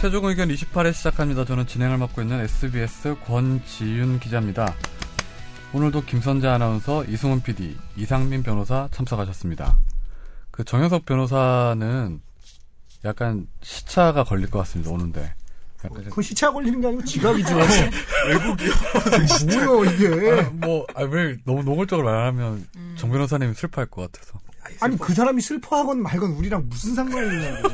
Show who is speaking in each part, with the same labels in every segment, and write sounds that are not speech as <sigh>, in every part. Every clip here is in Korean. Speaker 1: 최종 의견 28회 시작합니다. 저는 진행을 맡고 있는 SBS 권지윤 기자입니다. 오늘도 김선재 아나운서, 이승훈 PD, 이상민 변호사 참석하셨습니다. 그 정현석 변호사는 약간 시차가 걸릴 것 같습니다. 오는데. 뭐,
Speaker 2: 그 시차 걸리는 게 아니고 지각이죠. <laughs> 아, 외국이요. 뭐야 이게?
Speaker 1: 뭐, 아, 왜 너무 노골적으로 말하면 정 변호사님이 슬퍼할 것 같아서.
Speaker 2: 아니 그 사람이 슬퍼하건 말건 우리랑 무슨 상관이 있냐고.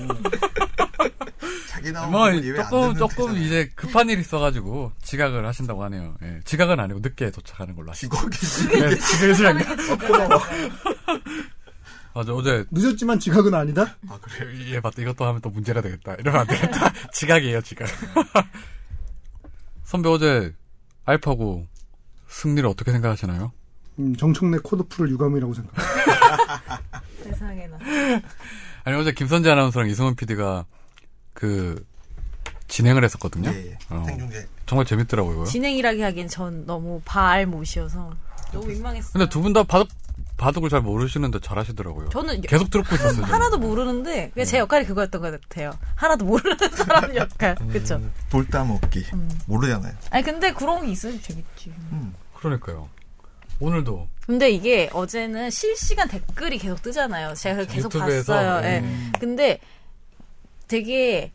Speaker 3: 자기 나오는
Speaker 1: 뭐,
Speaker 3: 건 예외 안
Speaker 1: 조금,
Speaker 3: 듣는
Speaker 1: 조금
Speaker 3: 뜻이잖아요.
Speaker 1: 이제 급한 일이 있어가지고 지각을 하신다고 하네요. 예, 지각은 아니고 늦게 도착하는 걸로 하시죠.
Speaker 3: 거기지.
Speaker 1: 네, 지각이지 않나? 맞아, 어제
Speaker 2: 늦었지만 지각은 아니다.
Speaker 3: 아 그래요?
Speaker 1: 예, 맞다. 이것도 하면 또 문제가 되겠다. 이러면 안 되겠다. <laughs> 지각이에요, 지각. 선배 어제 알파고 승리를 어떻게 생각하시나요?
Speaker 2: 음, 정청래 코드풀을 유감이라고 생각.
Speaker 4: 세상에나.
Speaker 1: 아니 어제 김선재 아나운서랑 이승훈 PD가 그 진행을 했었거든요.
Speaker 3: 예, 예.
Speaker 1: 어.
Speaker 3: 생중계.
Speaker 1: 정말 재밌더라고요. 이거.
Speaker 4: 진행이라기 하기엔 전 너무 발못이어서 너무 민망했어요.
Speaker 1: 근데 두 분 다 바둑 바둑을 잘 모르시는데 잘하시더라고요.
Speaker 4: 저는 여-
Speaker 1: 계속 음. 듣고 있었어요. 저는.
Speaker 4: 하나도 모르는데 그냥 제 역할이 그거였던 것 같아요. 하나도 모르는 <laughs> 사람 역할.
Speaker 1: 음.
Speaker 4: 그쵸?
Speaker 3: 돌담 없기.
Speaker 2: 음.
Speaker 3: 모르잖아요. <laughs>
Speaker 4: 아니 근데 그런 게 있으면 재밌지.
Speaker 1: 그러니까요. 오늘도
Speaker 4: 근데 이게 어제는 실시간 댓글이 계속 뜨잖아요. 제가 그걸 계속
Speaker 1: 유튜브에서?
Speaker 4: 봤어요. 예.
Speaker 1: 음.
Speaker 4: 근데 되게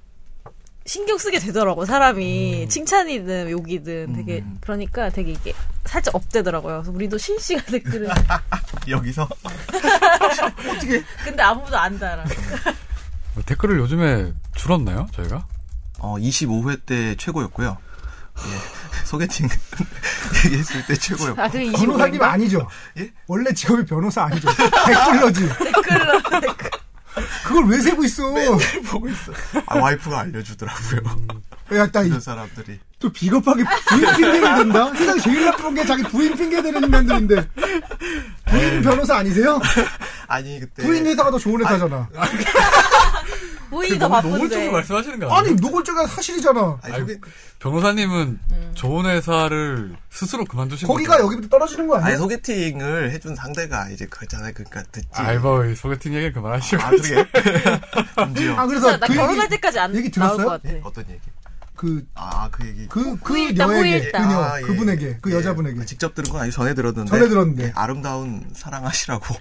Speaker 4: 신경 쓰게 되더라고 사람이
Speaker 1: 음.
Speaker 4: 칭찬이든 욕이든 되게 그러니까 되게 이게 살짝 업되더라고요. 그래서 우리도 실시간 <laughs> 댓글을
Speaker 3: 여기서
Speaker 4: 근데 아무도 안 달아.
Speaker 1: 뭐 댓글을 요즘에 줄었나요? 저희가?
Speaker 3: 어 25회 때 최고였고요. 예. <laughs> 소개팅 얘기했을 때 최고였고.
Speaker 4: 아 그게 2 5인
Speaker 2: 변호사님
Speaker 4: 가
Speaker 2: 아니죠?
Speaker 3: 예?
Speaker 2: 원래 직업이 변호사 아니죠? 댓글러지.
Speaker 4: 댓글로 댓글.
Speaker 2: 그걸 왜 세고 있어?
Speaker 3: 보고 있어. 아 와이프가 알려주더라고요.
Speaker 2: 음. 야, 나 이-
Speaker 3: <laughs> 이런 사람들이.
Speaker 2: 또 비겁하게 부인 핑계를 댄다? 세상 제일 나쁜 게 자기 부인 핑계 대는 인간들인데. 부인 변호사 아니세요?
Speaker 3: 아니 그때.
Speaker 2: 부인 회사가 더 좋은 회사잖아.
Speaker 4: 부인이 더 바쁜데.
Speaker 1: 노골적으로 말씀하시는 거 아니에요?
Speaker 2: 아니, 노골적이가 사실이잖아.
Speaker 3: 아니, 소개...
Speaker 1: 변호사님은
Speaker 4: 음.
Speaker 1: 좋은 회사를 스스로 그만두신
Speaker 2: 거기가
Speaker 1: 거죠?
Speaker 2: 여기부터 떨어지는 거
Speaker 3: 아니
Speaker 2: 아니야?
Speaker 3: 소개팅을 해준 상대가 이제 그잖아요. 그러니까 듣지.
Speaker 1: 알바의 소개팅 얘기 그만하시고
Speaker 2: <laughs>
Speaker 3: 아 그게.
Speaker 2: 아,
Speaker 3: 안지요.
Speaker 2: 그래서 네.
Speaker 4: 진짜 나
Speaker 2: 그
Speaker 4: 결혼할
Speaker 2: 얘기,
Speaker 4: 때까지 안
Speaker 2: 얘기
Speaker 4: 나올
Speaker 2: 들었어요?
Speaker 4: 것 같아.
Speaker 3: 예? 어떤 얘기?
Speaker 2: 그,
Speaker 3: 아 그 얘기.
Speaker 2: 그, 그
Speaker 4: 후일담,
Speaker 2: 여에게,
Speaker 4: 후일담.
Speaker 2: 그녀,
Speaker 3: 아, 예,
Speaker 2: 그분에게, 그
Speaker 3: 예.
Speaker 2: 여자분에게.
Speaker 3: 직접 들은 건 아니고 전에 들었는데.
Speaker 2: 전에 들었는데.
Speaker 3: 예, 아름다운 사랑하시라고.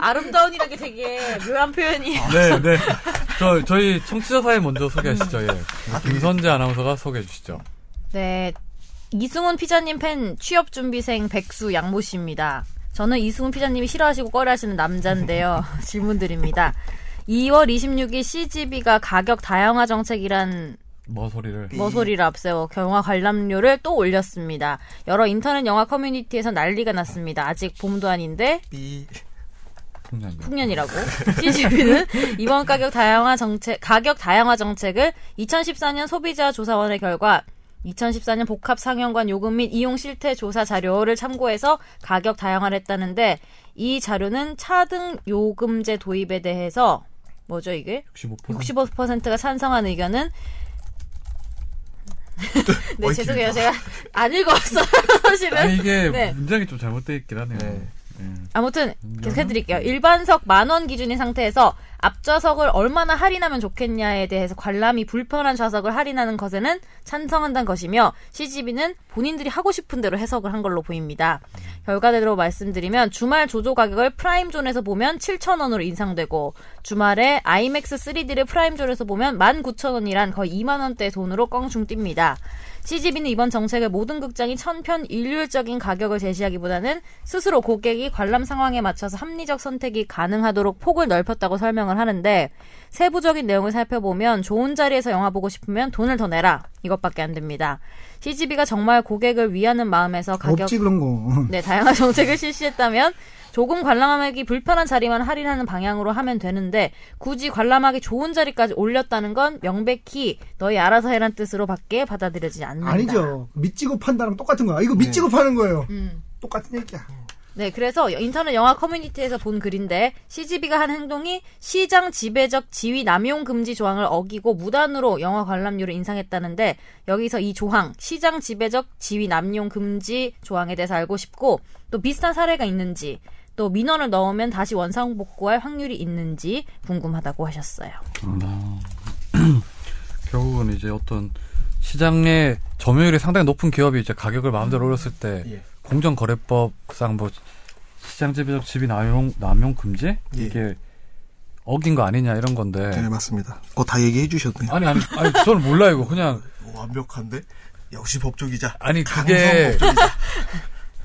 Speaker 4: 아름다운이라는 게 되게 묘한 표현이.
Speaker 1: <laughs>
Speaker 2: <laughs>
Speaker 1: 네, 네. 저, 저희 청취자 사회 먼저 소개하시죠, 예. 김선재 아나운서가 소개해 주시죠.
Speaker 4: 네. 이승훈 피자님 팬 취업 준비생 백수 양모 씨입니다. 저는 이승훈 피자님이 싫어하시고 꺼려하시는
Speaker 2: <laughs>
Speaker 4: 남자인데요. 질문드립니다. 2월 26일 CGV가 가격 다양화 정책이란
Speaker 1: 뭐 소리를.
Speaker 2: 네.
Speaker 4: 머소리를 앞세워 영화 관람료를 또 올렸습니다. 여러 인터넷 영화 커뮤니티에서 난리가 났습니다. 아직 봄도 아닌데
Speaker 3: 삐.
Speaker 1: 풍년이요.
Speaker 4: 풍년이라고.
Speaker 1: <laughs>
Speaker 4: CGV는 이번 가격 다양화 정책, 가격 다양화 정책을 2014년 소비자 조사원의 결과 2014년 복합 상영관 요금 및 이용 실태 조사 자료를 참고해서 가격 다양화를 했다는데 이 자료는 차등 요금제 도입에 대해서 뭐죠 이게?
Speaker 1: 65%.
Speaker 4: 65%가
Speaker 1: <laughs>
Speaker 4: 찬성한 의견은 네
Speaker 3: 어이,
Speaker 4: 죄송해요
Speaker 3: 길다.
Speaker 4: 제가 안 읽어봤어요
Speaker 1: <laughs>
Speaker 4: 사실은
Speaker 1: 아니, 이게
Speaker 4: 네.
Speaker 1: 문장이 좀 잘못되어 있긴 하네요. 예.
Speaker 4: 아무튼 계속해드릴게요. 일반석 만원 기준인 상태에서 앞좌석을 얼마나 할인하면 좋겠냐에 대해서 관람이 불편한 좌석을 할인하는 것에는 찬성한다는 것이며 CGV는 본인들이 하고 싶은 대로 해석을 한 걸로 보입니다. 결과대로 말씀드리면 주말 조조 가격을 프라임존에서 보면 7,000원으로 인상되고 주말에 IMAX 3D를 프라임존에서 보면 19,000원이란 거의 2만원대 돈으로 껑충 뜁니다. CGV는 이번 정책을 모든 극장이 천편 일률적인 가격을 제시하기보다는 스스로 고객이 관람 상황에 맞춰서 합리적 선택이 가능하도록 폭을 넓혔다고 설명을 하는데 세부적인 내용을 살펴보면 좋은 자리에서 영화 보고 싶으면 돈을 더 내라 이것밖에 안 됩니다. CGV가 정말 고객을 위하는 마음에서 가격
Speaker 2: 없지, 그런 거.
Speaker 4: 네, 다양한 <laughs> 정책을 실시했다면 조금 관람하기 불편한 자리만 할인하는 방향으로 하면 되는데 굳이 관람하기 좋은 자리까지 올렸다는 건 명백히 너희 알아서 해란 뜻으로 밖에 받아들여지지 않는다.
Speaker 2: 아니죠. 밑지고 판다랑 똑같은 거야. 이거 밑지고 파는 거예요.
Speaker 4: 음.
Speaker 2: 똑같은 얘기야.
Speaker 4: 네, 그래서 인터넷 영화 커뮤니티에서 본 글인데 CGV가 한 행동이 시장 지배적 지위 남용 금지 조항을 어기고 무단으로 영화 관람료를 인상했다는데 여기서 이 조항 시장 지배적 지위 남용 금지 조항에 대해서 알고 싶고 또 비슷한 사례가 있는지 또 민원을 넣으면 다시 원상 복구할 확률이 있는지 궁금하다고 하셨어요.
Speaker 1: <clears throat> 결국은 이제 어떤 시장의 점유율이 상당히 높은 기업이 이제 가격을 마음대로 올렸을 때
Speaker 3: 예.
Speaker 1: 공정거래법상 뭐 시장 지배적 지위 남용 남용 금지
Speaker 3: 예.
Speaker 1: 이게 어긴 거 아니냐 이런 건데
Speaker 3: 네, 맞습니다. 어, 다 얘기해 주셨네요.
Speaker 1: 아니 아니 아니 저는 몰라 이거 그냥
Speaker 3: 오, 완벽한데? 역시 법조기자.
Speaker 1: 아니
Speaker 3: 강성
Speaker 1: 그게
Speaker 3: 법조기자.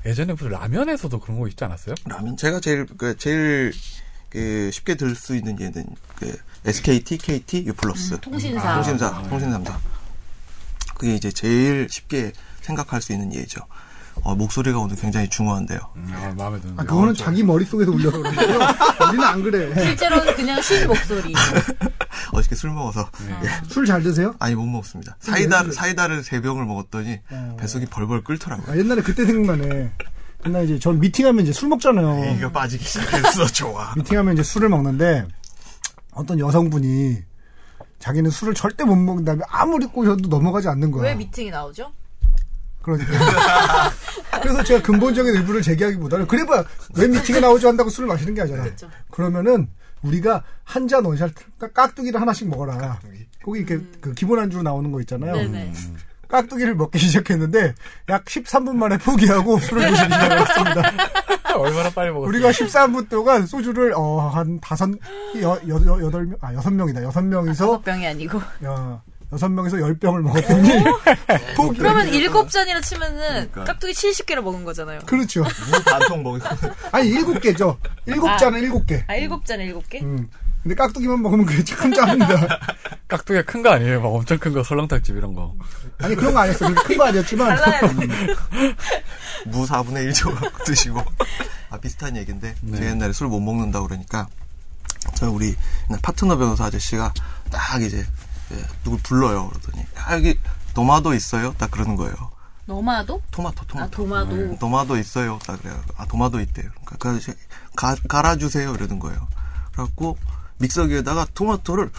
Speaker 1: 예전에 무슨 라면에서도 그런 거 있지 않았어요?
Speaker 3: 라면 제가 제일 그 제일 그 쉽게 들 수 있는 예는 그 SKT, KT, 유플러스
Speaker 4: 음,
Speaker 3: 아,
Speaker 4: 통신사. 아, 네.
Speaker 3: 통신사 통신삼사 그게 이제 제일 쉽게 생각할 수 있는 예죠. 어, 목소리가 오늘 굉장히 중후한데요.
Speaker 1: 아, 마음에 드는데.
Speaker 2: 아, 그거는 자기 머릿속에서 울려서 그런 거예요. 우리는 안 그래.
Speaker 4: 실제로는 그냥
Speaker 3: <laughs>
Speaker 4: 쉰 목소리.
Speaker 3: 어저께 술 먹어서
Speaker 1: 네.
Speaker 3: 예.
Speaker 2: 술 잘 드세요?
Speaker 3: 아니 못 먹었습니다. 사이다 사이다를 세 병을 먹었더니
Speaker 1: 어.
Speaker 3: 뱃속이 벌벌 끓더라고요.
Speaker 2: 아, 옛날에 그때 생각나네. 옛날에 이제 전 미팅하면 이제 술 먹잖아요.
Speaker 3: 이가 빠지기 시작했어 좋아.
Speaker 2: 미팅하면 이제 술을 먹는데 어떤 여성분이 자기는 술을 절대 못 먹는다며 아무리 꼬셔도 넘어가지 않는 거야.
Speaker 4: 왜 미팅이 나오죠?
Speaker 2: 그러니까. <laughs> 그래서 제가 근본적인 의부를 제기하기보다는 그래봐 왜 미팅에 나오지 한다고 술을 마시는 게 아니잖아.
Speaker 4: 그렇죠.
Speaker 2: 러면은 우리가 한 잔 원샷 깍- 깍두기를 하나씩 먹어라. 거기 이렇게 그 기본 안주로 나오는 거 있잖아요.
Speaker 4: 음.
Speaker 3: 음.
Speaker 4: 네네.
Speaker 2: 깍두기를 먹기 <laughs> 시작했는데 약 13분 만에 포기하고 술을 드시기 <laughs> 시작했습니다.
Speaker 1: 아, 얼마나 빨리 먹었어?
Speaker 2: 우리가 13분 동안 소주를 어, 한 다섯 여, 여, 여, 여덟 명, 아 여섯 명이다. 여섯 명이서
Speaker 4: 다섯 병이 아니고.
Speaker 3: 그러니까.
Speaker 2: 야, 여섯 명에서 열 병을 먹었더니 <laughs> 포기.
Speaker 4: 그러면 일곱 잔이라 치면은
Speaker 3: 그러니까.
Speaker 4: 깍두기 70개를 먹은 거잖아요.
Speaker 2: 그렇죠.
Speaker 3: <laughs> 반통 먹이.
Speaker 2: 아니 일곱 개죠. 일곱
Speaker 4: 아.
Speaker 2: 잔은 일곱 개.
Speaker 4: 아, 일곱 잔에 일곱 개?
Speaker 2: 음. 근데 깍두기만 먹으면 그게 참 짭니다.
Speaker 5: <laughs>
Speaker 1: 깍두기가 큰 거 아니에요? 막 엄청 큰 거 설렁탕집 이런 거.
Speaker 2: 아니 그런 거 아니었어. 큰 거 아니었지만
Speaker 4: 달라야 돼.
Speaker 3: 무 4분의 1 조각 <laughs> 드시고. 아, 비슷한 얘기인데, 제가 옛날에 술 못 먹는다고 그러니까, 저희 우리 옛날 파트너 변호사 아저씨가 딱 이제, 예, 누굴 불러요. 그러더니, 아, 여기 도마도 있어요? 딱 그러는 거예요.
Speaker 4: 너마도?
Speaker 3: 토마토,
Speaker 4: 아,
Speaker 3: 토마토.
Speaker 4: 도마도.
Speaker 3: 도마도 있어요. 딱 그래요. 아, 도마도 있대요. 그러니까 그 아저씨, 가, 갈아주세요. 이러는 거예요. 그래갖고, 믹서기에다가 토마토를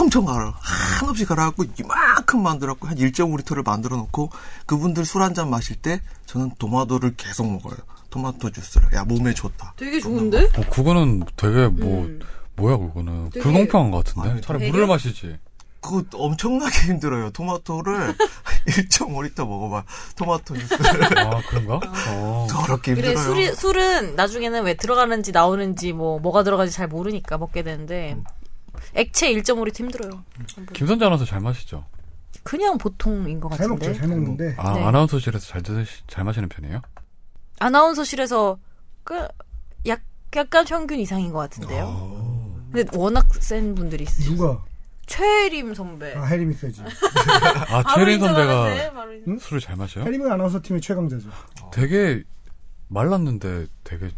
Speaker 3: 엄청 갈아. 한없이 갈아갖고, 이만큼 만들었고, 한 1.5리터를 만들어 놓고, 그분들 술 한 잔 마실 때, 저는 도마도를 계속 먹어요. 토마토 주스를. 야, 몸에 좋다.
Speaker 4: 되게 좋은데?
Speaker 1: 어, 그거는 되게 뭐
Speaker 4: 음.
Speaker 1: 뭐야 그거는
Speaker 4: 되게-
Speaker 1: 불공평한 것 같은데.
Speaker 3: 아니,
Speaker 1: 차라리
Speaker 4: 되게-
Speaker 1: 물을 마시지.
Speaker 3: 그거 엄청나게 <laughs> 힘들어요. 토마토를 <laughs> 1.5리터 먹어봐. 토마토 주스를.
Speaker 1: 아 그런가? 어.
Speaker 3: 더럽게
Speaker 4: 그래,
Speaker 3: 힘들어요.
Speaker 4: 술이, 술은 나중에는 왜 들어가는지 나오는지 뭐, 뭐가 들어가는지 잘 모르니까 먹게 되는데, 액체 1.5리터 힘들어요.
Speaker 1: 김선재 아나운서 잘 마시죠?
Speaker 4: 그냥 보통인 것
Speaker 2: 잘
Speaker 4: 같은데.
Speaker 2: 먹죠. 잘 먹는데
Speaker 5: 음.
Speaker 1: 아
Speaker 4: 네.
Speaker 1: 아나운서실에서 잘 드시 잘 마시는 편이에요?
Speaker 4: 아나운서실에서, 그, 약, 약간 평균 이상인 것 같은데요. 근데 워낙 센 분들이 있으시죠.
Speaker 2: 누가
Speaker 4: 최혜림
Speaker 5: 네.
Speaker 4: 선배.
Speaker 2: 아, 해림이 세지.
Speaker 1: 아
Speaker 4: 바로
Speaker 1: 최린
Speaker 4: 인정하는데,
Speaker 1: 선배가
Speaker 4: 바로 인정.
Speaker 2: 응?
Speaker 1: 술을 잘 마셔요?
Speaker 2: 해림은 아나운서 팀의 최강자죠.
Speaker 1: 되게 말랐는데 되게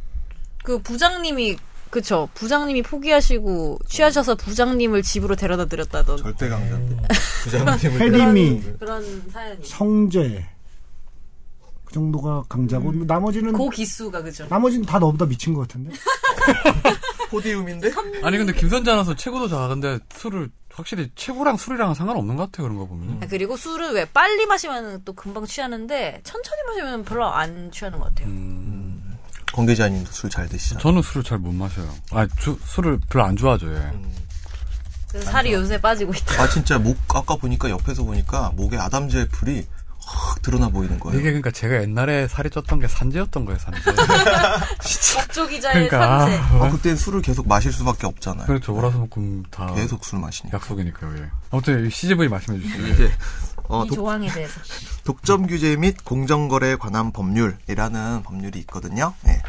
Speaker 4: 그 부장님이 그쵸 부장님이 포기하시고 취하셔서 부장님을 집으로 데려다 드렸다던
Speaker 3: 절대
Speaker 4: <laughs>
Speaker 3: 강자인데.
Speaker 5: 네,
Speaker 3: 부장님을.
Speaker 2: 해림이
Speaker 4: 그런 사연이
Speaker 2: 성재 그 정도가 강자고
Speaker 5: 음.
Speaker 2: 나머지는
Speaker 4: 고 기수가 그죠
Speaker 2: 나머지는 다 너보다 미친 것 같은데.
Speaker 5: 네,
Speaker 3: 포디움인데?
Speaker 1: 아니 근데 김선재 아나운서 체구도 작은데 술을 확실히 체구랑 술이랑은 상관없는 것 같아요 그런 거 보면.
Speaker 4: 아, 그리고 술을 왜 빨리 마시면 또 금방 취하는데 천천히 마시면 별로 안 취하는 것 같아요
Speaker 1: 음.
Speaker 3: 권 기자님도 술 잘 드시죠?
Speaker 1: 저는 술을 잘 못 마셔요. 아 주- 술을 별로 안 좋아하죠.
Speaker 3: 음.
Speaker 1: 예.
Speaker 4: 그래서 살이 요새
Speaker 1: <laughs>
Speaker 4: 빠지고 있다
Speaker 3: 아 진짜 목 아까 보니까 옆에서 보니까 목에 아담제 불이 확 드러나 보이는 거예요.
Speaker 1: 이게 그러니까 제가 옛날에 살이 쪘던 게 산재였던 거예요 산재.
Speaker 4: 목조 기자의
Speaker 1: 그러니까
Speaker 4: 산재
Speaker 1: 아,
Speaker 3: 아 그땐 술을 계속 마실 수밖에 없잖아요.
Speaker 1: 그렇죠. 오라서목금 다
Speaker 3: 계속 술 마시니까.
Speaker 1: 약속이니까요. 예. 아무튼 이 CGV 말씀해 주시죠.
Speaker 3: 이제 어,
Speaker 1: 아,
Speaker 4: 이
Speaker 3: 독,
Speaker 4: 조항에 대해서
Speaker 3: 독점 규제 및 공정거래에 관한 법률이라는 법률이 있거든요. 예.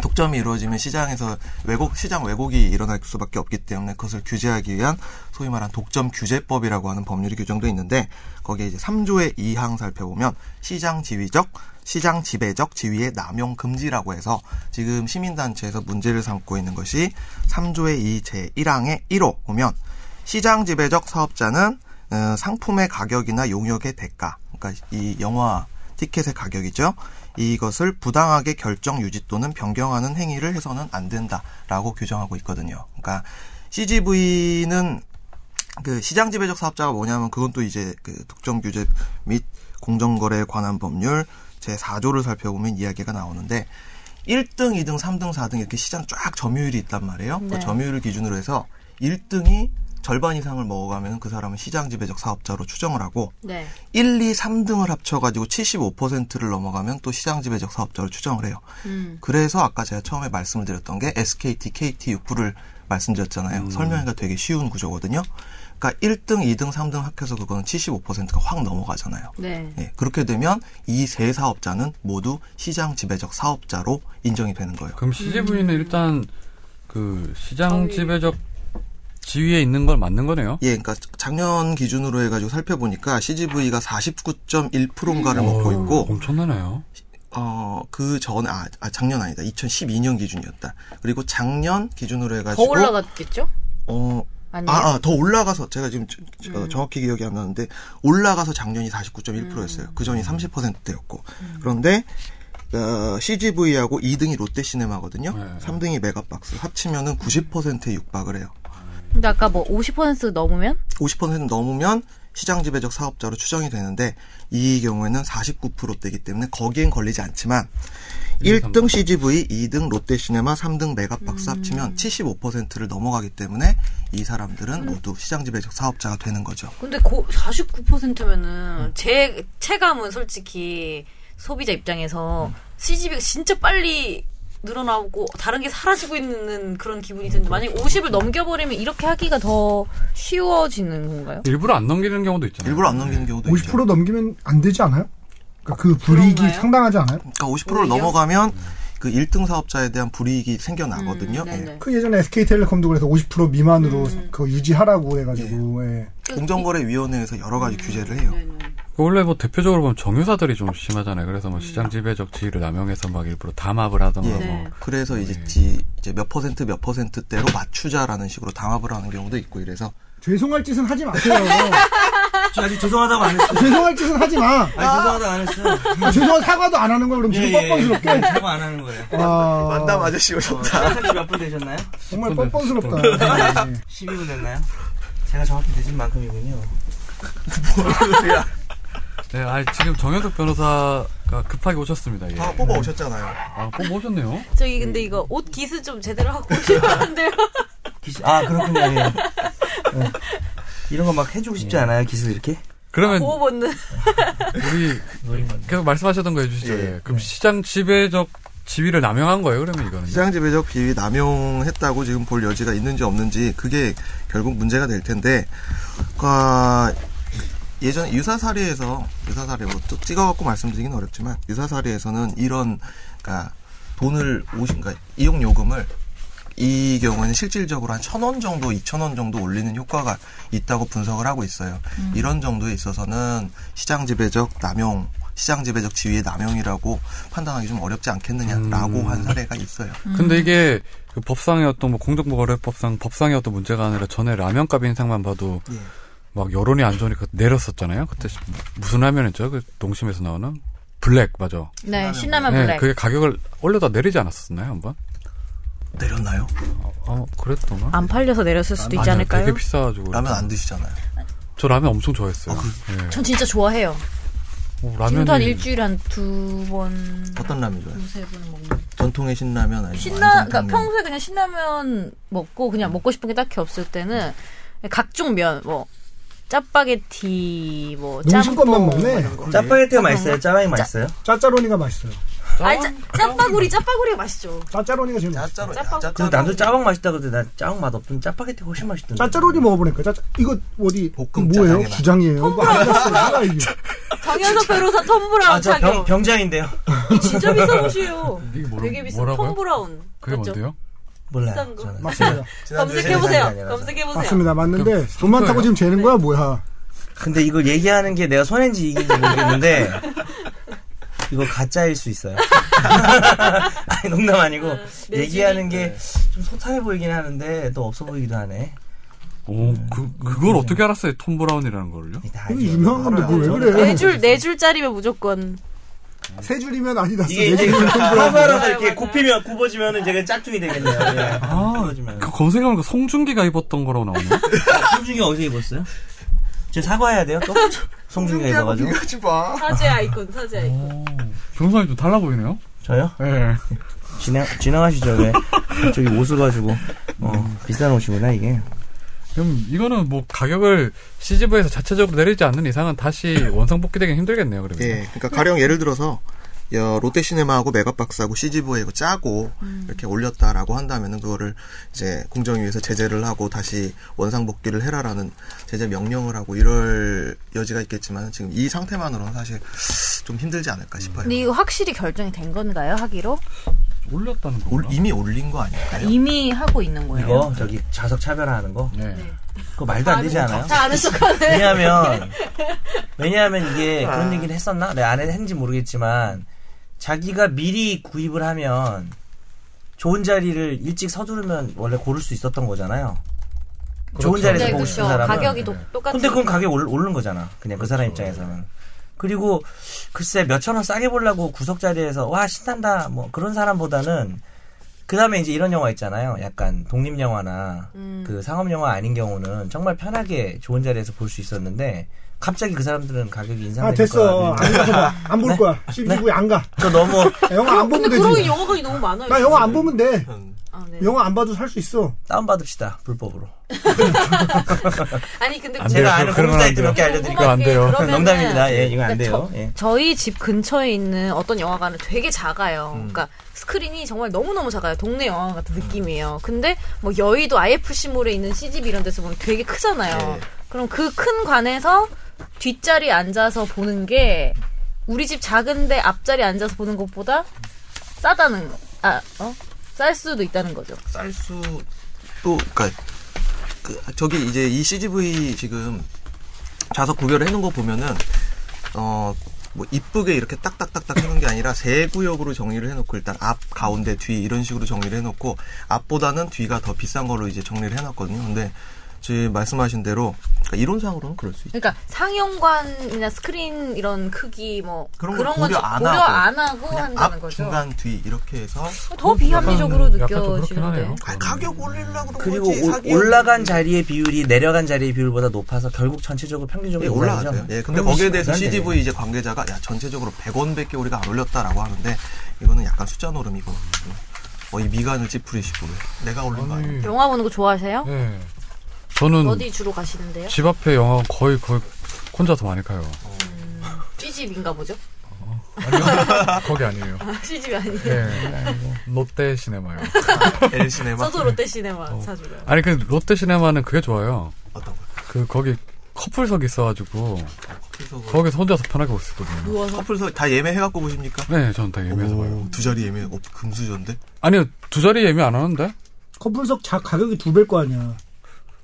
Speaker 3: 독점이 이루어지면 시장에서 왜곡 시장 왜곡이 일어날 수밖에 없기 때문에 그것을 규제하기 위한 소위 말한 독점 규제법이라고 하는 법률이 규정돼 있는데 거기에 이제 3조의 2항 살펴보면 시장 지위적 시장 지배적 지위의 남용 금지라고 해서 지금 시민단체에서 문제를 삼고 있는 것이 3조의 2 제1항의 1호 보면 시장 지배적 사업자는 어, 상품의 가격이나 용역의 대가 그러니까 이 영화 티켓의 가격이죠. 이것을 부당하게 결정 유지 또는 변경하는 행위를 해서는 안 된다라고 규정하고 있거든요. 그러니까 CGV는 그 시장 지배적 사업자가 뭐냐면 그건 또 이제 그 독점 규제 및 공정거래에 관한 법률 제 4조를 살펴보면 이야기가 나오는데 1등, 2등, 3등, 4등 이렇게 시장 쫙 점유율이 있단 말이에요.
Speaker 4: 네.
Speaker 3: 그 점유율을 기준으로 해서 1등이 절반 이상을 먹어가면 그 사람은 시장 지배적 사업자로 추정을 하고
Speaker 4: 네.
Speaker 3: 1, 2, 3등을 합쳐가지고 75%를 넘어가면 또 시장 지배적 사업자로 추정을 해요.
Speaker 4: 음.
Speaker 3: 그래서 아까 제가 처음에 말씀을 드렸던 게 SKT, KT 육부를 말씀드렸잖아요. 설명하기가 되게 쉬운 구조거든요. 그러니까 1등, 2등, 3등 합해서 그거는 75%가 확 넘어가잖아요.
Speaker 4: 네.
Speaker 3: 예, 그렇게 되면 이 세 사업자는 모두 시장 지배적 사업자로 인정이 되는 거예요.
Speaker 1: 그럼 CGV는 일단 그 시장
Speaker 4: 저희-
Speaker 1: 지배적 지위에 있는 걸 맞는 거네요.
Speaker 3: 예, 그러니까 작년 기준으로 해가지고 살펴보니까 CGV가 49.1%인가를 먹고
Speaker 1: 음. 어휴,
Speaker 3: 있고
Speaker 1: 엄청나네요.
Speaker 3: 어, 그 전, 아, 아, 작년 아니다. 2012년 기준이었다. 그리고 작년 기준으로
Speaker 4: 더
Speaker 3: 해가지고.
Speaker 4: 올라갔겠죠?
Speaker 3: 어,
Speaker 4: 아니요.
Speaker 3: 아, 아, 더 올라가서, 제가 지금 저- 저
Speaker 4: 음.
Speaker 3: 정확히 기억이 안 나는데, 올라가서 작년이 49.1%였어요.
Speaker 4: 음.
Speaker 3: 그 전이 30%대였고. 그런데, 어, CGV하고 2등이 롯데시네마거든요.
Speaker 1: 네.
Speaker 3: 3등이 메가박스. 합치면은 90%에 육박을 해요.
Speaker 4: 근데 아까 뭐 50% 넘으면
Speaker 3: 50% 넘으면 시장 지배적 사업자로 추정이 되는데 이 경우에는 49%대이기 때문에 거기엔 걸리지 않지만 1등 CGV, 2등 롯데시네마, 3등 메가박스 합치면 75%를 넘어가기 때문에 이 사람들은 모두 시장 지배적 사업자가 되는 거죠.
Speaker 6: 근데 고 49%면은 제 체감은 솔직히 소비자
Speaker 1: 음.
Speaker 6: 입장에서 CGV가 진짜 빨리 늘어나고 다른 게 사라지고 있는 그런 기분이 드는데 만약에
Speaker 1: 그렇죠.
Speaker 4: 50을 넘겨버리면 이렇게 하기가 더 쉬워지는 건가요?
Speaker 1: 일부러 안 넘기는 경우도 있잖아요.
Speaker 3: 일부러 안 넘기는
Speaker 5: 그렇죠.
Speaker 3: 경우도 있죠.
Speaker 2: 50% 넘기면 안 되지 않아요? 그러니까 그 불이익이
Speaker 6: 그런가요?
Speaker 2: 상당하지 않아요?
Speaker 5: 네.
Speaker 3: 그러니까 50%를
Speaker 6: 오히려?
Speaker 3: 넘어가면 그 1등 사업자에 대한 불이익이 생겨나거든요.
Speaker 4: 음,
Speaker 3: 예.
Speaker 4: 네네.
Speaker 2: 그 예전에 SK텔레콤도 그래서 50% 미만으로
Speaker 5: 음.
Speaker 2: 그거 유지하라고 해가지고
Speaker 5: 네.
Speaker 2: 예.
Speaker 3: 공정거래위원회에서 여러 가지 규제를 해요.
Speaker 1: 그 원래 뭐 대표적으로 보면 정유사들이 좀 심하잖아요. 그래서 뭐 시장 지배적 지위를 남용해서 막 일부러 담합을 하던가
Speaker 3: 예.
Speaker 1: 뭐
Speaker 6: 네.
Speaker 3: 그래서 이제 지- 이제 몇 퍼센트 몇 퍼센트대로 맞추자라는 식으로 담합을 하는 경우도 있고 이래서
Speaker 2: 죄송할 짓은 하지 마세요.
Speaker 5: 저 <laughs> 아직 죄송하다고 안 했어요.
Speaker 2: 죄송할 짓은 하지 마.
Speaker 5: 아직 죄송하다고 안 했어요. <laughs>
Speaker 2: 아, 죄송한 사과도 안 하는 거야 그럼 지금 뻔뻔스럽게.
Speaker 5: 예, 사과 안 하는 거예요.
Speaker 2: 아,
Speaker 3: 만담 아저씨 오셨다.
Speaker 5: 어, 시작한지 몇분 되셨나요?
Speaker 2: 정말 뻔뻔스럽다. 예.
Speaker 5: 12분 됐나요? 제가 정확히 늦은 만큼이군요.
Speaker 1: 네, 아 지금 정현석 변호사가 급하게 오셨습니다. 예.
Speaker 3: 어, 다 뽑아 오셨잖아요.
Speaker 1: 아, 뽑아 오셨네요.
Speaker 6: 저기
Speaker 1: 음.
Speaker 6: 근데 이거 옷 기스 좀 제대로 하고
Speaker 1: <laughs>
Speaker 6: 싶었는데요.
Speaker 5: 기시, 아, 그렇군요. 예. 예. 이런 거 막 해주고 싶지 않아요, 기술 이렇게?
Speaker 4: 아,
Speaker 1: 그러면
Speaker 4: 뭐.
Speaker 6: 보호 본능.
Speaker 1: 우리 계속 말씀하셨던 거 해주시죠.
Speaker 3: 예.
Speaker 1: 예. 그럼 시장 지배적 지위를 남용한 거예요. 그러면 이거는
Speaker 3: 시장 지배적 비위 남용했다고 지금 볼 여지가 있는지 없는지 그게 결국 문제가 될 텐데 그러니까 예전에 유사 사례에서 유사 사례 뭐쭉 찍어갖고 말씀드리긴 어렵지만 유사 사례에서는 이런 그러니까 돈을 오신 그러니까 이용 요금을 이 경우에는 실질적으로 한 천 원 정도, 이천 원 정도 올리는 효과가 있다고 분석을 하고 있어요.
Speaker 1: 음.
Speaker 3: 이런 정도에 있어서는 시장 지배적 남용, 시장 지배적 지위의 남용이라고 판단하기 좀 어렵지 않겠느냐라고
Speaker 1: 음.
Speaker 3: 한 사례가 있어요.
Speaker 1: 근데 이게 그 법상의 어떤 뭐 공정거래법상 법상의 어떤 문제가 아니라 전에 라면값 인상만 봐도
Speaker 3: 예.
Speaker 1: 막 여론이 안 좋으니까 내렸었잖아요. 그때 시- 무슨 라면이었죠? 그 동심에서 나오는 블랙 맞아.
Speaker 4: 네, 신라면
Speaker 1: 네,
Speaker 4: 블랙.
Speaker 1: 그게 가격을 올려다 내리지 않았었나요 한번?
Speaker 3: 내렸나요?
Speaker 1: 어, 그랬던가?
Speaker 4: 안 팔려서 내렸을 수도 아, 있지
Speaker 1: 아니요,
Speaker 4: 않을까요?
Speaker 1: 되게 비싸가지고
Speaker 3: 라면 안 드시잖아요.
Speaker 1: 저 라면 엄청 좋아했어요. 예.
Speaker 4: 전 진짜 좋아해요.
Speaker 1: 어,
Speaker 4: 지금도 한
Speaker 1: 라면이
Speaker 4: 일주일에 한 두 번,
Speaker 3: 어떤 라면 좋아해요?
Speaker 4: 두세 번 먹는.
Speaker 3: 전통의 신라면 아니면
Speaker 4: 신라, 그러니까
Speaker 2: 음.
Speaker 3: 안성탕면?
Speaker 4: 평소에 그냥 신라면 먹고 그냥 먹고 싶은 게 딱히 없을 때는 각종 면, 뭐 짜파게티, 뭐
Speaker 2: 농심껏만
Speaker 4: 짬뽕
Speaker 2: 먹네.
Speaker 4: 이런 거.
Speaker 5: 짜파게티가 맛있어요? 짜파이 맛있어요?
Speaker 2: 짜짜로니가 맛있어요.
Speaker 6: 아니 짜, 짜파구리 짜파구리가 맛있죠.
Speaker 2: 짜짜로니가 제일 맛있어.
Speaker 3: 짜짜로
Speaker 6: 짜빵.
Speaker 3: 짜짜
Speaker 5: 근데 남들 짜방 맛있다 그러는데 난 짜방 맛 없던 짜파게티 훨씬 맛있던데.
Speaker 2: 짜짜로니 먹어보니까 짜짜 이거 어디
Speaker 3: 볶음
Speaker 2: 뭐예요?
Speaker 3: 짜장이나.
Speaker 2: 주장이에요. 뭐안 났어요. 뭐야 이게?
Speaker 6: 정현석 변호사 톰브라운
Speaker 5: 아, 저
Speaker 6: 착용.
Speaker 5: 병, 병자인데요.
Speaker 6: 이거 진짜 비싼 옷이에요.
Speaker 1: 이게 뭐라-
Speaker 6: 되게 비싼
Speaker 1: 뭐라고요?
Speaker 6: 톰브라운.
Speaker 1: 그게
Speaker 6: 맞죠?
Speaker 1: 뭔데요?
Speaker 5: 몰라요.
Speaker 6: 비싼 거.
Speaker 5: 저는.
Speaker 2: 맞습니다.
Speaker 6: 검색해보세요. 검색해보세요.
Speaker 2: 맞습니다. 맞는데 돈 많다고 지금 재는 거야 뭐야?
Speaker 5: 근데 이걸 얘기하는 게 내가 손해인지 이긴지 모르겠는데 이거 가짜일 수 있어요. 아니 농담 아니고
Speaker 6: 내 주인.
Speaker 5: 얘기하는 게 좀 소탈해 보이긴 하는데 또 없어 보이기도 하네.
Speaker 1: 오, 그 그걸 어떻게 알았어요? 톰 브라운이라는 거를요?
Speaker 5: 이게 다
Speaker 2: 이거
Speaker 5: 알죠.
Speaker 2: 유명한 건데 뭘 왜
Speaker 6: 네
Speaker 2: 그래?
Speaker 6: 줄, 네 줄짜리면 무조건.
Speaker 2: 세 줄이면 아니다.
Speaker 5: 이게 이제
Speaker 6: 맞아요,
Speaker 5: 커버라서 이렇게
Speaker 6: 맞아요.
Speaker 5: 굽히면 굽어지면은 제가 짝퉁이 되겠네요. 예. 굽어지면.
Speaker 1: 그 검색하니까 송중기가 입었던 거라고 <laughs> 나오네요.
Speaker 5: 송중이가 어디서 입었어요? 제 사과해야 돼요. 또 송중이가 입어가지고
Speaker 3: 하지 마.
Speaker 6: 사제 아이콘, 사제 아이콘.
Speaker 1: 변호사님 좀 달라 보이네요.
Speaker 5: 저요?
Speaker 1: 예.
Speaker 5: 진행 진행하시죠 왜? 저기 옷을 가지고 어 비싼 옷이구나 이게.
Speaker 1: 그럼 이거는 뭐 가격을 CGV에서 자체적으로 내리지 않는 이상은 다시
Speaker 3: <laughs>
Speaker 1: 원상복귀되긴 힘들겠네요. 그러면
Speaker 3: 예, 그러니까 가령 예를 들어서 여, 롯데시네마하고 메가박스하고 CGV에 이거 짜고
Speaker 4: 음.
Speaker 3: 이렇게 올렸다라고 한다면은 그거를 이제 공정위에서 제재를 하고 다시 원상복귀를 해라라는 제재 명령을 하고 이럴 여지가 있겠지만 지금 이 상태만으로는 사실 좀 힘들지 않을까 싶어요.
Speaker 4: 근데 이거 확실히 결정이 된 건가요? 하기로?
Speaker 1: 올렸다는
Speaker 3: 올-
Speaker 1: 거구나.
Speaker 3: 이미 올린 거 아닐까요?
Speaker 4: 이미 하고 있는 거예요.
Speaker 5: 이거 저기 좌석 차별화하는 거
Speaker 1: 네.
Speaker 5: 그거 말도 안 되지 않아요?
Speaker 6: 다 아는 척하네. 네.
Speaker 5: 왜냐하면 왜냐하면 이게
Speaker 1: 아.
Speaker 5: 그런 얘기를 했었나? 내가 안 했는지 모르겠지만 자기가 미리 구입을 하면 좋은 자리를 일찍 서두르면 원래 고를 수 있었던 거잖아요. 좋은
Speaker 1: 그렇죠.
Speaker 5: 자리에서
Speaker 1: 네,
Speaker 5: 보고 싶은 사람은
Speaker 6: 가격이 똑- 똑같은.
Speaker 5: 근데 그건 가격 올, 오른 거잖아. 그냥 그 사람
Speaker 1: 그렇죠.
Speaker 5: 입장에서는. 그리고 글쎄 몇천 원 싸게 보려고 구석 자리에서 와 신난다 뭐 그런 사람보다는 그 다음에 이제 이런 영화 있잖아요. 약간 독립 영화나
Speaker 6: 음.
Speaker 5: 그 상업 영화 아닌 경우는 정말 편하게 좋은 자리에서 볼 수 있었는데 갑자기 그 사람들은 가격이
Speaker 2: 아
Speaker 5: 인상될
Speaker 2: 됐어.
Speaker 5: 거라.
Speaker 2: 안 가서 봐. 안 볼 거야. CGV 안 가.
Speaker 5: 그 너무
Speaker 2: 영화 안
Speaker 6: 근데
Speaker 2: 보면
Speaker 6: 그런
Speaker 2: 되지.
Speaker 6: 영화가 너무 많아요.
Speaker 2: 나 영화 안 보면 돼.
Speaker 3: 음,
Speaker 6: 아, 네.
Speaker 2: 영화 안 봐도 살 수 있어.
Speaker 5: 다운 받읍시다 불법으로.
Speaker 6: 아니 근데
Speaker 1: 안 돼요.
Speaker 5: 제가
Speaker 1: 그럼-
Speaker 5: 아는
Speaker 1: 그런
Speaker 5: 공사
Speaker 1: 건
Speaker 5: 사이트
Speaker 1: 안
Speaker 5: 몇 개
Speaker 1: 돼요.
Speaker 5: 알려드릴게요.
Speaker 1: 이거 안 돼요.
Speaker 6: 그러면은
Speaker 5: 농담입니다. 예, 이거 안
Speaker 4: 그러니까
Speaker 5: 돼요. 예.
Speaker 4: 저희 집 근처에 있는 어떤 영화관은 되게 작아요.
Speaker 3: 음.
Speaker 4: 그러니까 스크린이 정말 너무너무 작아요. 동네 영화관 같은 느낌이에요. 근데 뭐 여의도 IFC몰에 있는 CGV 이런 데서 보면 되게
Speaker 3: 예.
Speaker 4: 크잖아요. 그럼 그 큰 관에서 뒷자리 앉아서 보는 게 우리 집 작은데 앞자리 앉아서 보는 것보다 싸다는 거. 아, 어? 쌀 수도 있다는 거죠.
Speaker 3: 쌀수 또 그러니까 그 저기 이제 이 CGV 지금 좌석 구별을 해놓은 거 보면은 어. 뭐 이쁘게 이렇게 딱딱딱딱 해놓은 게 아니라 세 구역으로 정리를 해놓고 일단 앞 가운데 뒤 이런 식으로 정리를 해놓고 앞보다는 뒤가 더 비싼 걸로 이제 정리를 해놨거든요. 근데 지금 말씀하신 대로 그러니까 이론상으로는 그럴 수 있죠.
Speaker 4: 그러니까 상영관이나 스크린 이런 크기 뭐
Speaker 3: 그런
Speaker 4: 그런,
Speaker 3: 걸
Speaker 4: 건
Speaker 3: 고려
Speaker 4: 고려
Speaker 3: 안
Speaker 4: 안
Speaker 3: 하고
Speaker 4: 하고
Speaker 3: 그냥
Speaker 4: 한다는
Speaker 3: 앞
Speaker 4: 거죠.
Speaker 3: 중간 음. 뒤 이렇게 해서
Speaker 4: 더 비합리적으로
Speaker 1: 약간 좀 그렇긴
Speaker 4: 느껴지는데.
Speaker 1: 하네요.
Speaker 3: 아, 가격 올리려고 그런
Speaker 5: 그리고
Speaker 3: 거지,
Speaker 5: 올-
Speaker 3: 사기
Speaker 5: 올라간 자리의 비율이 내려간 자리의 비율보다 높아서 결국 전체적으로
Speaker 3: 예,
Speaker 5: 평균적으로
Speaker 3: 올라갔어요.
Speaker 5: 인상이죠?
Speaker 3: 예, 근데
Speaker 5: 그럼
Speaker 3: 거기에 대해서
Speaker 5: 말도 안 되네.
Speaker 3: CGV 이제 관계자가 야 전체적으로 100원밖에 우리가 안 올렸다라고 하는데 이거는 약간 숫자 노름이고 거의 미간을 찌푸리시고 내가 올린 거 아니에요?
Speaker 4: 영화 보는 거 좋아하세요?
Speaker 1: 예. 저는
Speaker 4: 어디 주로 가시는데요?
Speaker 1: 집 앞에 영화 거의 거의 혼자서 많이 가요.
Speaker 4: 찌집인가 보죠? <laughs>
Speaker 1: 아니요,
Speaker 3: <laughs>
Speaker 1: 거기 아니에요.
Speaker 4: 아, 시집이 아니에요.
Speaker 1: 예, 롯데 시네마요.
Speaker 3: 엘 시네마
Speaker 6: 저도 롯데 시네마 자주 가요.
Speaker 1: 아니 그 롯데 시네마는 그게 좋아요.
Speaker 3: 어떤 거?
Speaker 1: 그 거기 커플석 있어가지고
Speaker 3: 커플석
Speaker 1: 거기서 혼자서 편하게 볼 수 있거든요.
Speaker 3: 커플석 다 예매해갖고 보십니까?
Speaker 1: 네, 저는 다 예매해서 봐요. 네.
Speaker 3: 오, 두 자리 예매 어, 금수저인데
Speaker 1: 아니요, 두 자리 예매 안 하는데?
Speaker 2: 커플석 자 가격이 두 배일 거 아니야.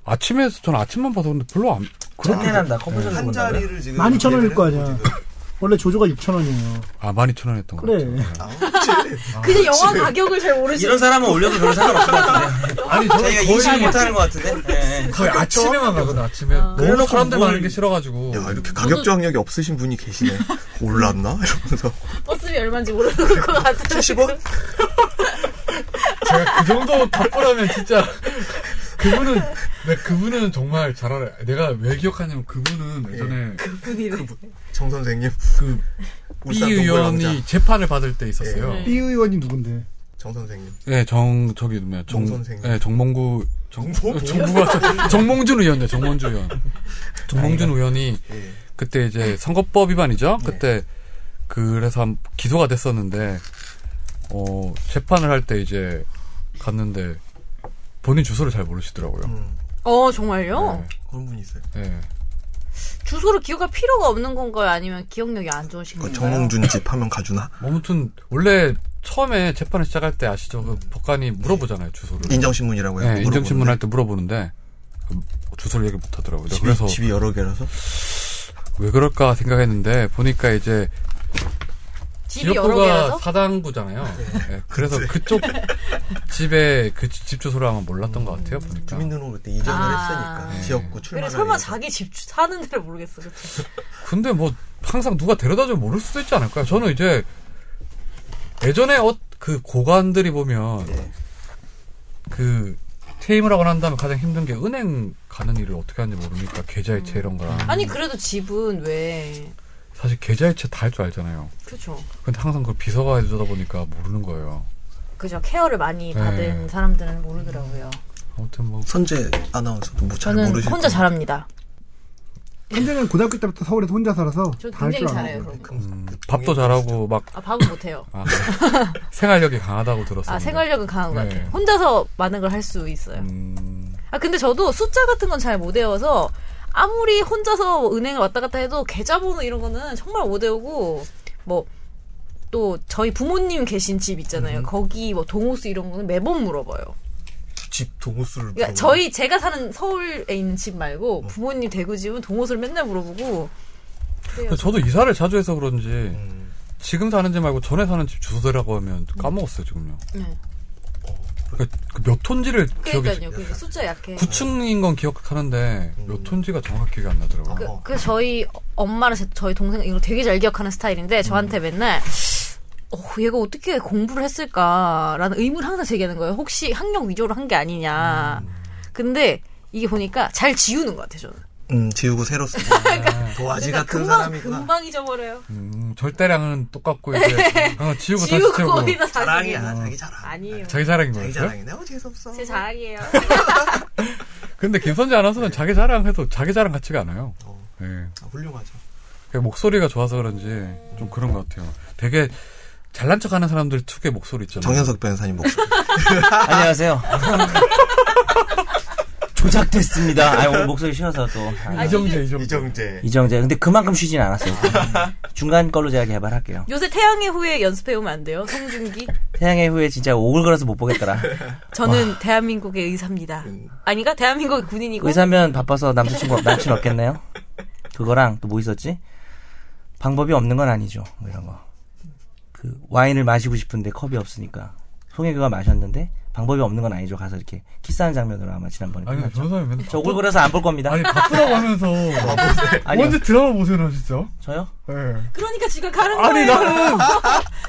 Speaker 1: 아침에 저는 아침만 봐서 근데 별로 안
Speaker 5: 그렇게
Speaker 1: 그렇게
Speaker 5: 난다. 컴퓨터에서
Speaker 3: 예. 한
Speaker 5: 본다고요?
Speaker 3: 자리를 지금
Speaker 2: 12,000원일 거
Speaker 3: 예매를
Speaker 2: 아니야.
Speaker 3: 해놓고 지금.
Speaker 2: 원래 조조가 6천 원이에요.
Speaker 1: 아 12,000원 했던 거
Speaker 2: 그래.
Speaker 1: 같아요.
Speaker 3: 아, 그치.
Speaker 6: 그냥 영화 가격을 잘 모르시는
Speaker 5: 이런 사람은 올려도 별로 상관없을 것 같은데.
Speaker 1: 아니
Speaker 5: 저희가 인식을 못하는 것 같은데. 예, 예.
Speaker 1: 거의
Speaker 3: 그러니까
Speaker 1: 아침에만 가거든 아침에 너무 사람들 많은 게 싫어가지고
Speaker 3: <laughs> 야 이렇게 가격 저항력이 없으신 분이 계시네 올랐나? <laughs> 이러면서
Speaker 6: 버스비 얼마인지 모르는 것 같아요.
Speaker 3: 70원?
Speaker 1: 제가 그 정도 바쁘라면 진짜 <laughs> 그분은 네, 그분은 정말 잘 알아요. 내가 왜 기억하냐면 그분은 예전에
Speaker 3: 정 선생님
Speaker 1: 그 B
Speaker 3: 울산 동굴 왕자
Speaker 1: 의원이 재판을 받을 때 있었어요.
Speaker 6: 예.
Speaker 2: B 의원이 누군데?
Speaker 3: 정 선생님
Speaker 1: 네, 정 저기 뭐야
Speaker 3: 정
Speaker 1: 정
Speaker 3: 선생님.
Speaker 1: 네, 정몽구 정
Speaker 3: 정몽구?
Speaker 1: 정구가 정몽준 의원이요 정몽준
Speaker 3: <laughs>
Speaker 1: 의원 정몽준 의원이
Speaker 3: 예.
Speaker 1: 그때 이제 선거법 위반이죠 그때 그래서 한- 기소가 됐었는데 어 재판을 할 때 이제 갔는데 본인 주소를 잘 모르시더라고요
Speaker 3: 음,
Speaker 4: 어, 정말요?
Speaker 3: 그런 분이 있어요
Speaker 1: 네.
Speaker 4: 주소를 기억할 필요가 없는 건가요? 아니면 기억력이 안 좋으신
Speaker 3: 그
Speaker 4: 건가요?
Speaker 3: 정몽준 집 하면 가주나?
Speaker 1: 뭐 아무튼 원래 처음에 재판을 시작할 때 아시죠 그 법관이 물어보잖아요 주소를
Speaker 3: 인정신문이라고 해요.
Speaker 1: 네, 인정신문 할 때 물어보는데 그 주소를 얘기 못 하더라고요
Speaker 3: 집이,
Speaker 1: 그래서
Speaker 3: 집이 여러 개라서
Speaker 1: 왜 그럴까 생각했는데 보니까 이제
Speaker 4: 집이 여러
Speaker 1: 지역구가
Speaker 4: 개라서?
Speaker 1: 사당구잖아요. 예, 그래서 그쪽 집에 그 집 주소를 아마 몰랐던 것 같아요 보니까.
Speaker 3: 주민등록을 때 이전을
Speaker 6: 아.
Speaker 3: 했으니까
Speaker 1: 네.
Speaker 3: 지역구 출마를
Speaker 6: 그래 설마
Speaker 3: 위해서.
Speaker 6: 자기 집 주- 사는 데를 모르겠어. 그치?
Speaker 1: 근데 뭐 항상 누가 데려다주면 모를 수도 있지 않을까요? 저는 이제 예전에 어, 그 고관들이 보면
Speaker 3: 네.
Speaker 1: 그 퇴임을 하거나 한다면 가장 힘든 게 은행 가는 일을 어떻게 하는지 모르니까 계좌이체 이런 거랑
Speaker 4: 음.
Speaker 6: 아니 그래도 집은 왜?
Speaker 1: 사실 계좌이체 다 할 줄 알잖아요.
Speaker 6: 그렇죠.
Speaker 1: 근데 항상 그 비서가 해주다 보니까 모르는 거예요.
Speaker 4: 그죠. 케어를 많이
Speaker 1: 네.
Speaker 4: 받은 사람들은 모르더라고요.
Speaker 1: 아무튼 뭐
Speaker 3: 선재 아나운서도 뭐잘
Speaker 4: 저는
Speaker 3: 모르실
Speaker 4: 혼자
Speaker 3: 거고.
Speaker 4: 잘합니다.
Speaker 2: 현재는 고등학교 때부터 서울에서 혼자 살아서
Speaker 4: 저
Speaker 2: 다 할 줄
Speaker 4: 굉장히
Speaker 2: 알아요.
Speaker 4: 잘해요. 그런 거.
Speaker 1: 음, 밥도 잘하고 막
Speaker 4: 아 밥은 못해요.
Speaker 1: 아, <laughs> 생활력이 강하다고 들었어요.
Speaker 4: 아 생활력은 강한 것
Speaker 1: 네.
Speaker 4: 같아요. 혼자서 많은 걸 할 수 있어요.
Speaker 1: 음,
Speaker 4: 아 근데 저도 숫자 같은 건 잘 못 외워서 아무리 혼자서 은행을 왔다 갔다 해도 계좌번호 이런 거는 정말 못 외우고 뭐 또 저희 부모님 계신 집
Speaker 1: 음.
Speaker 4: 있잖아요. 거기 뭐 동호수 이런 거는 매번 물어봐요.
Speaker 7: 집 동호수를
Speaker 4: 그러니까
Speaker 1: 음.
Speaker 7: 물어보고.
Speaker 4: 저희 제가 사는 서울에 있는 집 말고 부모님 대구 집은 동호수를 맨날 물어보고
Speaker 1: 근데 저도 이사를 자주 해서 그런지
Speaker 7: 음,
Speaker 1: 지금 사는 집 말고 전에 사는 집 주소라고 하면 까먹었어요 지금요.
Speaker 4: 네.
Speaker 1: 그러니까 그몇 톤지를 기억이
Speaker 4: 그러니까요. 그러니까 숫자 약해.
Speaker 1: 9층인 건 기억하는데 몇 톤지가 정확히 기억이 안 나더라고요.
Speaker 4: 그, 그 저희 엄마랑 제- 저희 동생 이거 되게 잘 기억하는 스타일인데 저한테 맨날 어, 얘가 어떻게 공부를 했을까라는 의문을 항상 제기하는 거예요. 혹시 학력 위조를 한 게 아니냐. 근데 이게 보니까 잘 지우는 것 같아요. 저는.
Speaker 3: 음, 지우고 새로
Speaker 4: <laughs>
Speaker 3: 쓰고. 음, 도화지
Speaker 4: 그러니까
Speaker 3: 같은
Speaker 4: 금방
Speaker 3: 사람이구나.
Speaker 4: 금방 잊어버려요.
Speaker 1: 음, 절대량은 똑같고
Speaker 4: <laughs>
Speaker 1: 이제 아, 지우고 다시
Speaker 4: 지우고
Speaker 1: 채우고
Speaker 4: 거의 다 다시
Speaker 3: 자랑이야, 자기 자랑.
Speaker 4: 아니에요.
Speaker 1: 자기 자랑인
Speaker 3: 자기
Speaker 1: 거였어요?
Speaker 3: 자랑이네. 어, 재수없어.
Speaker 4: 제 자랑이에요. <laughs>
Speaker 1: 근데 김선재 아나운서는 자기 자랑해도 자기 자랑 같지가 않아요.
Speaker 3: 어,
Speaker 1: 예.
Speaker 3: 아, 훌륭하죠.
Speaker 1: 그 목소리가 좋아서 그런지 좀 그런 것 같아요. 되게 잘난 척하는 사람들 특유의 목소리 있잖아요.
Speaker 3: 정현석 변호사님
Speaker 1: <laughs>
Speaker 3: 목소리.
Speaker 5: 안녕하세요. 조작됐습니다. 아 오늘 목소리 쉬어서 또 아,
Speaker 1: 이정재 이정재.
Speaker 7: 이정재.
Speaker 5: 이정재. 근데 그만큼 쉬진 않았어요. 중간 걸로 제가 개발할게요.
Speaker 4: 요새 태양의 후예 연습해 오면 안 돼요. 성준기.
Speaker 5: 태양의 후예 진짜 오글거려서 못 보겠더라.
Speaker 4: 저는 대한민국의 의사입니다. 아니가 대한민국의 군인이고
Speaker 5: 의사면 바빠서 남자친구 남친 없겠네요. 그거랑 또 뭐 있었지? 방법이 없는 건 아니죠. 뭐 이런 거. 그 와인을 마시고 싶은데 컵이 없으니까 송혜교가 마셨는데 방법이 없는 건 아니죠. 가서 이렇게 키스하는 장면으로 아마 지난번에
Speaker 1: 아니
Speaker 5: 끝났죠.
Speaker 1: 변호사님 맨날
Speaker 5: 저
Speaker 1: 바쁘-
Speaker 5: 오글거려서 안 볼 겁니다.
Speaker 1: 아니 바쁘다고 하면서
Speaker 5: 아니요.
Speaker 1: 언제 드라마 보세요 나 진짜? 예.
Speaker 5: 저요?
Speaker 4: 그러니까 지금 가는 거예요.
Speaker 1: 아니 나는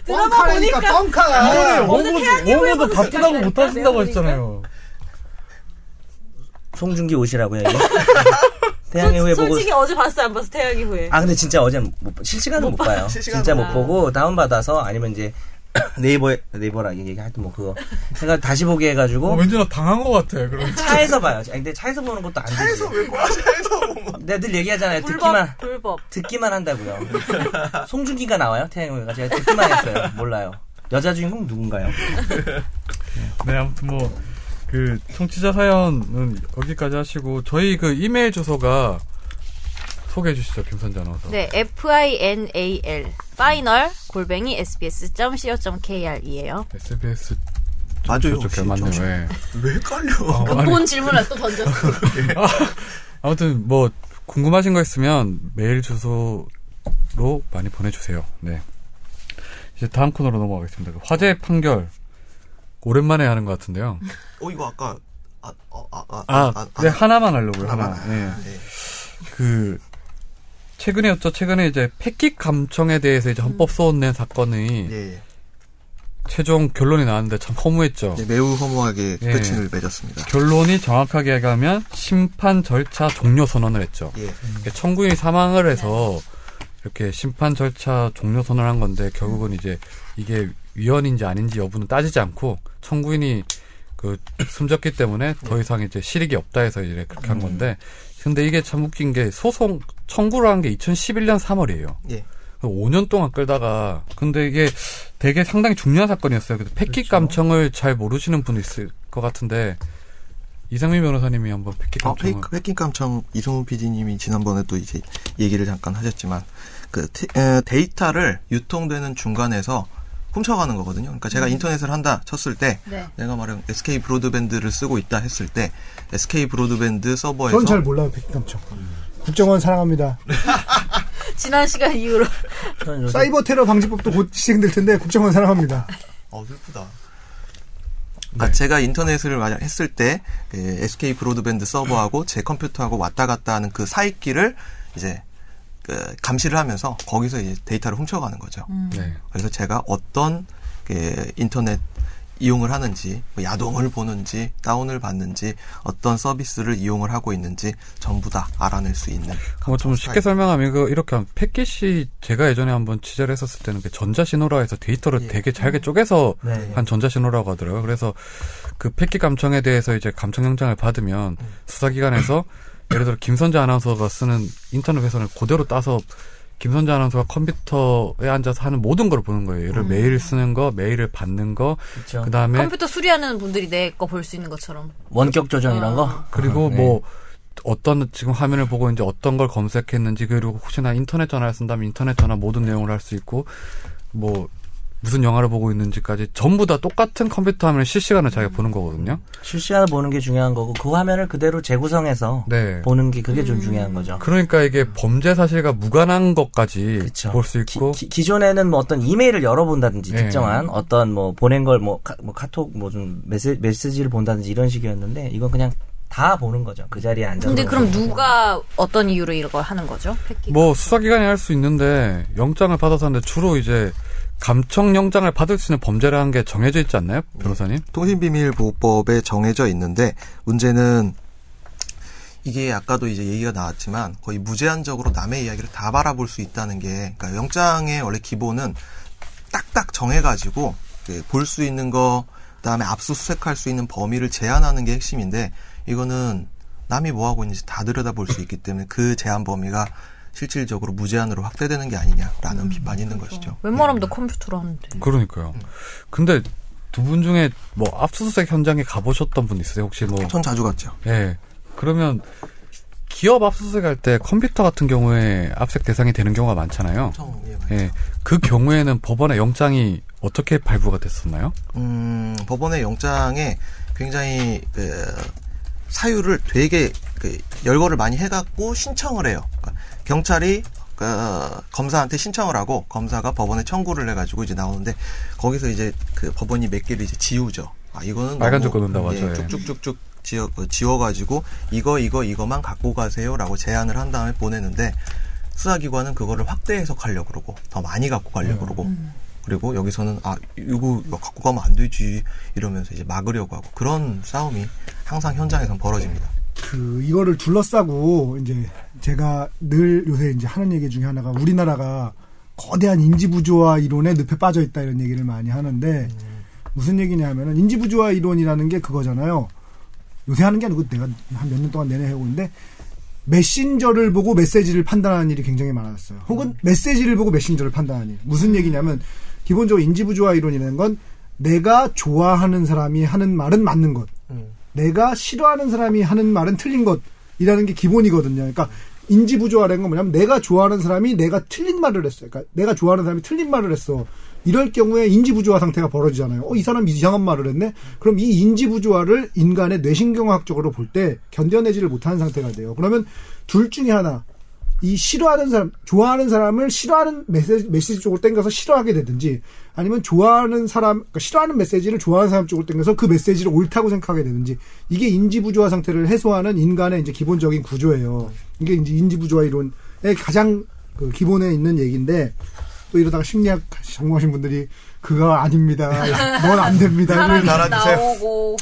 Speaker 4: 드라마
Speaker 2: 뻥카라니까
Speaker 4: 보니까
Speaker 2: 뻥카.
Speaker 4: 아, 어느 태양의
Speaker 1: 원고도 원고도
Speaker 4: 후예보다
Speaker 1: 바쁘다고 못
Speaker 4: 시간이
Speaker 1: 하신다고
Speaker 4: 없다고요, 네,
Speaker 1: 하셨잖아요.
Speaker 5: 송중기 오시라고요. 이거? 태양의 후예 보고
Speaker 4: 솔직히 어제 봤어 안 봤어 태양의 후예.
Speaker 5: 아 근데 진짜 어제 못, 봐- 실시간은 못, 봐요.
Speaker 3: 실시간은
Speaker 5: 진짜
Speaker 3: 못
Speaker 5: 못 보고 다운 받아서 아니면 이제 <clears throat> 네이버에 네이버라 얘기 하여튼 뭐 그거 제가 다시 보게
Speaker 1: 어,
Speaker 5: 해가지고
Speaker 1: 왠지 나 당한 것 같아. 그런
Speaker 5: 차에서 봐요. 아니, 근데 차에서 보는 것도 안 되지.
Speaker 3: 차에서 왜 꼬아? 차에서 뭐.
Speaker 5: 내가 늘 얘기하잖아요. 듣기만
Speaker 4: 불법 불법.
Speaker 5: 듣기만 한다고요. 송중기가 나와요. 태양이가 제가 듣기만 했어요. 몰라요. 여자 주인공 누군가요?
Speaker 1: 네, 아무튼 뭐, 그, 청취자 사연은 여기까지 하시고, 저희 그 이메일 주소가 소개해 주시죠, 김선재 아나운서.
Speaker 4: 네 F I N A L 파이널 골뱅이 S B S C O K R 이에요.
Speaker 1: SBS.
Speaker 3: 맞아요,
Speaker 1: 저쪽
Speaker 3: 혹시
Speaker 1: 맞네,
Speaker 3: 정신-
Speaker 1: 왜.
Speaker 3: 왜 깔려?
Speaker 4: 그
Speaker 1: 어.
Speaker 4: 본 질문을 또
Speaker 1: <laughs>
Speaker 4: 던졌어.
Speaker 1: 예. 아, 아무튼 뭐, 궁금하신 거 있으면 메일 주소로 많이 보내주세요. 네. 이제 다음 코너로 넘어가겠습니다. 그 화재 판결. 오랜만에 하는 것 같은데요.
Speaker 3: 어, 이거 아까. 아, 어, 아, 아,
Speaker 1: 아,
Speaker 3: 아,
Speaker 1: 네, 하나만 하려고요, 하나.
Speaker 3: 하나만.
Speaker 1: 예.
Speaker 3: 네.
Speaker 1: 그 최근에였죠. 최근에 이제 패킥 감청에 대해서 이제 헌법 소원 낸 사건의
Speaker 3: 예.
Speaker 1: 최종 결론이 나왔는데 참 허무했죠.
Speaker 3: 네, 매우 허무하게
Speaker 1: 어. 예.
Speaker 3: 끝을 맺었습니다.
Speaker 1: 결론이 정확하게 얘기하면 심판 절차 종료 선언을 했죠.
Speaker 3: 예.
Speaker 1: 이게 청구인이 사망을 해서 이렇게 심판 절차 종료 선언을 한 건데 결국은 이제 이게 위헌인지 아닌지 여부는 따지지 않고 청구인이 그 숨졌기 때문에 더 이상 이제 실익이 없다 해서 이제 그렇게 한 건데 근데 이게 참 웃긴 게 소송 청구를 한 게 2011년 3월이에요.
Speaker 3: 예.
Speaker 1: 5년 동안 끌다가 근데 이게 되게 상당히 중요한 사건이었어요. 근데 패킷 감청을 잘 모르시는 분 있을 것 같은데 이상민 변호사님이 한번 패킷
Speaker 3: 아,
Speaker 1: 감청을
Speaker 3: 페이크 패킹 감청 이승훈 PD님이 지난번에 또 이제 얘기를 잠깐 하셨지만 그 테- 에, 데이터를 유통되는 중간에서 훔쳐가는 거거든요. 그러니까 제가 인터넷을 한다 쳤을 때
Speaker 4: 네.
Speaker 3: 내가 말한 SK 브로드밴드를 쓰고 있다 했을 때 SK 브로드밴드 서버에서
Speaker 2: 전 잘 몰라요 백감청. 국정원 사랑합니다.
Speaker 4: 지난 시간 이후로 <laughs>
Speaker 5: 저는 요새
Speaker 2: 사이버 테러 방지법도 곧 시행될 텐데 국정원 사랑합니다.
Speaker 3: 어 슬프다. 아, 제가 인터넷을 만약 했을 때, 그 SK 브로드밴드 서버하고 제 컴퓨터하고 왔다 갔다 하는 그 사이끼를 이제, 그 감시를 하면서
Speaker 1: 음.
Speaker 3: 거기서 이제 데이터를 훔쳐가는 거죠.
Speaker 1: 네.
Speaker 3: 그래서 제가 어떤 그 인터넷 이용을 하는지, 뭐 야동을 보는지, 다운을 받는지, 어떤 서비스를 이용을 하고 있는지 전부 다 알아낼 수 있는.
Speaker 1: 뭐 좀 쉽게 설명하면 이거 이렇게 하면 패킷이 제가 예전에 한번 취재를 했었을 때는 그 전자신호라 해서 데이터를
Speaker 3: 예.
Speaker 1: 되게 잘게 쪼개서
Speaker 5: 네.
Speaker 1: 한 전자신호라고 하더라고요. 그래서 그 패킷 감청에 대해서 이제 감청영장을 받으면
Speaker 5: 음.
Speaker 1: 수사기관에서
Speaker 5: <coughs>
Speaker 1: 예를 들어 김선재 아나운서가 쓰는 인터넷 회선을 그대로 따서 김선재 아나운서가 컴퓨터에 앉아서 하는 모든 걸 보는 거예요. 예를 메일 쓰는 거, 메일을 받는 거,
Speaker 5: 음. 그렇죠.
Speaker 1: 그 다음에
Speaker 4: 컴퓨터 수리하는 분들이 내 거 볼 수 있는 것처럼.
Speaker 5: 원격 조정 이런 거.
Speaker 1: 그리고
Speaker 5: 네.
Speaker 1: 뭐 어떤 지금 화면을 보고 이제 어떤 걸 검색했는지 그리고 혹시나 인터넷 전화를 쓴다면 인터넷 전화 모든
Speaker 5: 네.
Speaker 1: 내용을 할 수 있고 뭐 무슨 영화를 보고 있는지까지 전부 다 똑같은 컴퓨터 화면을 실시간으로 자기가 보는 거거든요.
Speaker 5: 실시간을 보는 게 중요한 거고 그 화면을 그대로 재구성해서
Speaker 1: 네.
Speaker 5: 보는 게 그게 좀 중요한 거죠.
Speaker 1: 그러니까 이게 범죄 사실과 무관한 것까지
Speaker 5: 그쵸.
Speaker 1: 볼 수 있고
Speaker 5: 기, 존에는뭐 어떤 이메일을 열어본다든지
Speaker 1: 예.
Speaker 5: 특정한 어떤 뭐 보낸 걸 뭐 카톡 뭐 좀 메시, 메시지를 본다든지 이런 식이었는데 이건 그냥 다 보는 거죠. 그 자리에 앉아서.
Speaker 4: 근데 그럼
Speaker 5: 보는 거고.
Speaker 4: 누가 어떤 이유로 이걸 하는 거죠? 패킷.
Speaker 1: 뭐 수사기관이 할 수 있는데 영장을 받아서 하는데 주로 이제 감청 영장을 받을 수 있는 범죄라는 게 정해져 있지 않나요, 변호사님?
Speaker 3: 통신비밀보호법에 정해져 있는데 문제는 이게 아까도 이제 얘기가 나왔지만 거의 무제한적으로 남의 이야기를 다 바라볼 수 있다는 게 그러니까 영장의 원래 기본은 딱딱 정해가지고 볼 수 있는 거 그다음에 압수수색할 수 있는 범위를 제한하는 게 핵심인데 이거는 남이 뭐 하고 있는지 다 들여다볼 수 있기 때문에 그 제한 범위가 실질적으로 무제한으로 확대되는 게 아니냐라는 비판이 있는 것이죠.
Speaker 4: 웬만하면 너 컴퓨터로 하는데.
Speaker 1: 그러니까요. 근데 두 분 중에 뭐 압수수색 현장에 가보셨던 분 있으세요? 혹시 뭐
Speaker 3: 전 자주 갔죠.
Speaker 1: 예. 그러면 기업 압수수색 할 때 컴퓨터 같은 경우에 압색 대상이 되는 경우가 많잖아요.
Speaker 3: 청
Speaker 1: 예. 그 경우에는 법원의 영장이 어떻게 발부가 됐었나요?
Speaker 3: 음, 법원의 영장에 굉장히 그, 사유를 되게 그, 열거를 많이 해갖고 신청을 해요. 그러니까 경찰이 그, 검사한테 신청을 하고 검사가 법원에 청구를 해가지고 이제 나오는데 거기서 이제 그 법원이 몇 개를 이제 지우죠. 아 이거는
Speaker 1: 빨간
Speaker 3: 너무,
Speaker 1: 줄 긋는다고 하죠,
Speaker 3: 예,
Speaker 1: 예.
Speaker 3: 쭉쭉쭉쭉 지워, 어, 지워가지고 이거 이거 이거만 갖고 가세요라고 제안을 한 다음에 보내는데 수사기관은 그거를 확대 해석하려고 그러고 더 많이 갖고 가려고 그러고 그리고 여기서는 아 이거 이거 갖고 가면 안 되지 이러면서 이제 막으려고 하고 그런 싸움이 항상 현장에선 벌어집니다.
Speaker 2: 그 이거를 둘러싸고 이제 제가 늘 요새 이제 하는 얘기 중에 하나가 우리나라가 거대한 인지 부조화 이론에 늪에 빠져 있다 이런 얘기를 많이 하는데 무슨 얘기냐면은 인지 부조화 이론이라는 게 그거잖아요. 요새 하는 게 아니고 내가 한 몇 년 동안 내내 해오는데 메신저를 보고 메시지를 판단하는 일이 굉장히 많아졌어요. 혹은 메시지를 보고 메신저를 판단하는 일. 무슨 얘기냐면 기본적으로 인지 부조화 이론이라는 건 내가 좋아하는 사람이 하는 말은 맞는 것.
Speaker 3: 음.
Speaker 2: 내가 싫어하는 사람이 하는 말은 틀린 것이라는 게 기본이거든요. 그러니까 인지 부조화라는 건 뭐냐면 내가 좋아하는 사람이 내가 틀린 말을 했어요. 그러니까 내가 좋아하는 사람이 틀린 말을 했어. 이럴 경우에 인지 부조화 상태가 벌어지잖아요. 어, 이 사람 이상한 말을 했네. 그럼 이 인지 부조화를 인간의 뇌신경학적으로 볼 때 견뎌내지를 못하는 상태가 돼요. 그러면 둘 중에 하나 이 싫어하는 사람, 좋아하는 사람을 싫어하는 메시지, 메시지 쪽으로 땡겨서 싫어하게 되든지 아니면 좋아하는 사람, 그러니까 싫어하는 메시지를 좋아하는 사람 쪽으로 땡겨서 그 메시지를 옳다고 생각하게 되든지 이게 인지부조화 상태를 해소하는 인간의 이제 기본적인 구조예요. 이게 이제 인지부조화 이론의 가장 그 기본에 있는 얘기인데 또 이러다가 심리학 전공하신 분들이 그거 아닙니다. 넌 안
Speaker 4: <laughs>
Speaker 2: 됩니다.
Speaker 6: 사람이
Speaker 3: 달아주세요.
Speaker 6: 나오고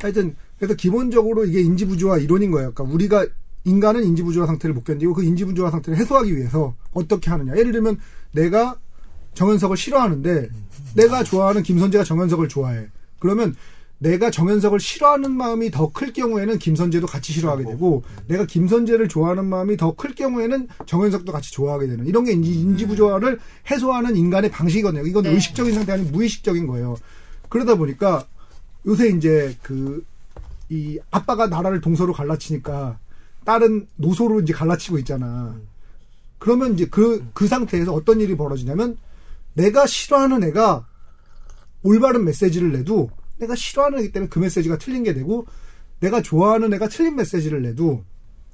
Speaker 2: 하여튼 그래서 기본적으로 이게 인지부조화 이론인 거예요. 그러니까 우리가 인간은 인지부조화 상태를 못 견디고 그 인지부조화 상태를 해소하기 위해서 어떻게 하느냐. 예를 들면 내가 정현석을 싫어하는데 내가 좋아하는 김선재가 정현석을 좋아해. 그러면 내가 정현석을 싫어하는 마음이 더 클 경우에는 김선재도 같이 싫어하게 되고 내가 김선재를 좋아하는 마음이 더 클 경우에는 정현석도 같이 좋아하게 되는 이런 게 인지, 인지부조화를 해소하는 인간의 방식이거든요. 이건
Speaker 4: 네.
Speaker 2: 의식적인 상태 아닌 무의식적인 거예요. 그러다 보니까 요새 이제 그 이 아빠가 나라를 동서로 갈라치니까 딸은 노소로 이제 갈라치고 있잖아. 그러면 이제 그, 그 상태에서 어떤 일이 벌어지냐면 내가 싫어하는 애가 올바른 메시지를 내도 내가 싫어하는 애기 때문에 그 메시지가 틀린 게 되고 내가 좋아하는 애가 틀린 메시지를 내도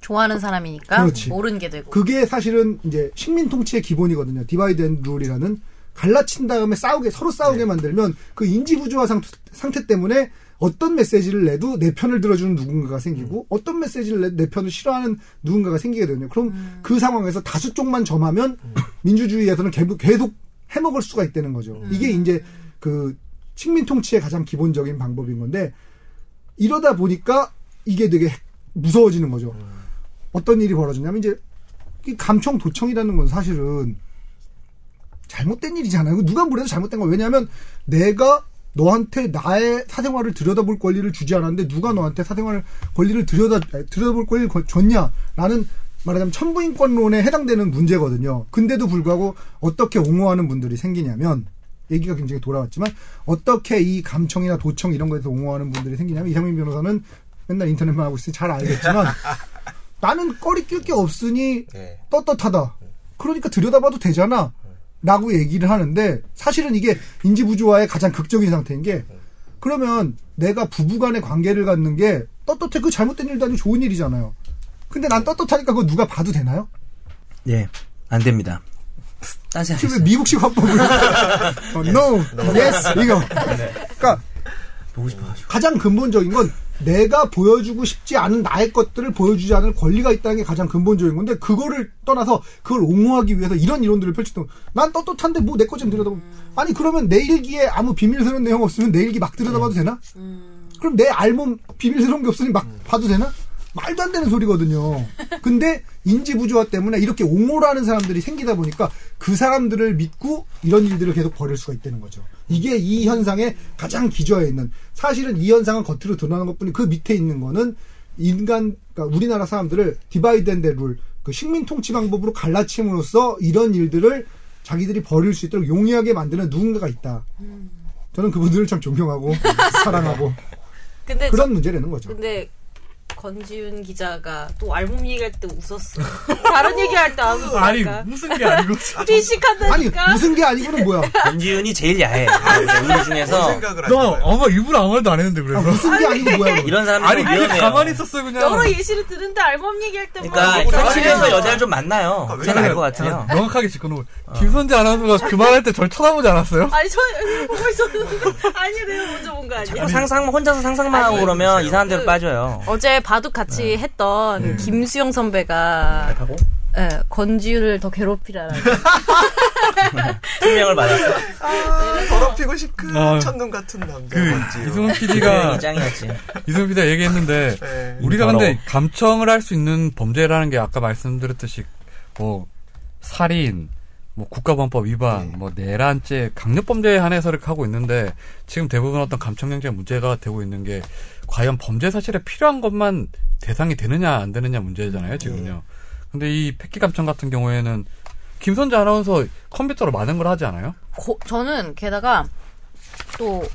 Speaker 4: 좋아하는 사람이니까
Speaker 2: 그렇지.
Speaker 4: 모르는 게 되고.
Speaker 2: 그게 사실은 이제 식민 통치의 기본이거든요. 디바이드 앤 룰이라는 갈라친 다음에 싸우게 서로 싸우게 만들면 그 인지 부조화 상, 상태 때문에 어떤 메시지를 내도 내 편을 들어주는 누군가가 생기고 어떤 메시지를 내도 내 편을 싫어하는 누군가가 생기게 되거든요. 그럼 그 상황에서 다수 쪽만 점하면 민주주의에서는 계속, 계속 해먹을 수가 있다는 거죠. 이게 이제 그 식민 통치의 가장 기본적인 방법인 건데 이러다 보니까 이게 되게 무서워지는 거죠. 어떤 일이 벌어졌냐면 이제 이 감청 도청이라는 건 사실은 잘못된 일이잖아요. 이거 누가 뭐래도 잘못된 거. 왜냐하면 내가 너한테 나의 사생활을 들여다볼 권리를 주지 않았는데 누가 너한테 사생활 권리를 들여다 아니, 들여다볼 권리를 거- 줬냐라는 말하자면 천부인권론에 해당되는 문제거든요. 근데도 불구하고 어떻게 옹호하는 분들이 생기냐면 얘기가 굉장히 돌아왔지만 어떻게 이 감청이나 도청 이런 거에서 옹호하는 분들이 생기냐면 이상민 변호사는 맨날 인터넷만 하고 있으니 잘 알겠지만 나는 꺼리 낄 게 없으니
Speaker 7: 네.
Speaker 2: 떳떳하다. 그러니까 들여다봐도 되잖아. 라고 얘기를 하는데 사실은 이게 인지부조화의 가장 극적인 상태인 게 그러면 내가 부부간의 관계를 갖는 게 떳떳해 그 잘못된 일도 아니고 좋은 일이잖아요. 근데 난 떳떳하니까 그거 누가 봐도 되나요?
Speaker 5: 예. 안 됩니다. 딴 생각.
Speaker 2: 지금 왜 미국식
Speaker 5: <laughs>
Speaker 2: 화법을 어, no, yes 이거 그러니까
Speaker 5: 네. 보고 싶어가지고.
Speaker 2: 가장 근본적인 건 내가 보여주고 싶지 않은 나의 것들을 보여주지 않을 권리가 있다는 게 가장 근본적인 건데 그거를 떠나서 그걸 옹호하기 위해서 이런 이론들을 펼치던 난 떳떳한데 뭐 내 거 좀
Speaker 5: 음.
Speaker 2: 들여다보 아니 그러면 내 일기에 아무 비밀스러운 내용 없으면 내 일기 막 들여다봐도
Speaker 5: 네.
Speaker 2: 되나?
Speaker 5: 음.
Speaker 2: 그럼 내 알몸 비밀스러운 게 없으니 막 봐도 되나? 말도 안 되는 소리거든요. 근데 인지 부조화 때문에 이렇게 옹호라는 사람들이 생기다 보니까 그 사람들을 믿고 이런 일들을 계속 벌일 수가 있다는 거죠. 이게 이 현상의 가장 기저에 있는 사실은 이 현상은 겉으로 드러나는 것뿐이 그 밑에 있는 거는 인간 그러니까 우리나라 사람들을 디바이드 앤데 룰, 그 식민 통치 방법으로 갈라침으로써 이런 일들을 자기들이 벌일 수 있도록 용이하게 만드는 누군가가 있다. 저는 그분들을 참 존경하고 사랑하고
Speaker 6: 근데
Speaker 2: 그런 문제라는 거죠.
Speaker 6: 근데 권지윤 기자가 또 알몸 얘기할 때 웃었어. 다른 얘기할 때 안
Speaker 7: 아니
Speaker 6: 웃으니까.
Speaker 7: 무슨 게 아니고
Speaker 2: 아니
Speaker 6: 피식한다니까.
Speaker 2: 무슨 게 아니고는 <laughs> 뭐야?
Speaker 5: 권지윤이 제일 야해. 우리 중에서
Speaker 3: 생각을
Speaker 7: 나
Speaker 1: 어.
Speaker 7: 아마 일부러 아무 말도 안 했는데
Speaker 2: 아,
Speaker 7: 그래서
Speaker 2: 무슨 게 아니고 뭐야? 이거.
Speaker 5: 이런 사람이
Speaker 7: 아니
Speaker 5: 좀
Speaker 7: 그냥
Speaker 5: 위험해요.
Speaker 7: 가만히 있었어요 그냥
Speaker 6: 여러 예시를 듣는데 알몸 얘기할 때만
Speaker 4: 아,
Speaker 5: 그러니까
Speaker 6: 웃으니까.
Speaker 5: 현실에서 여자를 좀 만나요.
Speaker 3: 아,
Speaker 5: 저는
Speaker 3: 왜냐면-
Speaker 5: 알것 같아요.
Speaker 7: 그냥 명확하게 짚어놓은 김선재 아나운서가 그 말할 때 절 쳐다보지 않았어요?
Speaker 6: 아니 저 여기 보고 있었는데 <laughs> 아니요 내가 먼저 본 거 아니에요.
Speaker 5: 자꾸 뭐 상상 혼자서 상상만 하고 그러면 이상한 데로
Speaker 6: 그-
Speaker 5: 빠져요.
Speaker 4: 어제 바둑
Speaker 5: 네.
Speaker 4: 같이 했던 김수영 선배가
Speaker 5: 하고
Speaker 4: 예, 권지유를 더 괴롭히라는
Speaker 5: 투명을 받았어.
Speaker 3: 아, 더럽히고 싶은
Speaker 1: 아.
Speaker 3: 첫눈 같은 남자
Speaker 1: 그
Speaker 3: 뭔지요.
Speaker 1: 이승훈
Speaker 5: 그게
Speaker 1: PD가
Speaker 5: 네,
Speaker 1: 뭐.
Speaker 5: 짱이었지.
Speaker 1: 이승훈 PD가 얘기했는데
Speaker 3: 네.
Speaker 1: 우리가
Speaker 5: 더러워.
Speaker 1: 근데 감청을 할 수 있는 범죄라는 게 아까 말씀드렸듯이 뭐 살인, 뭐 국가범법 위반,
Speaker 3: 네.
Speaker 1: 뭐 내란죄, 강력범죄에 한해서를 하고 있는데 지금 대부분 어떤 감청영제 문제가 되고 있는 게 과연 범죄 사실에 필요한 것만 대상이 되느냐 안 되느냐 문제잖아요 지금요. 근데 이 패키 감청 같은 경우에는 김선재 아나운서 컴퓨터로 많은 걸 하지 않아요?
Speaker 4: 고- 저는 게다가 또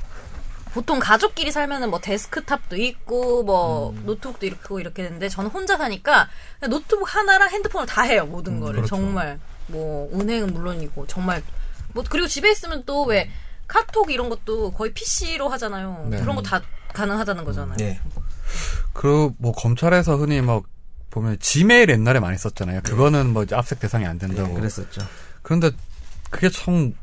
Speaker 4: 보통 가족끼리 살면은 뭐 데스크탑도 있고 뭐
Speaker 1: 음.
Speaker 4: 노트북도 있고 이렇게 되는데 저는 혼자 사니까 그냥 노트북 하나랑 핸드폰을 다 해요 모든 거를
Speaker 1: 그렇죠.
Speaker 4: 정말 뭐 은행은 물론이고 정말 뭐 그리고 집에 있으면 또 왜 카톡 이런 것도 거의 PC로 하잖아요
Speaker 1: 네. 음.
Speaker 4: 그런 거 다 가능하다는 거잖아요
Speaker 3: 네.
Speaker 1: 그리고 뭐 검찰에서 흔히 막 보면 지메일 옛날에 많이 썼잖아요. 그거는 뭐 이제 압색 대상이 안 된다고.
Speaker 5: 네, 그랬었죠.
Speaker 1: 그런데 그게 참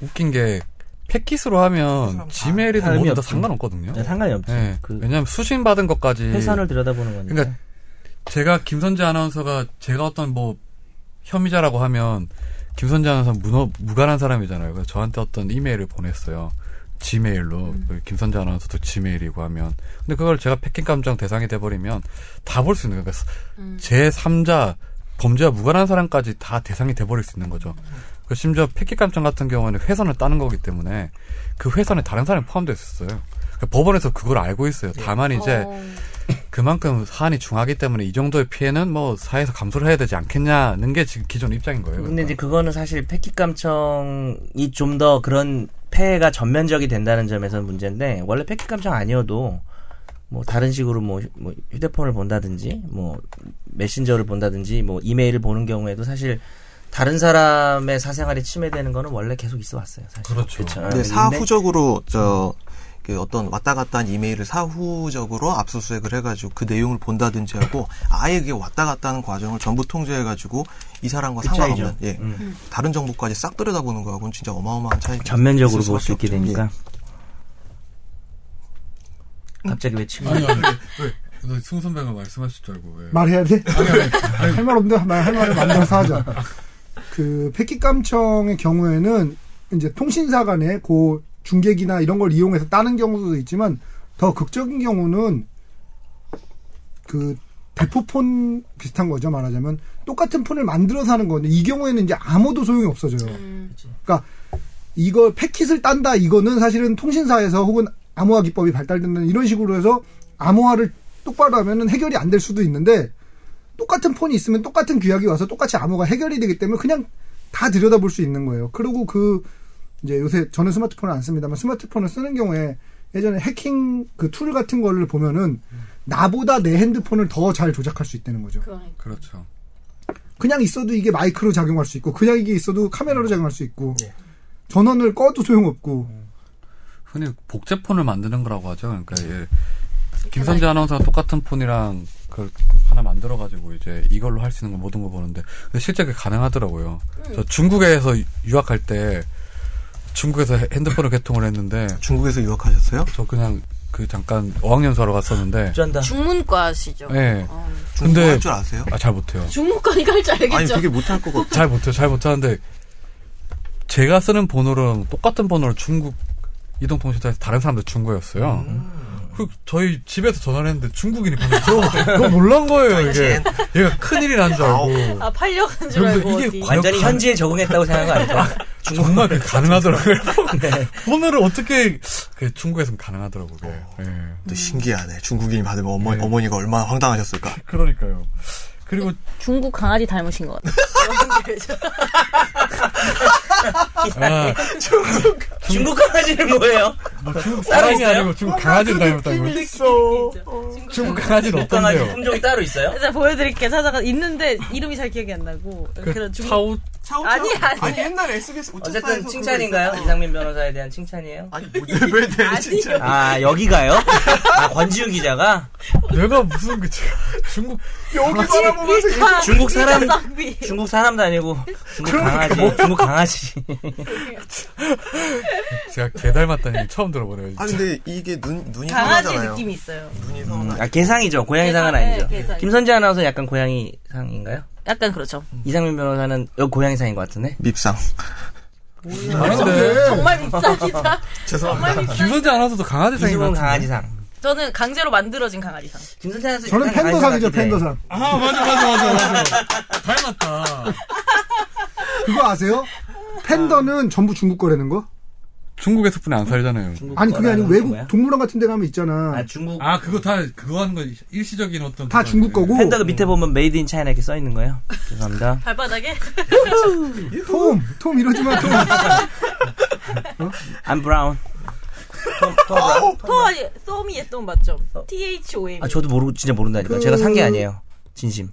Speaker 1: 웃긴 게 패킷으로 하면
Speaker 3: 다
Speaker 1: 지메일이든
Speaker 5: 의미
Speaker 1: 뭐든 다
Speaker 5: 아, 없지.
Speaker 1: 상관없거든요.
Speaker 5: 네, 상관이 없지.
Speaker 1: 예.
Speaker 5: 그
Speaker 1: 왜냐하면 수신 받은 것까지
Speaker 5: 회선을 들여다보는 거니까.
Speaker 1: 그러니까 제가 김선재 아나운서가 제가 어떤 뭐 혐의자라고 하면 김선재 아나운서 무너, 무관한 사람이잖아요. 그래서 저한테 어떤 이메일을 보냈어요. 지메일로
Speaker 4: 음.
Speaker 1: 그 김선재 아나운서도 지메일이고 하면 근데 그걸 제가 패킹 감정 대상이 돼버리면 다 볼 수 있는 거예요. 그러니까
Speaker 4: 음.
Speaker 1: 제 3자 범죄와 무관한 사람까지 다 대상이 돼버릴 수 있는 거죠. 그 심지어 패킷 감정 같은 경우에는 회선을 따는 거기 때문에 그 회선에 다른 사람이 포함되어 있었어요. 그러니까 법원에서 그걸 알고 있어요. 다만 이제
Speaker 4: 어,
Speaker 1: 그만큼 사안이 중하기 때문에 이 정도의 피해는 뭐 사회에서 감소를 해야 되지 않겠냐는 게 지금 기존 입장인 거예요.
Speaker 5: 근데 이제
Speaker 1: 그러니까.
Speaker 5: 그거는 사실 패킷감청이 좀 더 그런 폐해가 전면적이 된다는 점에서는 문제인데 원래 패킷감청 아니어도 뭐 다른 식으로 뭐, 휴- 뭐 휴대폰을 본다든지 뭐 메신저를 본다든지 뭐 이메일을 보는 경우에도 사실 다른 사람의 사생활이 침해되는 거는 원래 계속 있어 왔어요. 사실.
Speaker 1: 그렇죠.
Speaker 3: 근데 네,
Speaker 5: 네.
Speaker 3: 사후적으로 저그 어떤 왔다 갔다 한 이메일을 사후적으로 압수수색을 해가지고 그 내용을 본다든지 하고 아예 그게 왔다 갔다 하는 과정을 전부 통제해가지고 이 사람과
Speaker 5: 그
Speaker 3: 상관없는 예 다른 정보까지 싹 들여다보는 거하고는 진짜 어마어마한 차이
Speaker 5: 음. 전면적으로 볼 수 있게
Speaker 3: 예.
Speaker 5: 되니까. 갑자기 왜 침해?
Speaker 1: 아니, 왜? 너 승우 선배가 말씀하실 줄 알고 왜?
Speaker 2: 말해야 돼? 할 말 없는데 말 할 말을 만들어서 하자. 그 패킷 감청의 경우에는 이제 통신사 간에 그 중계기나 이런 걸 이용해서 따는 경우도 있지만 더 극적인 경우는 그 대포폰 비슷한 거죠 말하자면 똑같은 폰을 만들어서 하는 건데 이 경우에는 이제 아무도 소용이 없어져요.
Speaker 6: 음,
Speaker 2: 그러니까 이걸 패킷을 딴다 이거는 사실은 통신사에서 혹은 암호화 기법이 발달된다는 이런 식으로 해서 암호화를 똑바로 하면은 해결이 안 될 수도 있는데 똑같은 폰이 있으면 똑같은 규약이 와서 똑같이 암호가 해결이 되기 때문에 그냥 다 들여다볼 수 있는 거예요. 그리고 그 이제 요새 저는 스마트폰을 안 씁니다만 스마트폰을 쓰는 경우에 예전에 해킹 그 툴 같은 거를 보면은 나보다 내 핸드폰을 더 잘 조작할 수 있다는 거죠.
Speaker 6: 그러니까.
Speaker 1: 그렇죠.
Speaker 2: 그냥 있어도 이게 마이크로 작용할 수 있고 그냥 이게 있어도 카메라로 작용할 수 있고 전원을 꺼도 소용없고
Speaker 1: 흔히 복제폰을 만드는 거라고 하죠. 그러니까 예.
Speaker 5: 네.
Speaker 1: 김선재 아나운서가 똑같은 폰이랑 그 하나 만들어 가지고 이제 이걸로 할 수 있는 거 모든 거 보는데 근데 실제 그게 가능하더라고요.
Speaker 5: 네.
Speaker 1: 저 중국에서 유학할 때 중국에서 핸드폰을 개통을 했는데
Speaker 3: 중국에서 유학하셨어요?
Speaker 1: 저 그냥 그 잠깐 어학연수 하러 갔었는데
Speaker 5: 쩐다.
Speaker 6: 중문과시죠.
Speaker 1: 예.
Speaker 6: 어.
Speaker 3: 중국
Speaker 1: 근데-
Speaker 3: 할줄 아세요?
Speaker 1: 아 잘 못해요.
Speaker 6: 중문과니까 할 줄 알겠죠.
Speaker 3: 아니 되게 못할 것 같아.
Speaker 1: 잘 못해요. 잘 못하는데 제가 쓰는 번호랑 똑같은 번호를 중국 이동통신사에서 다른 사람들 준 거였어요. 그 저희 집에서 전화를 했는데 중국인이 방금 저 그거 놀란 거예요 이게 얘가 큰일이 난 줄 알고
Speaker 6: 아 팔려간 줄
Speaker 1: 그래서
Speaker 6: 알고
Speaker 1: 이게
Speaker 6: 어디.
Speaker 1: 과연
Speaker 5: 완전히
Speaker 1: 가-
Speaker 5: 현지에 적응했다고 생각한 거 <laughs> 아닐까? 중국
Speaker 1: 정말 그게 가능하더라고요 <laughs>
Speaker 5: 네.
Speaker 1: 번호를 어떻게 그 중국에서는 가능하더라고요 그게. 예.
Speaker 3: <laughs> 또 신기하네. 중국인이 받으면 어머니, 어머니가 얼마나 황당하셨을까.
Speaker 1: 그러니까요 그리고
Speaker 4: 중국 강아지 닮으신 것 같아요.
Speaker 1: 아,
Speaker 5: 중국 강아지는 뭐예요?
Speaker 1: 뭐 중국
Speaker 5: 따로
Speaker 1: 사람이
Speaker 5: 있어요?
Speaker 1: 아니고 중국 강아지를 닮았다고요
Speaker 2: 있어.
Speaker 1: 중국 강아지는
Speaker 5: 중국 강아지
Speaker 1: 어떤데요
Speaker 5: 품종이 따로 있어요?
Speaker 8: 자 보여드릴게요. 찾아가 있는데 이름이 잘 기억이 안 나고
Speaker 1: 그
Speaker 8: 그런 중
Speaker 1: 차오
Speaker 3: 차우차우?
Speaker 8: 아니, 아니.
Speaker 3: 옛날에 SBS
Speaker 5: 어쨌든
Speaker 3: 우차사에서
Speaker 5: 칭찬인가요?
Speaker 3: 그거 있었어요.
Speaker 5: 이상민 변호사에 대한 칭찬이에요?
Speaker 3: 아니 뭐왜 대 칭찬?
Speaker 5: 아 여기가요? 아 권지우 기자가
Speaker 1: 내가 무슨 그 제가 중국
Speaker 3: 여기 바라보면서
Speaker 8: 일타
Speaker 5: 중국 사람-
Speaker 8: 일타 쌍비.
Speaker 5: 중국 사람도 아니고 중국
Speaker 2: 그러니까
Speaker 5: 강아지
Speaker 2: 뭐.
Speaker 5: 중국 강아지
Speaker 1: 제가 개 닮았다는 얘기 처음 들어보네요
Speaker 3: 아 근데 이게 눈 눈이
Speaker 8: 강아지
Speaker 3: 서운하잖아요.
Speaker 8: 느낌이 있어요.
Speaker 3: 눈이 서운하.
Speaker 5: 아 개상이죠 고양이 상은
Speaker 8: 개상,
Speaker 5: 아니죠
Speaker 8: 네, 개상.
Speaker 5: 김선재 아나운서 약간 고양이 상인가요?
Speaker 8: 약간 그렇죠.
Speaker 5: 이상민 변호사는 여 고양이 상인 것 같은데
Speaker 3: 밉상.
Speaker 2: 아,
Speaker 1: 다른데
Speaker 8: 정말 밉상이다.
Speaker 3: <laughs> 죄송합니다.
Speaker 1: 김선재 아나운서도 강아지 생긴 것
Speaker 5: 이승훈
Speaker 1: 같은데
Speaker 5: 강아지 상
Speaker 8: 저는 강제로 만들어진 강아지상.
Speaker 5: 김선재 아나운서
Speaker 2: 저는
Speaker 5: 약간
Speaker 2: 팬더상이죠
Speaker 5: 강아지 같기도 해.
Speaker 2: 팬더상.
Speaker 1: 아 맞아 맞아 맞아 맞아 닮았다
Speaker 2: 그거 아세요? 팬더는 전부 중국 거라는 거?
Speaker 1: 중국에서 뿐이 안 살잖아요
Speaker 5: 중국
Speaker 2: 아니 그게 아니고
Speaker 5: 거라는
Speaker 2: 외국
Speaker 5: 거야?
Speaker 2: 동물원 같은 데 가면 있잖아.
Speaker 5: 아 중국
Speaker 1: 아 그거 다 그거 하는 건 일시적인 어떤
Speaker 2: 다
Speaker 1: 그거네.
Speaker 2: 중국 거고
Speaker 5: 팬더 그 밑에 보면 메이드 인 차이나 이렇게 써 있는 거예요 죄송합니다
Speaker 8: 발바닥에
Speaker 2: 톰, 톰 이러지 마 톰.
Speaker 5: I'm brown 톰, 톰
Speaker 8: <laughs>
Speaker 5: 브라운
Speaker 8: 토아의 소미의 똥 맞죠? T H O M.
Speaker 5: 어, 아 저도 모르고 진짜 모른다니까
Speaker 2: 그-
Speaker 5: 제가 산 게 아니에요 진심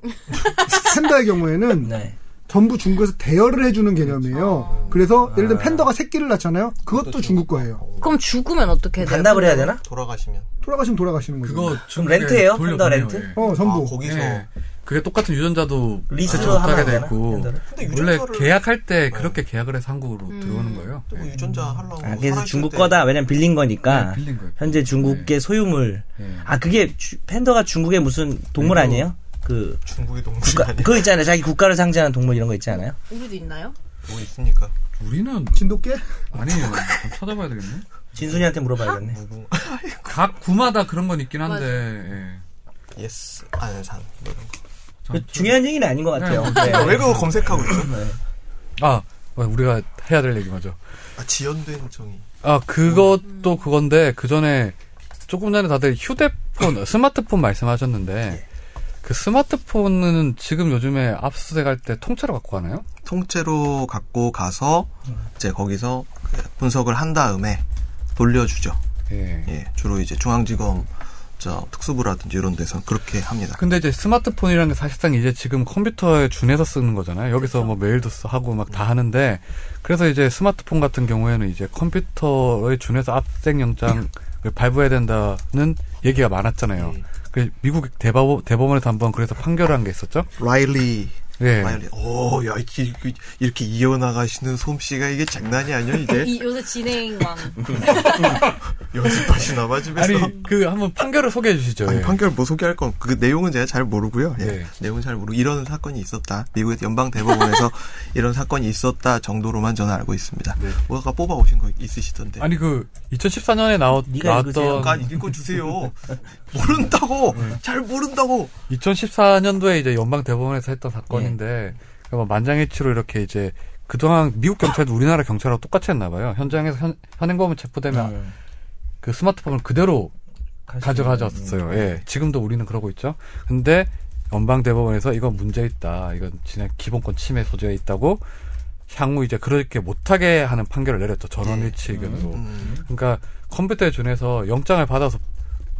Speaker 2: 팬더의 경우에는
Speaker 5: 네
Speaker 2: 전부 중국에서 대여를 해주는 개념이에요. 그래서 예를 들면 팬더가 새끼를 낳잖아요. 그것도 중국 거예요.
Speaker 4: 그럼 죽으면 어떻게 돼요?
Speaker 5: 반납을 해야 되나?
Speaker 3: 돌아가시면
Speaker 2: 돌아가시면 돌아가시는 거죠.
Speaker 1: 그거
Speaker 5: 그럼
Speaker 1: 중국에
Speaker 5: 렌트예요?
Speaker 1: 돌려
Speaker 5: 팬더
Speaker 1: 보내요,
Speaker 5: 렌트?
Speaker 1: 예.
Speaker 2: 어 전부.
Speaker 3: 아, 거기서
Speaker 1: 예. 그게 똑같은 유전자도
Speaker 5: 리스트로
Speaker 1: 제출 못하게
Speaker 5: 하면
Speaker 1: 돼
Speaker 5: 되나?
Speaker 1: 있고
Speaker 5: 팬더를? 음.
Speaker 3: 근데
Speaker 1: 원래
Speaker 3: 유전자를-
Speaker 1: 계약할 때 그렇게 계약을 해서 한국으로 들어오는 거예요.
Speaker 3: 또뭐 유전자 하려고
Speaker 5: 아, 그래서
Speaker 3: 살아있을
Speaker 5: 중국
Speaker 3: 어, 때
Speaker 5: 거다. 왜냐면 빌린 거니까.
Speaker 1: 네, 빌린 거예요.
Speaker 5: 현재 중국의 소유물.
Speaker 1: 네.
Speaker 5: 아, 그게 주- 팬더가 중국의 무슨 동물
Speaker 1: 네,
Speaker 5: 아니에요? 그
Speaker 3: 중국의 동물이
Speaker 5: 국가
Speaker 3: 아니야.
Speaker 5: 그거 있잖아요. 자기 국가를 상징하는 동물 이런 거 있지 않아요?
Speaker 4: 네.
Speaker 8: 우리도 있나요?
Speaker 3: 뭐 있습니까?
Speaker 1: 우리는
Speaker 2: 진돗개?
Speaker 1: 아니에요. 좀 찾아봐야 되겠네.
Speaker 5: 진순이한테 물어봐야겠네.
Speaker 3: <laughs> 무궁
Speaker 1: 각 구마다 그런 건 있긴 한데. 예.
Speaker 3: 예스 안산 뭐 이런 거.
Speaker 1: 자,
Speaker 5: 그 중요한 얘기는 아닌 것 같아요.
Speaker 1: 네.
Speaker 5: 네.
Speaker 3: 왜 그거 검색하고 있어?
Speaker 1: 아 우리가 해야 될 얘기 맞아.
Speaker 3: 아, 지연된 정이.
Speaker 1: 아 그것도 그건데 그 전에 조금 전에 다들 휴대폰 스마트폰 말씀하셨는데 그 스마트폰은 지금 요즘에 압수수색할 때 통째로 갖고 가나요?
Speaker 3: 통째로 갖고 가서 이제 거기서 그 분석을 한 다음에 돌려주죠.
Speaker 1: 예.
Speaker 3: 예, 주로 이제 중앙지검 저 특수부라든지 이런 데서 그렇게 합니다.
Speaker 1: 근데 이제 스마트폰이라는 게 사실상 이제 지금 컴퓨터에 준해서 쓰는 거잖아요. 여기서
Speaker 3: 그렇죠.
Speaker 1: 뭐 메일도 써- 하고 막
Speaker 3: 네.
Speaker 1: 다 하는데 그래서 이제 스마트폰 같은 경우에는 이제 컴퓨터에 준해서 압색 영장을
Speaker 3: 음.
Speaker 1: 발부해야 된다는 얘기가
Speaker 3: 네.
Speaker 1: 많았잖아요. 그 미국 대법, 대법원에서 한번 그래서 판결한 게 있었죠.
Speaker 3: 라일리
Speaker 1: 예.
Speaker 3: 마이올린. 오, 야, 이렇게, 이렇게 이어나가시는 솜씨가 이게 장난이 아니야,
Speaker 4: <laughs>
Speaker 3: 이제.
Speaker 6: 이, 요새 진행왕.
Speaker 3: 연습하시나봐, 집에서.
Speaker 1: 아니 그 한번 판결을 소개해 주시죠.
Speaker 3: 아니
Speaker 1: 예.
Speaker 3: 판결 뭐 소개할 건 그 내용은 제가 잘 모르고요. 예.
Speaker 1: 네.
Speaker 3: 내용은 잘 모르고 이런 사건이 있었다. 미국의 연방
Speaker 1: <laughs>
Speaker 3: 대법원에서 이런 사건이 있었다 정도로만 저는 알고 있습니다.
Speaker 1: 네.
Speaker 3: 뭐 아까 뽑아 오신 거 있으시던데.
Speaker 1: 아니 그 2014년에 나왔,
Speaker 5: 네가 읽으세요.
Speaker 3: 아까
Speaker 1: 나왔던
Speaker 3: 읽고 주세요.
Speaker 1: <laughs>
Speaker 3: 모른다고
Speaker 1: 네.
Speaker 3: 잘 모른다고.
Speaker 1: 2014년도에 이제 연방 대법원에서 했던 사건인데 그러 만장일치로 이렇게 이제 그동안 미국 경찰도 우리나라 경찰하고 똑같이 했나 봐요. 현장에서 현, 현행범을 체포되면
Speaker 5: 음.
Speaker 1: 그 스마트폰을 그대로
Speaker 5: 가시죠.
Speaker 1: 가져가졌어요.
Speaker 5: 음.
Speaker 1: 예. 지금도 우리는 그러고 있죠. 근데 연방 대법원에서 이건 문제 있다. 이건 진짜 기본권 침해 소지가 있다고 향후 이제 그렇게 못하게 하는 판결을 내렸죠. 전원 일치 의견으로.
Speaker 3: 음.
Speaker 1: 그러니까 컴퓨터에 준해서 영장을 받아서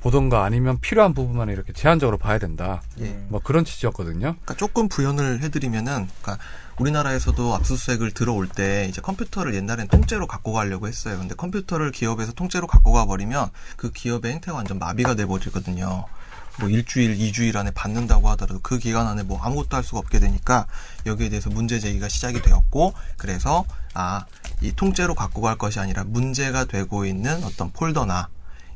Speaker 1: 보던가 아니면 필요한 부분만 이렇게 제한적으로 봐야 된다.
Speaker 3: 예.
Speaker 1: 뭐 그런 취지였거든요.
Speaker 3: 그러니까 조금 부연을 해드리면은, 그러니까 우리나라에서도 압수수색을 들어올 때 이제 컴퓨터를 옛날엔 통째로 갖고 가려고 했어요. 근데 컴퓨터를 기업에서 통째로 갖고 가버리면 그 기업의 행태가 완전 마비가 돼버리거든요. 뭐 일주일, 이주일 안에 받는다고 하더라도 그 기간 안에 뭐 아무것도 할 수가 없게 되니까 여기에 대해서 문제 제기가 시작이 되었고 그래서 아 이 통째로 갖고 갈 것이 아니라 문제가 되고 있는 어떤 폴더나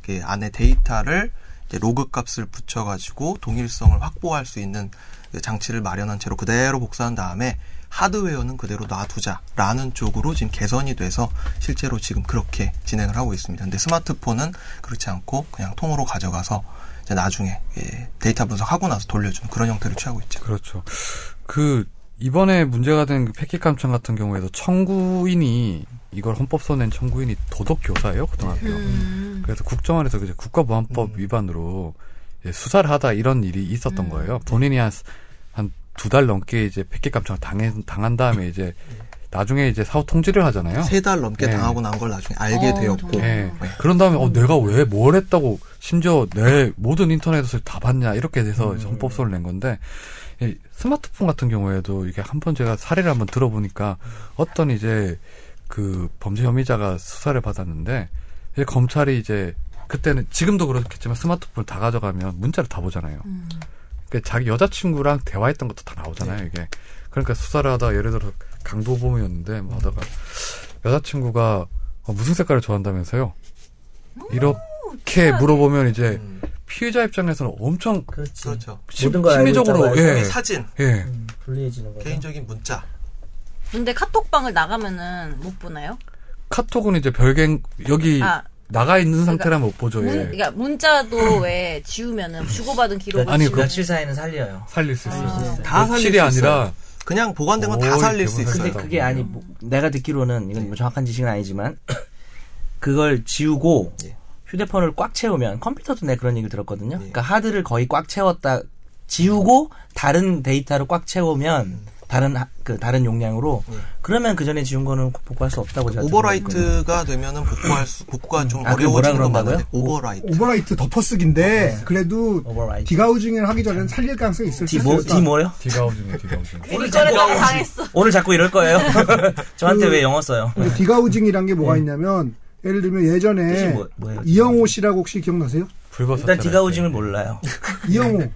Speaker 3: 이게 그 안에 데이터를 이제 로그 값을 붙여가지고 동일성을 확보할 수 있는 그 장치를 마련한 채로 그대로 복사한 다음에 하드웨어는 그대로 놔두자라는 쪽으로 지금 개선이 돼서 실제로 지금 그렇게 진행을 하고 있습니다. 근데 스마트폰은 그렇지 않고 그냥 통으로 가져가서 이제 나중에 예, 데이터 분석하고 나서 돌려주는 그런 형태를 취하고 있죠.
Speaker 1: 그렇죠. 그 이번에 문제가 된그 패킷 감청 같은 경우에도 청구인이 이걸 헌법소낸 청구인이 도덕 교사예요 고등학교.
Speaker 3: 음.
Speaker 8: 음.
Speaker 1: 그래서 국정원에서 이제 국가보안법 위반으로 이제 수사를 하다 이런 일이
Speaker 3: 음.
Speaker 1: 있었던 거예요. 본인이 한 한 두 달 넘게 이제 패킷 감청을 당한 당한 다음에 이제 나중에 이제 사후 통지를 하잖아요.
Speaker 3: 세 달 넘게
Speaker 1: 네.
Speaker 3: 당하고 난 걸 나중에 알게
Speaker 6: 어,
Speaker 3: 되었고
Speaker 1: 예.
Speaker 3: 네.
Speaker 1: 그런 다음에 어 내가 왜 뭘 했다고 심지어 내 모든 인터넷을 다 봤냐 이렇게 돼서 이제 헌법소를 낸 건데 이 스마트폰 같은 경우에도 이게 한 번 제가 사례를 한번 들어보니까 어떤 이제 그 범죄 혐의자가 수사를 받았는데 이제 검찰이 이제 그때는 지금도 그렇겠지만 스마트폰을 다 가져가면 문자를 다 보잖아요. 그러니까 자기 여자친구랑 대화했던 것도 다 나오잖아요
Speaker 5: 네.
Speaker 1: 이게. 그러니까 수사를 하다 예를 들어 강도범이었는데 뭐 하다가 여자친구가 어, 무슨 색깔을 좋아한다면서요?
Speaker 5: 음,
Speaker 1: 이렇게 물어보면 이제
Speaker 3: 음,
Speaker 1: 피해자 입장에서는 엄청
Speaker 5: 그렇지.
Speaker 3: 그렇죠.
Speaker 1: 심,
Speaker 5: 모든 걸 알고
Speaker 1: 심리적으로
Speaker 5: 있다고
Speaker 1: 예,
Speaker 3: 이 사진
Speaker 1: 예.
Speaker 5: 음, 불리해지는 거죠.
Speaker 3: 개인적인 문자
Speaker 8: 근데 카톡방을 나가면은 못 보나요?
Speaker 1: 카톡은 이제 별개 여기
Speaker 8: 아,
Speaker 1: 나가 있는 상태라면 못 보죠.
Speaker 8: 문,
Speaker 1: 예.
Speaker 8: 그러니까 문자도 왜 지우면은 주고받은 기록을
Speaker 1: 아니,
Speaker 8: 지우면
Speaker 5: 며칠 그 사이는 살려요.
Speaker 1: 살릴 수
Speaker 5: 아.
Speaker 1: 있어요.
Speaker 3: 다 살릴
Speaker 1: 며칠이
Speaker 3: 수
Speaker 1: 아니라
Speaker 3: 그냥 보관된 건 다
Speaker 1: 오이,
Speaker 3: 살릴 수
Speaker 1: 대박이다.
Speaker 3: 있어요.
Speaker 5: 근데 그게 아니 뭐, 내가 듣기로는 이건 뭐 정확한 지식은 아니지만 <clears throat> 그걸 지우고
Speaker 3: 예.
Speaker 5: 휴대폰을 꽉 채우면 컴퓨터도 내 그런 얘기 들었거든요.
Speaker 3: 예.
Speaker 5: 그러니까 하드를 거의 꽉 채웠다 지우고 다른 데이터를 꽉 채우면 다른 하- 그 다른 용량으로
Speaker 3: 예.
Speaker 5: 그러면 그 전에 지운 거는 복구할 수 없다고 제가 들었거든요.
Speaker 3: 오버라이트가 되면은 복구할 수, 복구가 좀
Speaker 5: 아, 그게 뭐라
Speaker 3: 어려워지는 건
Speaker 5: 그런다고요?
Speaker 3: 맞는데 오버라이트.
Speaker 2: 오버라이트 덮어쓰기인데 그래도
Speaker 5: 오버라이트.
Speaker 2: 디가우징을 하기 전에는 살릴 가능성이 있을 수
Speaker 5: 디모
Speaker 2: 있다.
Speaker 5: 디모요?
Speaker 1: 디가우징이 디가우징.
Speaker 5: 오늘 자꾸 오늘 자꾸 이럴 거예요. 저한테
Speaker 2: 그-
Speaker 5: 왜 영어 써요?
Speaker 2: 근데 디가우징이란 게 뭐가 있냐면 예를 들면
Speaker 5: 네. 뜻이
Speaker 2: 예전에
Speaker 5: 뭐- 뭐예요?
Speaker 2: 이영호 씨라고 혹시 기억나세요?
Speaker 1: 불법
Speaker 5: 일단
Speaker 1: 사찰할
Speaker 5: 디가우징을
Speaker 1: 때.
Speaker 5: 몰라요.
Speaker 2: 이영호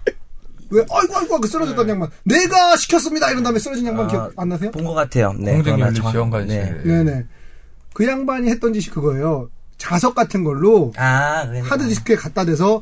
Speaker 2: 왜 아이고 아이고 그 쓰러졌던 양반 내가 시켰습니다 이런 다음에 쓰러진 양반
Speaker 5: 네. 아,
Speaker 2: 기억 안 나세요?
Speaker 5: 본 것 같아요. 네, 그러나
Speaker 1: 공정윤리
Speaker 5: 정확-
Speaker 1: 지원관실.
Speaker 5: 네.
Speaker 1: 예.
Speaker 2: 네네 그 양반이 했던 짓이 그거예요 자석 같은 걸로
Speaker 5: 아, 그래.
Speaker 2: 하드디스크에 갖다 대서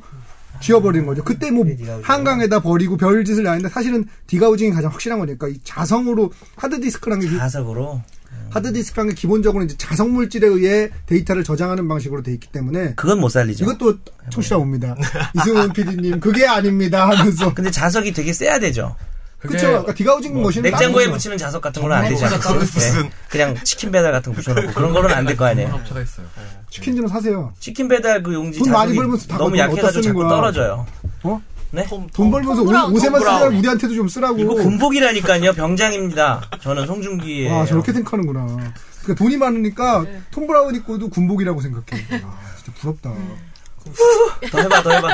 Speaker 2: 지워버리는 거죠. 그때 뭐
Speaker 5: 그게 네, 디가우징.
Speaker 2: 한강에다 버리고 별짓을 다 했는데 사실은 디가우징이 가장 확실한 거니까 이 자성으로 하드디스크라는 게
Speaker 5: 자석으로
Speaker 2: 하드디스크라는 게 기본적으로 이제 자성 물질에 의해 데이터를 저장하는 방식으로 돼 있기 때문에
Speaker 5: 그건 못 살리죠.
Speaker 2: 이것도 청취자
Speaker 5: <laughs>
Speaker 2: 옵니다. 이승훈 PD님 그게 아닙니다 하면서
Speaker 5: 근데 자석이 되게 세야 되죠.
Speaker 1: 그게
Speaker 2: 그쵸? 아까 디가우징
Speaker 1: 뭐
Speaker 2: 머신은
Speaker 5: 냉장고에
Speaker 2: 다른 거죠.
Speaker 5: 붙이는 자석 같은 건 안 되지 않겠어요?
Speaker 3: 무슨-
Speaker 5: 네. 그냥 치킨 배달 같은 거 붙여놓고 그런 거는 안 될 거 아니에요.
Speaker 1: 업체가 있어요.
Speaker 2: 치킨 좀 사세요.
Speaker 5: 치킨 배달 그 용지
Speaker 2: 돈 많이
Speaker 5: 자석이
Speaker 2: 벌면서 다
Speaker 5: 너무
Speaker 2: 그거 어디다
Speaker 5: 약해가지고
Speaker 2: 쓰는
Speaker 5: 자꾸
Speaker 2: 거야?
Speaker 5: 떨어져요.
Speaker 2: 어?
Speaker 5: 네?
Speaker 2: 돈 벌면서
Speaker 6: 브라운,
Speaker 2: 우리 옷에만
Speaker 6: 톰
Speaker 2: 쓰려면
Speaker 6: 브라운.
Speaker 2: 우리한테도 좀 쓰라고.
Speaker 5: 이거 군복이라니까요. 병장입니다. 저는 어, 송중기예요.
Speaker 2: 와 아, 저렇게 생각하는구나. 그러니까 돈이 많으니까 톰 브라운 입고도 군복이라고 <laughs> 생각해. 아, 진짜 부럽다.
Speaker 5: 더 해봐, 더 해봐.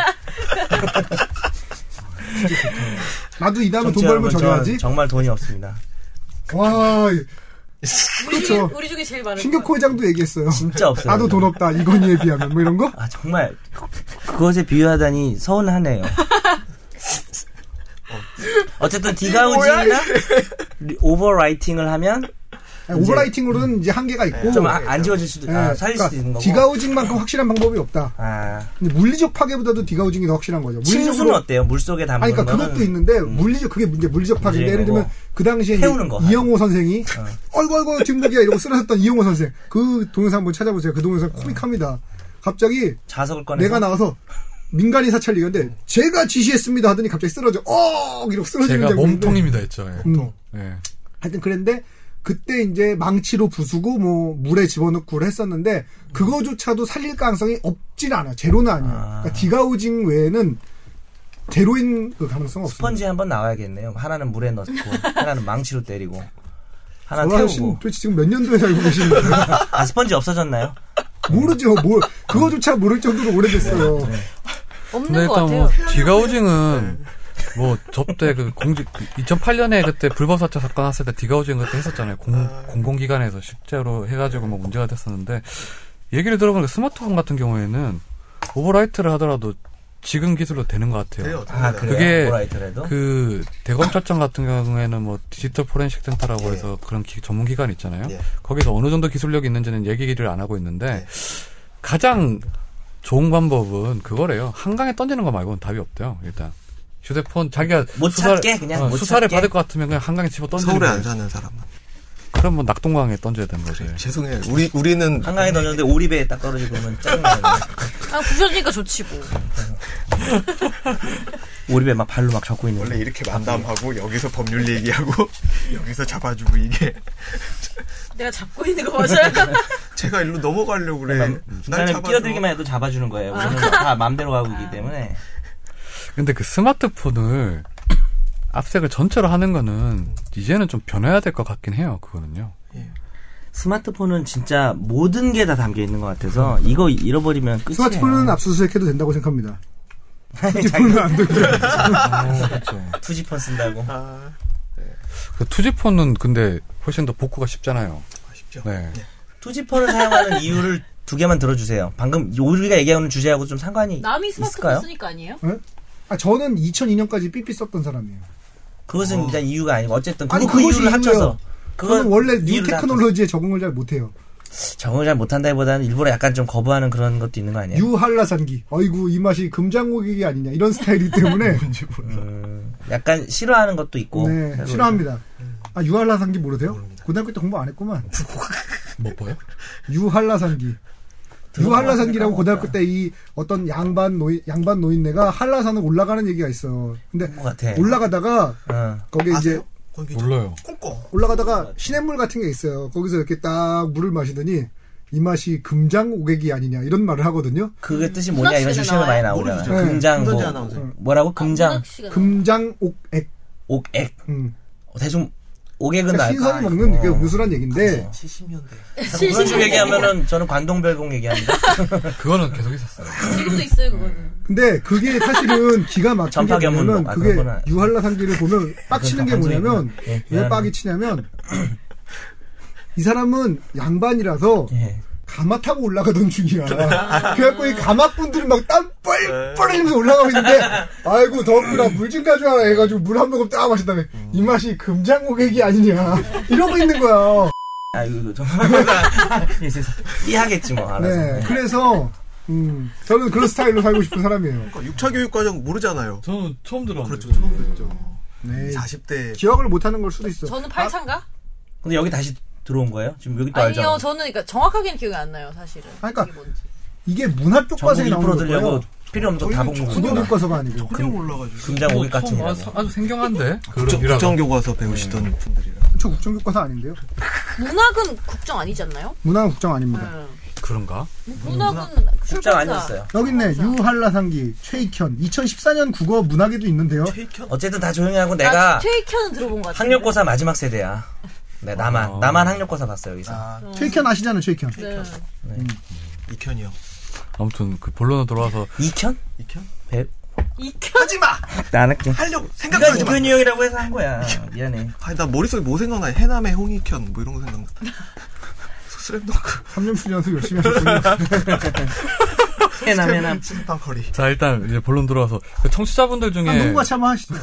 Speaker 2: 나도 이 다음에 <laughs> 돈
Speaker 5: 정치
Speaker 2: 벌면
Speaker 5: 여러분,
Speaker 2: 저리 하지.
Speaker 5: 저는 정말 돈이 없습니다.
Speaker 2: 와,
Speaker 6: 우리, 중에,
Speaker 2: 그렇죠.
Speaker 6: 우리 중에 제일 많은
Speaker 2: 신격호 회장도 얘기했어요.
Speaker 5: 진짜 없어요.
Speaker 2: 나도 돈 없다. 이건희에 비하면 뭐 이런 거?
Speaker 5: 아
Speaker 2: <laughs>
Speaker 5: 정말 그것에 비유하다니 서운하네요. 어쨌든 디가우징이나 리- 오버라이팅을 하면
Speaker 2: 아니, 오버라이팅으로는 이제 한계가 있고
Speaker 5: 네. 좀 안 지워질 수도
Speaker 2: 예,
Speaker 5: 아, 살릴
Speaker 2: 그러니까
Speaker 5: 수도 있는 거고.
Speaker 2: 디가우징만큼 확실한 방법이 없다.
Speaker 5: 아,
Speaker 2: 근데 물리적 파괴보다도 디가우징이 더 확실한 거죠.
Speaker 5: 침수는 어때요? 물 속에 담는
Speaker 2: 아니, 그러니까
Speaker 5: 거는?
Speaker 2: 그것도 있는데 물리적 그게 문제 물리적 파괴인데 예를
Speaker 5: 문제인
Speaker 2: 들면
Speaker 5: 거고.
Speaker 2: 그 당시에 이제
Speaker 5: 태우는 거.
Speaker 2: 이영호 선생이 어이구 어이구 뒷목이야 이러고 쓰러졌던 이영호 선생 그 동영상 한번 찾아보세요. 그 동영상 코믹합니다. 갑자기
Speaker 5: 자석을 어. 꺼내서
Speaker 2: 내가 나와서 민간인 사찰 얘기하는데 제가 지시했습니다 하더니 갑자기 쓰러져 어 이러고 쓰러지는
Speaker 1: 제가
Speaker 2: 장면인데.
Speaker 1: 몸통입니다 했죠. 예.
Speaker 2: 음.
Speaker 1: 예.
Speaker 2: 하여튼 그랬는데 그때 이제 망치로 부수고 뭐 물에 집어넣고 했었는데 그거조차도 살릴 가능성이 없진 않아 제로는 아니야.
Speaker 5: 아.
Speaker 2: 그러니까 디가우징 외에는 제로인 그 가능성은 없어.
Speaker 5: 스펀지 한번 나와야겠네요. 하나는 물에
Speaker 2: <laughs>
Speaker 5: 넣고 하나는 망치로 때리고 하나
Speaker 2: 저하씨
Speaker 5: 태우고.
Speaker 2: 어, 도대체 지금 몇 년도에 살고 계시는 거예요?
Speaker 5: <laughs> 아 스펀지 없어졌나요?
Speaker 2: 모르죠. 뭘 그거조차 모를 정도로 오래됐어요.
Speaker 5: 네.
Speaker 1: 근데
Speaker 8: 없는 것
Speaker 1: 일단
Speaker 8: 같아요.
Speaker 1: 뭐 디가우징은 뭐 접대 그 공직 2008년에 그때 불법사찰 사건 했을 때 디가우징 그때 했었잖아요. 공, 공공기관에서 실제로 해가지고 뭐 문제가 됐었는데 얘기를 들어보니까 스마트폰 같은 경우에는 오버라이트를 하더라도 지금 기술로 되는 것 같아요.
Speaker 5: 아
Speaker 1: 그게
Speaker 5: 그래요. 오버라이트라도.
Speaker 1: 그 대검찰청 같은 경우에는 뭐 디지털 포렌식
Speaker 5: 예.
Speaker 1: 센터라고 해서 그런 기- 전문 기관 있잖아요.
Speaker 3: 예.
Speaker 1: 거기서 어느 정도 기술력이 있는지는 얘기를 안 하고 있는데
Speaker 3: 예.
Speaker 1: 가장 좋은 방법은 그거래요. 한강에 던지는 거 말고는 답이 없대요. 일단 휴대폰 자기가
Speaker 5: 못
Speaker 1: 수사를-
Speaker 5: 찾게 그냥
Speaker 1: 어,
Speaker 5: 못
Speaker 1: 수사를
Speaker 5: 찾게.
Speaker 1: 받을 것 같으면 그냥 한강에 집어 던지는
Speaker 3: 네.
Speaker 5: 네.
Speaker 3: 서울에 안
Speaker 1: 거예요.
Speaker 3: 사는 사람.
Speaker 1: 그럼 뭐 낙동강에 던져야 되는 거죠.
Speaker 3: 아,
Speaker 5: 그렇죠.
Speaker 3: 죄송해요. 우리 우리는
Speaker 5: 한강에 넣었는데 오리배에 딱 떨어지고 그러면 짜증나요.
Speaker 6: 아, 부셔지니까 좋지 뭐.
Speaker 5: <laughs> 오리배 막 발로 막 잡고 있는.
Speaker 3: 원래 이렇게 만담하고 여기서 법률 얘기하고 <laughs> 여기서 잡아주고 이게
Speaker 6: 내가 잡고 있는 거 맞아요?
Speaker 3: <laughs> 제가 일로 넘어가려고 그래. 날
Speaker 5: 중간에
Speaker 3: 잡아줘.
Speaker 5: 네, 끼어들기만 해도 잡아주는 거예요. 우리는 다 맘대로 가고 있기 때문에.
Speaker 1: 근데 그 스마트폰을 <coughs> 압색을 전체로 하는 거는 이제는 좀 변해야 될 것 같긴 해요. 그거는요.
Speaker 5: <laughs> 스마트폰은 진짜 모든 게 다 담겨 있는 것 같아서 이거 잃어버리면 끝이에요.
Speaker 2: 스마트폰은 압수수색해도 된다고 생각합니다.
Speaker 5: 자기
Speaker 2: 안 되고.
Speaker 5: 투지폰 쓴다고.
Speaker 3: 아,
Speaker 1: 그 투지폰은 근데 훨씬 더 복구가 쉽잖아요.
Speaker 3: 아쉽죠.
Speaker 1: 네.
Speaker 5: 투지폰을 사용하는 <laughs> 이유를 두 개만 들어주세요. 방금 우리가 얘기하는 주제하고 좀 상관이
Speaker 8: 남이 스마트폰
Speaker 5: 있을까요?
Speaker 8: 쓰니까 아니에요?
Speaker 2: 아 저는 2002년까지 삐삐 썼던 사람이에요.
Speaker 5: 그것은 일단 이유가 아니고 어쨌든 그,
Speaker 2: 어. 아니,
Speaker 5: 그
Speaker 2: 그것이
Speaker 5: 이유를 합쳐서
Speaker 2: 이유예요. 저는 원래 뉴
Speaker 5: 이유를
Speaker 2: 테크놀로지에 적응을 잘 못해요.
Speaker 5: 합쳐서. 적응을 잘 못한다기보다는 일부러 약간 좀 거부하는 그런 것도 있는 거 아니에요?
Speaker 2: 유한라산기. 어이구 이 맛이 금장고기이 아니냐 이런 스타일이기
Speaker 5: <laughs>
Speaker 2: 때문에
Speaker 5: 음, 약간 싫어하는 것도 있고
Speaker 2: 네,
Speaker 5: 그래서
Speaker 2: 싫어합니다.
Speaker 5: 음.
Speaker 2: 아 유한라산기 모르세요? 고등학교 때 공부 안 했구만.
Speaker 1: 뭐 뭐요?
Speaker 2: 유한라산기.
Speaker 5: 들어본
Speaker 2: 유한라산기라고
Speaker 5: 것 같으니까
Speaker 2: 고등학교 때 이 어떤 양반 노인 양반 노인네가 한라산을 올라가는 얘기가 있어. 근데
Speaker 5: 것 같아.
Speaker 2: 올라가다가
Speaker 5: 어.
Speaker 2: 거기 이제
Speaker 3: 아세요? 권기
Speaker 1: 몰라요.
Speaker 3: 꽁꽁.
Speaker 5: 아,
Speaker 2: 올라가다가
Speaker 5: 네.
Speaker 2: 시냇물 같은 게 있어요. 거기서 이렇게 딱 물을 마시더니 이 맛이 금장오객이 아니냐 이런 말을 하거든요.
Speaker 5: 그게 뜻이 뭐냐 이런 식으로 많이 나오잖아요.
Speaker 2: 모르죠.
Speaker 5: 금장
Speaker 3: 김선재
Speaker 5: 뭐,
Speaker 3: 아나운서.
Speaker 5: 뭐라고 금장
Speaker 8: 문학 시간.
Speaker 2: 금장옥액.
Speaker 5: 옥액 어,
Speaker 2: 음.
Speaker 5: 대충 옥액은
Speaker 2: 그러니까
Speaker 5: 나
Speaker 2: 신선이 먹는
Speaker 5: 어,
Speaker 2: 게 음료수란
Speaker 5: 그렇죠.
Speaker 2: 얘기인데
Speaker 3: 70년대.
Speaker 5: 그런 식으로 얘기하면은 저는 광동별공 얘기합니다. <laughs>
Speaker 1: 그거는 계속 있었어요.
Speaker 8: 지금도 있어요 그거는.
Speaker 2: 근데 그게
Speaker 5: <laughs>
Speaker 2: 사실은 기가 막힌 게
Speaker 5: 전파 견문
Speaker 2: 뭐냐면
Speaker 5: 뭐, 아,
Speaker 2: 그게
Speaker 5: 그거는-
Speaker 2: 유한라산기를 보면 빡치는 게
Speaker 5: 방송이구나.
Speaker 2: 뭐냐면
Speaker 5: 예,
Speaker 2: 왜
Speaker 5: 미안합니다.
Speaker 2: 빡이 치냐면 이 사람은 양반이라서
Speaker 5: 예.
Speaker 2: 가마 타고 올라가던
Speaker 5: <laughs>
Speaker 2: 중이야. 그래갖고 이 가마 분들이 막 땀 뻘뻘 흘리면서 올라가고 있는데 아이고 덥구나 물 좀 가져와라 해가지고 물 한 모금 딱 마신 다음에 이 맛이 금장고객이 아니냐 <laughs> 이러고 있는 거야.
Speaker 5: 아 이거 좀 <laughs> 예, 세상. 이해하겠지 뭐 알아서.
Speaker 2: 네,
Speaker 5: 예.
Speaker 2: 그래서 음, 저는 그런 스타일로 살고 싶은
Speaker 5: 음.
Speaker 2: 사람이에요.
Speaker 3: 그러니까 6차 교육 과정 모르잖아요. 그렇죠,
Speaker 1: 저는 처음 들어봤는데.
Speaker 3: 처음 듣죠.
Speaker 2: 네,
Speaker 3: 40대
Speaker 2: 기억을 못하는 걸 수도 있어.
Speaker 8: 저는 팔찬가
Speaker 5: 근데 여기 다시 들어온 거예요? 지금 여기 또
Speaker 8: 아, 니요
Speaker 5: 알죠?
Speaker 8: 저는 그러니까 정확하게는 기억이 안 나요 사실은.
Speaker 2: 아, 그러니까-
Speaker 8: 이게 뭔지.
Speaker 2: 이게 문화
Speaker 5: 전국
Speaker 2: 교과서에 나오는
Speaker 5: 2% 들려고
Speaker 2: 거예요.
Speaker 5: 필요 없는 거다 본거
Speaker 2: 국어
Speaker 5: 구
Speaker 2: 교과서가 아니고.
Speaker 3: 그냥 올라가지고.
Speaker 8: 어,
Speaker 5: 금장 옥액 같은
Speaker 1: 처음
Speaker 5: 거.
Speaker 1: 아주, 아주 생경한데.
Speaker 3: 국정,
Speaker 1: 그런 일화가.
Speaker 3: 국정교과서 배우시던
Speaker 5: 네.
Speaker 3: 분들이라.
Speaker 2: 저 국정 교과서 아닌데요.
Speaker 8: 문학은 국정 아니지 않나요?
Speaker 2: 문화는 국정 아닙니다.
Speaker 8: 응.
Speaker 1: 그런가?
Speaker 8: 문학은
Speaker 5: 국장
Speaker 8: 출판사.
Speaker 5: 아니었어요.
Speaker 2: 여기 있네. 유한라상기, 최익현. 2014년 국어 문학에도 있는데요.
Speaker 5: 어쨌든 다 조용히 하고
Speaker 8: 나
Speaker 5: 내가
Speaker 8: 아, 최익현은 들어본 것 같아요.
Speaker 5: 학력고사 마지막 세대야. 네, 나만
Speaker 1: 어.
Speaker 5: 나만 학력고사 봤어 여기서.
Speaker 2: 아, 최익현 아시잖아요, 최익현.
Speaker 8: 네.
Speaker 2: 음.
Speaker 3: 이현이 형.
Speaker 1: 아무튼 그 본론으로 돌아와서
Speaker 5: 이현?
Speaker 3: 이현?
Speaker 5: 배?
Speaker 3: 하지 마.
Speaker 5: 나안 할게.
Speaker 3: 하려고 생각도
Speaker 5: 네가
Speaker 3: 하지 마.
Speaker 5: 이현이 형이라고 해서 한 거야. 미안해.
Speaker 3: 아니 나 머릿속에 뭐 생각나? 해남의 홍익현 뭐 이런 거
Speaker 5: <laughs>
Speaker 3: 생각나. 슬램덩크.
Speaker 2: 3년씩 연습 열심히 하셨군요.
Speaker 5: 해남 해남.
Speaker 3: 심판커리.
Speaker 2: 아,
Speaker 1: 자 일단 이제 본론 들어와서 그 청취자분들 중에
Speaker 2: 한번 같이 한번 하시죠.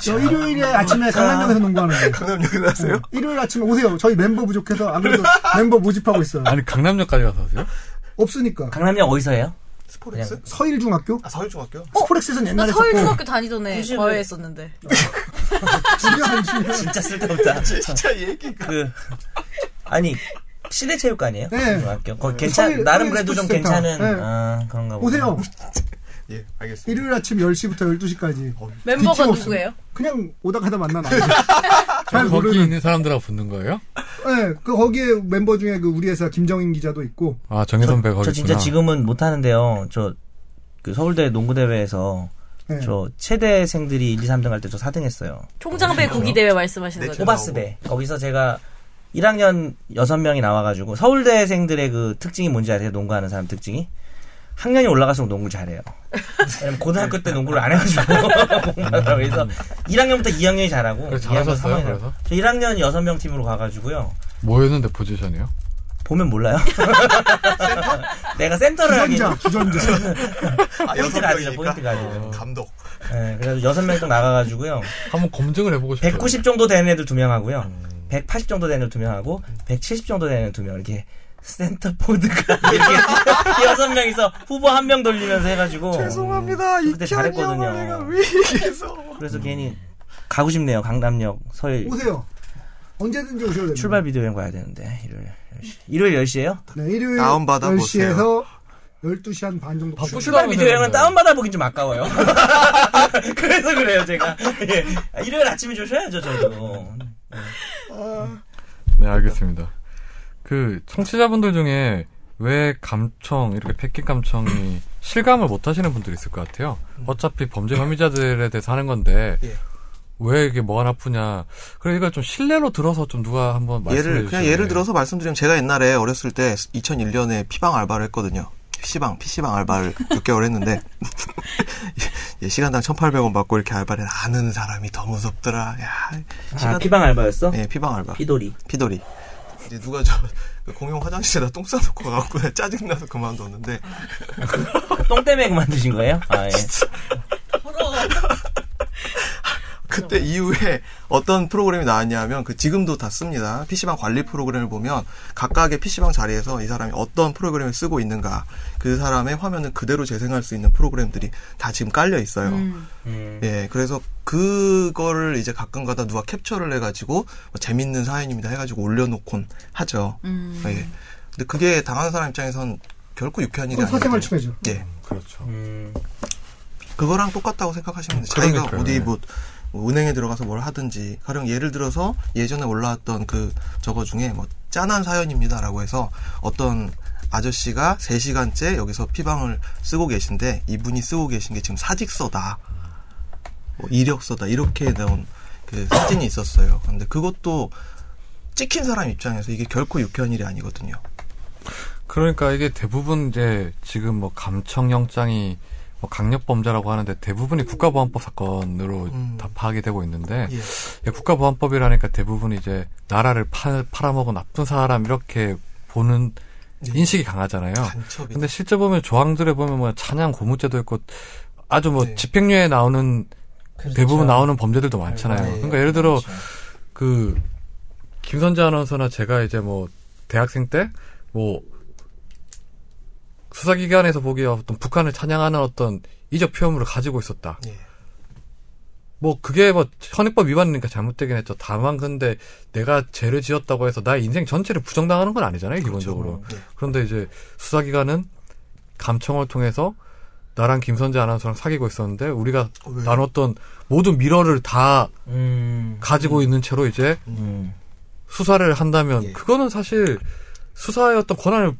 Speaker 2: 저 일요일에 아침에 강남역에서 농구하는데 어,
Speaker 3: 강남역에 나세요?
Speaker 2: 일요일 아침에 오세요. 저희 멤버 부족해서 안 그래도 멤버 모집하고 있어요.
Speaker 1: 아니 강남역까지 가서 하세요?
Speaker 2: 없으니까.
Speaker 5: 강남역 어디서 해요?
Speaker 3: 스포츠?
Speaker 2: 서일중학교?
Speaker 3: 아 서울중학교? <laughs>
Speaker 2: 스포렉스에서는
Speaker 8: 나
Speaker 2: 옛날에 했었고
Speaker 8: 서울중학교 다니던 애
Speaker 5: 굳이 왜-
Speaker 8: 과외했었는데.
Speaker 2: 중요한 중요한.
Speaker 5: 진짜 쓸데없다.
Speaker 3: 진짜 얘기가
Speaker 5: 그 아니 시대체육관 이에요 그
Speaker 2: 네.
Speaker 5: 중학교. 거 괜찮
Speaker 2: 서울-
Speaker 5: 나름
Speaker 2: 서울
Speaker 5: 그래도 좀
Speaker 2: 스포츠 센터.
Speaker 5: 괜찮은
Speaker 2: 네.
Speaker 5: 아, 그런가 보다.
Speaker 2: 오세요.
Speaker 3: 예 알겠습니다.
Speaker 2: 일요일 아침 10시부터 12시까지.
Speaker 8: 멤버가
Speaker 2: 뒤집어 없음.
Speaker 8: 누구예요?
Speaker 2: 그냥 오다 가다 만난 아이. 잘
Speaker 1: 거기
Speaker 2: 모르는.
Speaker 1: 있는 사람들하고 붙는 거예요?
Speaker 2: 네, 그 거기에 멤버 중에 그 우리 회사 김정인 기자도 있고.
Speaker 1: 아 정혜
Speaker 5: 저,
Speaker 1: 선배 거기
Speaker 5: 저 진짜
Speaker 1: 있구나.
Speaker 5: 지금은 못 하는데요. 저 그 서울대 농구 대회에서
Speaker 2: 네.
Speaker 5: 저 최대생들이 1, 2, 3등 할 때 저 4등 했어요.
Speaker 6: 총장배 구기 대회 말씀하시는
Speaker 3: 네,
Speaker 6: 거죠?
Speaker 5: 호바스대. 거기서 제가 1학년 6명이 나와가지고 서울대생들의 그 특징이 뭔지 아세요? 농구하는 사람 특징이? 학년이 올라갈수록 농구를 잘해요. 왜냐면 고등학교 때 농구를
Speaker 1: <laughs>
Speaker 5: 안 해가지고 공부하더라고요. 그래서 1학년부터 2학년이 잘하고
Speaker 1: 음. 그래서
Speaker 5: 2학년,
Speaker 1: 잘하셨어요,
Speaker 5: 3학년.
Speaker 1: 그래서?
Speaker 5: 저 1학년 6명 팀으로 가가지고요.
Speaker 1: 뭐였는데 포지션이요? <laughs>
Speaker 5: 보면 몰라요. 내가 센터를 하기. <laughs>
Speaker 2: 주전자, 주전자.
Speaker 3: 아,
Speaker 5: 포인트
Speaker 3: 여섯 명이니까.
Speaker 5: 가드죠, 포인트 가드.
Speaker 3: 감독.
Speaker 5: 네, 그래서 6명 또 나가가지고요.
Speaker 1: 한번 검증을 해보고 싶어요.
Speaker 5: 190 정도 되는 애들 두 명 하고요. 180 정도 되는 애들 두 명 하고 170 정도 되는 애들 두 명 이렇게 센터포드가 이렇게 여섯 명이서 후보 한 명 돌리면서 해가지고 죄송합니다 그때 잘했거든요. 그래서 괜히 가고 싶네요. 강남역 서일
Speaker 2: 오세요. 언제든지 오셔도 됩니다.
Speaker 5: 출발 비디오 여행 가야 되는데 일요일 10시. 일요일 10시에요?
Speaker 2: 네, 일요일
Speaker 3: 다운받아
Speaker 2: 10시에서 12시 한 반 정도.
Speaker 1: 바쁘시다.
Speaker 5: 출발 비디오 여행은 다운받아 보긴 좀 아까워요. <laughs> 그래서 그래요 제가 예. 아, 일요일 아침에 조셔야죠 저도.
Speaker 1: 네 알겠습니다. 그 청취자분들 중에 왜 감청 이렇게 패킷 감청이 <clears throat> 실감을 못 하시는 분들이 있을 것 같아요. 어차피 범죄 혐의자들에 대해서 하는 건데
Speaker 3: 음. <laughs> 예.
Speaker 1: 왜 이게 뭐가 나쁘냐. 그러니까 좀 신뢰로 들어서 좀 누가 한번 말씀해
Speaker 3: 예를
Speaker 1: 주시면 네.
Speaker 3: 그냥 예를 들어서 말씀드리면 제가 옛날에 어렸을 때 2001년에 피방 알바를 했거든요. PC방, PC방 알바를 <laughs> 6개월 했는데 예, 시간당 1,800원 받고 이렇게 알바를 해. 아는 사람이 더 무섭더라. 야,
Speaker 5: 아, 피방 알바였어?
Speaker 3: 예, 피방 알바.
Speaker 5: 피돌이.
Speaker 3: 피돌이. 이제 누가 저그 공용 화장실에다 똥 싸놓고 가갖고 <laughs> 내가 짜증나서 그만뒀는데
Speaker 5: 똥 때문에 그만두신 거예요? 아, 예.
Speaker 3: 그때 이후에 어떤 프로그램이 나왔냐면 그 지금도 다 씁니다. PC방 관리 프로그램을 보면 각각의 PC방 자리에서 이 사람이 어떤 프로그램을 쓰고 있는가 그 사람의 화면을 그대로 재생할 수 있는 프로그램들이 다 지금 깔려 있어요.
Speaker 5: 음.
Speaker 3: 예, 그래서 그거를 이제 가끔가다 누가 캡처를 해가지고 뭐 재밌는 사연입니다 해가지고 올려놓곤 하죠.
Speaker 4: 음.
Speaker 8: 음.
Speaker 3: 예. 근데 그게 당하는 사람 입장에선 결코 유쾌한 일이
Speaker 2: 그건 사생활
Speaker 3: 아니에요.
Speaker 2: 침해죠.
Speaker 3: 예,
Speaker 1: 그렇죠.
Speaker 5: 음.
Speaker 3: 그거랑 똑같다고 생각하시면 돼요. 자기가
Speaker 1: 그러니까요.
Speaker 3: 어디 뭐, 뭐 은행에 들어가서 뭘 하든지 가령 예를 들어서 예전에 올라왔던 그 저거 중에 뭐 짠한 사연입니다라고 해서 어떤 아저씨가 3시간째 여기서 피방을 쓰고 계신데 이분이 쓰고 계신 게 지금 사직서다. 뭐 이력서다. 이렇게 나온 그 사진이 있었어요. 근데 그것도 찍힌 사람 입장에서 이게 결코 유쾌한 일이 아니거든요.
Speaker 1: 그러니까 이게 대부분 이제 지금 뭐 감청영장이 뭐 강력범죄라고 하는데 대부분이 국가보안법 사건으로
Speaker 3: 음.
Speaker 1: 다 파악이 되고 있는데
Speaker 3: 예.
Speaker 1: 예, 국가보안법이라니까 대부분 이제 나라를 파, 팔아먹은 나쁜 사람 이렇게 보는
Speaker 3: 네.
Speaker 1: 인식이 강하잖아요.
Speaker 3: 간첩이
Speaker 1: 어. 근데 실제 보면 조항들에 보면 뭐 찬양 고무죄도 있고 아주 뭐
Speaker 3: 네. 그렇죠.
Speaker 1: 집행유예 나오는 대부분 나오는 범죄들도 많잖아요.
Speaker 3: 네.
Speaker 1: 그러니까 예를 들어 그 김선재 아나운서나 제가 이제 뭐 대학생 때 뭐 수사기관에서 보기에 어떤 북한을 찬양하는 어떤 이적 표현물을 가지고 있었다.
Speaker 3: 예.
Speaker 1: 뭐 그게 뭐 현행법 위반이니까 잘못되긴 했죠. 다만 근데 내가 죄를 지었다고 해서 나의 인생 전체를 부정당하는 건 아니잖아요, 기본적으로.
Speaker 3: 예.
Speaker 1: 그런데 이제 수사기관은 감청을 통해서 나랑 김선재 아나운서랑 사귀고 있었는데 우리가
Speaker 3: 어, 왜요?
Speaker 1: 나눴던 모든 미러를 다
Speaker 5: 음.
Speaker 1: 가지고 있는 채로 이제
Speaker 5: 음.
Speaker 1: 수사를 한다면
Speaker 3: 예.
Speaker 1: 그거는 사실 수사의 어떤 권한을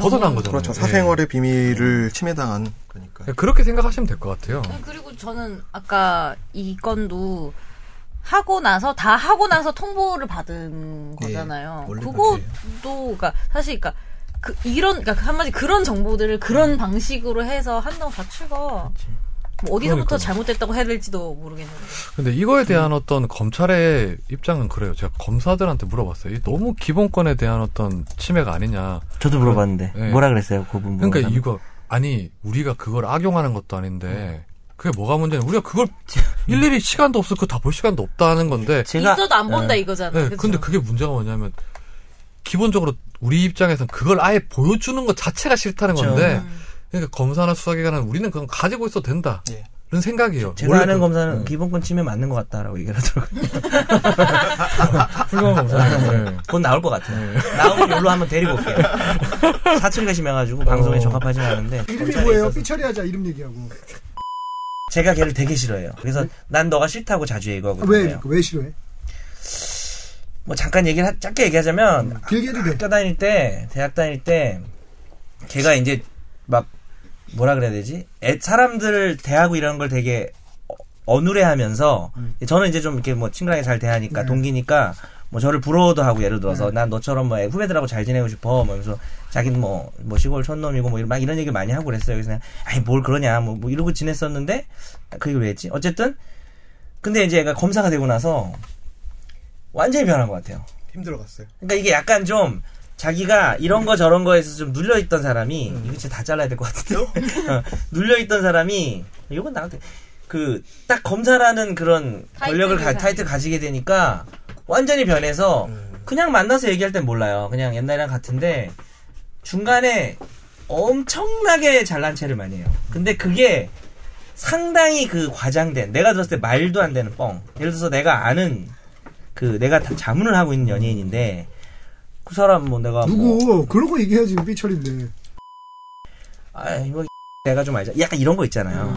Speaker 1: 벗어난
Speaker 5: 네.
Speaker 1: 거잖아요.
Speaker 3: 그렇죠.
Speaker 1: 예.
Speaker 3: 사생활의 비밀을 침해당한 거니까.
Speaker 1: 예, 그렇게 생각하시면 될 것 같아요.
Speaker 4: 음.
Speaker 8: 아니, 네, 그리고 저는 아까 이 건도 하고 나서 다 하고 나서 통보를 받은
Speaker 3: 예,
Speaker 8: 거잖아요.
Speaker 3: 원래
Speaker 8: 그것도
Speaker 3: 그렇게
Speaker 8: 그러니까 사실 그러니까 그 이런 그러니까 한마디 그런 정보들을 그런 방식으로 해서 한다고 자체가 뭐 어디서부터
Speaker 1: 그러니까요.
Speaker 8: 잘못됐다고 해야 될지도 모르겠는데.
Speaker 1: 근데 이거에 대한 어떤 검찰의 입장은 그래요. 제가 검사들한테 물어봤어요. 이 너무 기본권에 대한 어떤 침해가 아니냐.
Speaker 5: 저도 물어봤는데
Speaker 1: 네.
Speaker 5: 뭐라 그랬어요? 그분
Speaker 3: 음.
Speaker 1: 그러니까 이거 아니 우리가 그걸 악용하는 것도 아닌데
Speaker 7: 그게 뭐가 문제냐? 우리가 그걸 일일이 시간도 없어, 그거 다 볼 시간도 없다는
Speaker 3: 그렇죠.
Speaker 7: 건데.
Speaker 5: 제가
Speaker 8: 있어도 안 본다
Speaker 5: 예.
Speaker 8: 이거잖아.
Speaker 7: 네,
Speaker 2: 그렇죠.
Speaker 8: 그쵸?
Speaker 7: 근데 그게 문제가 뭐냐면 기본적으로 우리 입장에선 그걸 아예 보여주는 것 자체가 싫다는
Speaker 5: 그쵸.
Speaker 7: 건데.
Speaker 2: 음.
Speaker 7: 그러니까 검사나 수사기관은 우리는 그건 가지고 있어도 된다.
Speaker 3: 예.
Speaker 7: 이런 생각이에요.
Speaker 5: 제가
Speaker 7: 원래
Speaker 5: 아는
Speaker 7: 그-
Speaker 5: 검사는
Speaker 2: 예.
Speaker 5: 기본권 침해 맞는 것 같다라고 얘기를 하더라고요.
Speaker 7: 훌륭한 검사예요. 네.
Speaker 5: 곧 나올 것 같아요. 나오면 여기로 한번 데리고 올게요. 사투리가 심해가지고 방송에 적합하진 않은데.
Speaker 2: 어. 이름이
Speaker 5: 검찰에
Speaker 2: 뭐예요?
Speaker 5: 있어서 네,
Speaker 2: 삐처리하자 이름 얘기하고
Speaker 5: 제가 걔를 되게 싫어해요. 그래서 난 너가 싫다고 자주 얘기하고
Speaker 2: 아, 왜
Speaker 5: 그래요.
Speaker 2: 왜 싫어해?
Speaker 5: 뭐 잠깐 얘기를 하- 짧게 얘기하자면
Speaker 2: 길게 해도 돼.
Speaker 5: 학교 다닐 때, 대학 다닐 때, 걔가 이제 막 뭐라 그래야 되지? 애, 사람들을 대하고 이런 걸 되게 어- 어눌해하면서 저는 이제 좀 이렇게 뭐 친근하게 잘 대하니까
Speaker 2: 네.
Speaker 5: 동기니까 뭐 저를 부러워도 하고 예를 들어서 난 너처럼 뭐 후배들하고 잘 지내고 싶어 뭐 하면서 자기는 뭐, 뭐 시골 촌놈이고 뭐 이런 막 이런 얘기 를 많이 하고 그랬어요. 그래서 그냥 아이 뭘 그러냐 뭐, 뭐 이러고 지냈었는데 그 얘기를 왜 했지? 어쨌든 근데 이제 얘가 검사가 되고 나서 완전히 변한 것 같아요.
Speaker 3: 힘들어갔어요.
Speaker 5: 그러니까 이게 약간 좀 자기가 이런 거 저런 거에서 좀 눌려 있던 사람이 이거 진짜 다 잘라야 될 것 같은데 <laughs> 어, 눌려 있던 사람이 이건 나한테 그 딱 검사라는 그런 권력을 가,
Speaker 8: 타이틀을
Speaker 5: 타이틀 가지게 되니까 완전히 변해서 그냥 만나서 얘기할 땐 몰라요. 그냥 옛날이랑 같은데 중간에 엄청나게 잘난 체를 많이 해요. 근데 그게 상당히 그 과장된 내가 들었을 때 말도 안 되는 뻥. 예를 들어서 내가 아는 그 내가 다 자문을 하고 있는 연예인인데 그 사람 뭐 내가 뭐
Speaker 2: 누구 그러고 얘기해야지 삐처리인데.
Speaker 5: 아, 이거 내가 좀 알자. 약간 이런 거 있잖아요.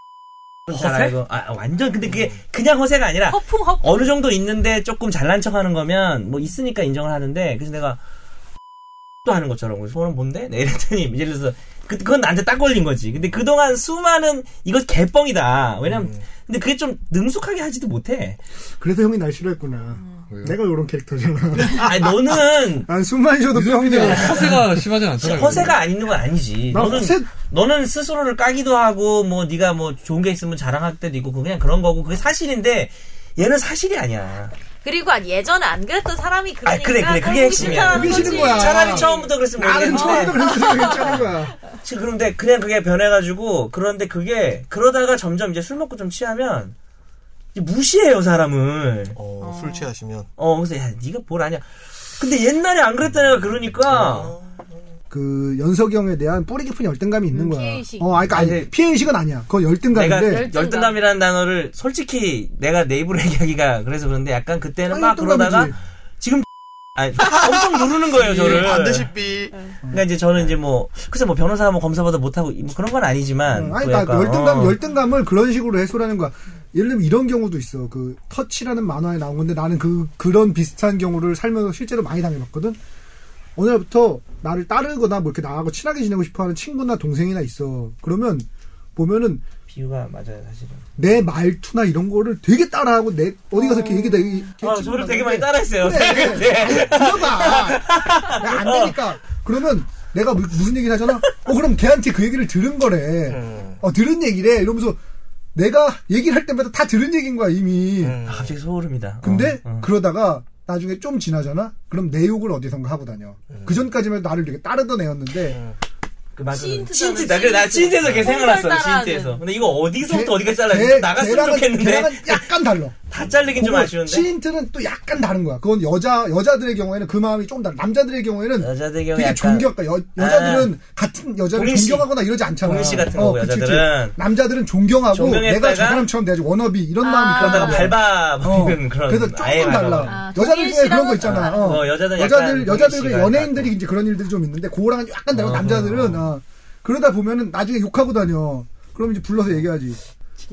Speaker 2: 음.
Speaker 5: 잘 알고 아 완전 근데 그게 그냥 허세가 아니라
Speaker 8: 허풍 허.
Speaker 5: 어느 정도 있는데 조금 잘난 척하는 거면 뭐 있으니까 인정을 하는데 그래서 내가 <laughs> 또 하는 것처럼 그래서 저는 뭔데? 네, 이랬더니 예를 들어서 그, 그건 나한테 딱 걸린 거지. 근데 그동안 수많은 이거 개뻥이다. 왜냐면
Speaker 2: 음.
Speaker 5: 근데 그게 좀 능숙하게 하지도 못해.
Speaker 2: 그래서 형이 날 싫어했구나. 내가 요런 캐릭터잖아. <laughs>
Speaker 5: 아니 너는
Speaker 2: 난 숨만 쉬어도 병이야.
Speaker 7: 허세가 심하진 않잖아요.
Speaker 5: 허세가 안 있는 건 아니지.
Speaker 2: 나
Speaker 5: 너는
Speaker 2: 허세-
Speaker 5: 너는 스스로를 까기도 하고 뭐 네가 뭐 좋은 게 있으면 자랑할 때도 있고 그거 그냥 그런 거고 그게 사실인데 얘는 사실이 아니야.
Speaker 8: 그리고 아, 예전에 안 그랬던 사람이 그러니까
Speaker 5: 아, 그래, 그래. 그게
Speaker 8: 그걸 보기
Speaker 5: 핵심이야.
Speaker 8: 싫다는
Speaker 2: 그게 싫은
Speaker 8: 거지.
Speaker 2: 거야.
Speaker 5: 차라리 처음부터 그랬으면
Speaker 2: 아,
Speaker 8: 어.
Speaker 2: 나는 처음부터
Speaker 5: 모르겠는데
Speaker 2: 그래서 괜찮은 거야.
Speaker 5: 지금 그런데 그냥 그게 변해가지고 그런데 그게 그러다가 점점 이제 술 먹고 좀 취하면 이제 무시해요 사람을.
Speaker 3: 어, 술 취하시면
Speaker 5: 어 그래서 야 네가 뭘 아냐. 근데 옛날에 안 그랬던 애가 그러니까
Speaker 2: 그 연석이 형에 대한 뿌리 깊은 열등감이 있는 거야.
Speaker 8: 피해의식.
Speaker 2: 어, 아니, 그러니까 아니,
Speaker 5: 아니,
Speaker 2: 피해의식은 아니야. 그건
Speaker 5: 내가
Speaker 2: 열등감인데.
Speaker 8: 열등감.
Speaker 5: 열등감이라는 단어를 솔직히 내가 내 입으로 <laughs> 얘기하기가 그래서 그런데 약간 그때는
Speaker 2: 아니,
Speaker 5: 막
Speaker 2: 열등감이지. 어,
Speaker 5: 그러다가 지금 아니, 엄청 누르는 거예요 네,
Speaker 3: 음,
Speaker 5: 저를.
Speaker 3: 반드시 삐.
Speaker 5: 그러니까 이제 저는 이제 뭐 글쎄 뭐 변호사 뭐 검사보다 못하고 뭐 그런 건 아니지만
Speaker 2: 아니,
Speaker 5: 또
Speaker 2: 그러니까
Speaker 5: 약간,
Speaker 2: 열등감,
Speaker 5: 어.
Speaker 2: 열등감을 그런 식으로 해소라는 거야. 예를 들면 이런 경우도 있어. 그 터치라는 만화에 나온 건데 나는 그 그런 비슷한 경우를 살면서 실제로 많이 당해봤거든. 어느 날부터 나를 따르거나 뭐 이렇게 나하고 친하게 지내고 싶어하는 친구나 동생이나 있어. 그러면 보면은
Speaker 5: 비유가 맞아요 사실은.
Speaker 2: 내 말투나 이런 거를 되게 따라하고 내 어디 가서 이렇게 얘기다 이게
Speaker 5: 아, 저를 되게 많이 따라했어요.
Speaker 2: 그래.
Speaker 5: <laughs> 네.
Speaker 2: 들어봐. 야, 안 되니까. 그러면 내가 무- 무슨 얘기를 하잖아? 어, 그럼 걔한테 그 얘기를 들은 거래.
Speaker 5: 음.
Speaker 2: 어, 들은 얘기래. 이러면서 내가 얘기를 할 때마다 다 들은 얘기인 거야, 이미.
Speaker 5: 아, 갑자기 소름이다.
Speaker 2: 음. 근데
Speaker 5: 어, 어.
Speaker 2: 그러다가 나중에 좀 지나잖아? 그럼 내 욕을 어디선가 하고 다녀.
Speaker 5: 음.
Speaker 2: 그 전까지만 해도 나를 되게 따르던 애였는데.
Speaker 5: 그 맞아.
Speaker 8: 시인트잖아,
Speaker 5: 시인트다. 그래 나
Speaker 8: 시인트.
Speaker 5: 시인트에서 걔 생각났어.
Speaker 8: 홈런 따라하는.
Speaker 5: 시인트에서. 근데 이거 어디서부터 어디까지 잘라?
Speaker 2: 걔-
Speaker 5: 나갔으면
Speaker 2: 걔랑은-
Speaker 5: 좋겠는데.
Speaker 2: 걔랑은 약간 달라.
Speaker 5: 다 잘리긴 좀
Speaker 2: 그거
Speaker 5: 아쉬운데.
Speaker 2: 시인트는 또 약간 다른 거야. 그건 여자, 여자들의 경우에는 그 마음이 조금 달라. 남자들의 경우에는
Speaker 5: 여자들 경우
Speaker 2: 되게
Speaker 5: 약간
Speaker 2: 존경할까 여, 여자들은 같은 여자를
Speaker 5: 동일 씨.
Speaker 2: 존경하거나 이러지 않잖아.
Speaker 5: 동일 씨 같은 거고, 여자들은.
Speaker 2: 남자들은 존경하고
Speaker 5: 존경했다가
Speaker 2: 내가
Speaker 5: 아.
Speaker 2: 저 사람처럼 내야지 원업이 이런 마음이
Speaker 5: 그러다가
Speaker 2: 있단 말이야.
Speaker 5: 밟아버리는
Speaker 2: 어,
Speaker 5: 그런.
Speaker 2: 그래서
Speaker 5: 아예
Speaker 2: 조금
Speaker 5: 밟아버리는.
Speaker 2: 달라.
Speaker 8: 아,
Speaker 2: 여자들
Speaker 8: 동일
Speaker 2: 중에 그런
Speaker 8: 씨랑은
Speaker 2: 거 있잖아. 어.
Speaker 5: 어, 여자들은 약간
Speaker 2: 여자들
Speaker 5: 동일
Speaker 2: 여자들
Speaker 5: 씨가
Speaker 2: 연예인들이
Speaker 5: 약간.
Speaker 2: 이제 그런 일들이 좀 있는데 그거랑 약간 다르고
Speaker 5: 어.
Speaker 2: 남자들은 어. 그러다 보면은 나중에 욕하고 다녀. 그럼 이제 불러서 얘기하지.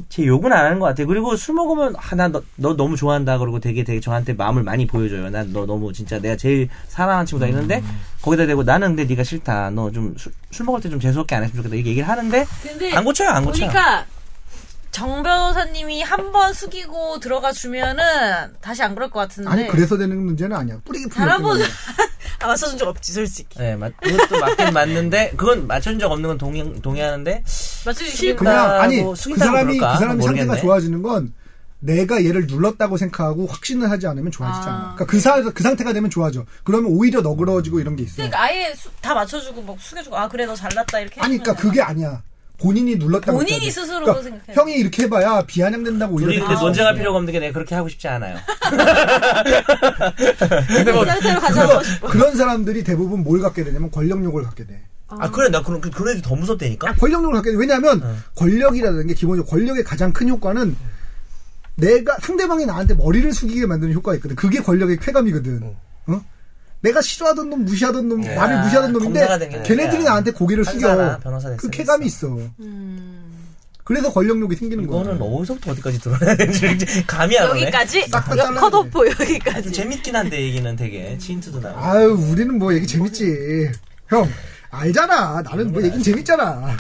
Speaker 5: 제 욕은 안 하는 것 같아요. 그리고 술 먹으면 아, 나너 너 너무 좋아한다 그러고 되게 되게 저한테 마음을 많이 보여줘요. 난 너 너무 진짜 내가 제일 사랑하는 친구다 이런데 거기다 대고 나는 근데 네가 싫다. 너 좀 술 먹을 때 좀 재수없게 안 했으면 좋겠다. 이렇게 얘기를 하는데
Speaker 8: 근데
Speaker 5: 안 고쳐요, 안 고쳐요.
Speaker 8: 보니까 정 변호사님이 한 번 숙이고 들어가 주면은 다시 안 그럴 것 같은데.
Speaker 2: 아니 그래서 되는 문제는 아니야. 뿌리 깊은
Speaker 8: 사람은
Speaker 2: 열등감.
Speaker 8: 아, 맞춰준 적 없지 솔직히.
Speaker 5: 네, 맞, 그것도 맞긴 맞는데 그건 맞춘 적 없는 건 동의 동의하는데
Speaker 8: 맞춰주실 거.
Speaker 2: 그냥 아니
Speaker 5: 뭐
Speaker 2: 그
Speaker 5: 숙인다고
Speaker 2: 사람이
Speaker 5: 그럴까?
Speaker 2: 그 사람이 상태가
Speaker 5: 모르겠네.
Speaker 2: 좋아지는 건 내가 얘를 눌렀다고 생각하고 확신을 하지 않으면 좋아지지
Speaker 8: 아.
Speaker 2: 않아. 그러니까 그, 사, 그 상태가 되면 좋아져. 그러면 오히려 너그러지고 이런 게 있어.
Speaker 8: 그러니까 아예 수- 다 맞춰주고 막 숙여주고 아 그래 너 잘났다 이렇게.
Speaker 2: 아니 그러니까
Speaker 8: 해주면
Speaker 2: 그게 아니야. 본인이 눌렀다고
Speaker 4: 본인이
Speaker 2: 했다지.
Speaker 4: 스스로도
Speaker 2: 그러니까
Speaker 4: 생각해요.
Speaker 2: 형이 이렇게 해봐야 비아냥된다고
Speaker 5: 우리
Speaker 2: 오히려
Speaker 5: 근데
Speaker 2: 생각할
Speaker 5: 논쟁할
Speaker 2: 수
Speaker 5: 필요가 없는 게 내가 그렇게 하고 싶지 않아요.
Speaker 9: 근데 뭐
Speaker 4: 상태로 가져가고
Speaker 2: 그래서 그런 사람들이 대부분 뭘 갖게 되냐면 권력욕을 갖게 돼.
Speaker 5: 아 그래 나 그런 그런 애들 더 무섭다니까.
Speaker 2: 권력욕을 갖게 돼. 왜냐하면
Speaker 5: 네.
Speaker 2: 권력이라는 게 기본적으로 권력의 가장 큰 효과는 내가 상대방이 나한테 머리를 숙이게 만드는 효과가 있거든. 그게 권력의 쾌감이거든. 어? 내가 싫어하던 놈, 무시하던 놈,
Speaker 5: 야,
Speaker 2: 나를 무시하던
Speaker 5: 겁나가
Speaker 2: 놈인데
Speaker 5: 되겠네.
Speaker 2: 걔네들이
Speaker 5: 야.
Speaker 2: 나한테 고개를 숙여.
Speaker 5: 판사나 변호사 됐으면
Speaker 2: 그 쾌감이 있어. 그래서 권력욕이 생기는 거야.
Speaker 5: 이거는 뭐 어디서부터 어디까지 들어야 되는지 감이 안 오네.
Speaker 10: 여기까지
Speaker 2: 싹다 잘라야
Speaker 10: 컷오프 여기까지
Speaker 5: 재밌긴 한데 얘기는 되게 치인트도 나고.
Speaker 2: 아유, 우리는 뭐 얘기 재밌지. 형, 알잖아. 나는 뭐 얘기는 재밌잖아.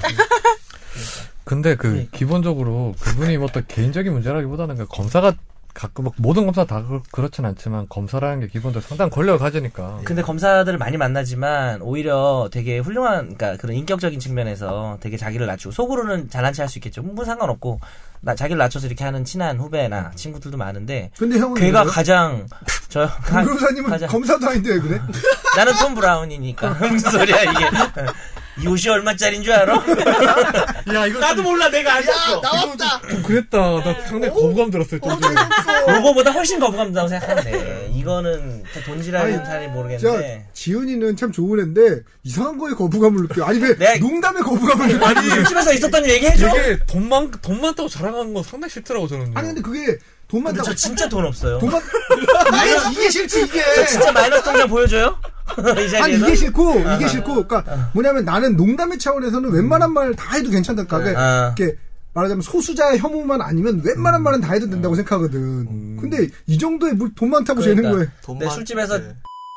Speaker 1: 근데 그
Speaker 5: 그러니까.
Speaker 1: 기본적으로 그분이 뭐 어떤 개인적인 문제라기보다는 그 검사가 가끔 막 모든 검사 다 그- 그렇진 않지만 검사라는 게 기본적으로 상당한 권력을 가지니까
Speaker 5: 근데 검사들을 많이 만나지만 오히려 되게 훌륭한 그러니까 그런 인격적인 측면에서 되게 자기를 낮추고 속으로는 잘난 체할 수 있겠죠. 뭐 상관없고 나 자기를 낮춰서 이렇게 하는 친한 후배나 친구들도 많은데
Speaker 2: 근데 형은
Speaker 5: 걔가
Speaker 2: 왜요?
Speaker 5: 가장 저 가-
Speaker 2: 변호사님은
Speaker 5: 가장-
Speaker 2: 검사도 아닌데 왜 그래?
Speaker 5: 나는 톰
Speaker 2: <laughs>
Speaker 5: 브라운이니까 무슨 소리야 이게 이 옷이 얼마짜린 줄 알아?
Speaker 1: 야 이거
Speaker 5: 나도 몰라 내가 안 샀어.
Speaker 2: 나왔다.
Speaker 1: 그랬다 나
Speaker 2: 어?
Speaker 1: 상당히 거부감 들었을 때
Speaker 5: 요거보다 훨씬 거부감다고 생각하는데 이거는 돈지라는
Speaker 2: 아니,
Speaker 5: 사람이
Speaker 2: 저
Speaker 5: 모르겠는데
Speaker 2: 지훈이는 참 좋은 애인데 이상한 거에 거부감을 느껴. 아니 왜
Speaker 5: 내가-
Speaker 2: 농담에 거부감을 느껴? 아니,
Speaker 5: 집에서 있었던 얘기 해줘.
Speaker 9: 되게 돈 많, 돈 많다고 자랑하는 건 상당히 싫더라고, 저는요.
Speaker 2: 아니 근데 그게 돈
Speaker 5: 근데
Speaker 2: 많다고
Speaker 5: 저 진짜 돈 없어요.
Speaker 2: 돈
Speaker 5: <laughs>
Speaker 2: 많. 이게 이게 싫지 이게.
Speaker 5: 저 진짜 마이너스 통장 보여줘요? <laughs> 이 자리에서? 아.
Speaker 2: 아니 이게 싫고 이게 싫고 그러니까 뭐냐면 나는 농담의 차원에서는 웬만한 말 다 해도 괜찮다. 그러니까
Speaker 5: 아.
Speaker 2: 이렇게 말하자면 소수자의 혐오만 아니면 웬만한
Speaker 5: 음.
Speaker 2: 말은 다 해도 된다고 생각하거든. 근데 이 정도에 뭘 돈 많다고 재는
Speaker 5: 그러니까.
Speaker 2: 거에
Speaker 3: 돈만
Speaker 5: 내 술집에서
Speaker 3: 네.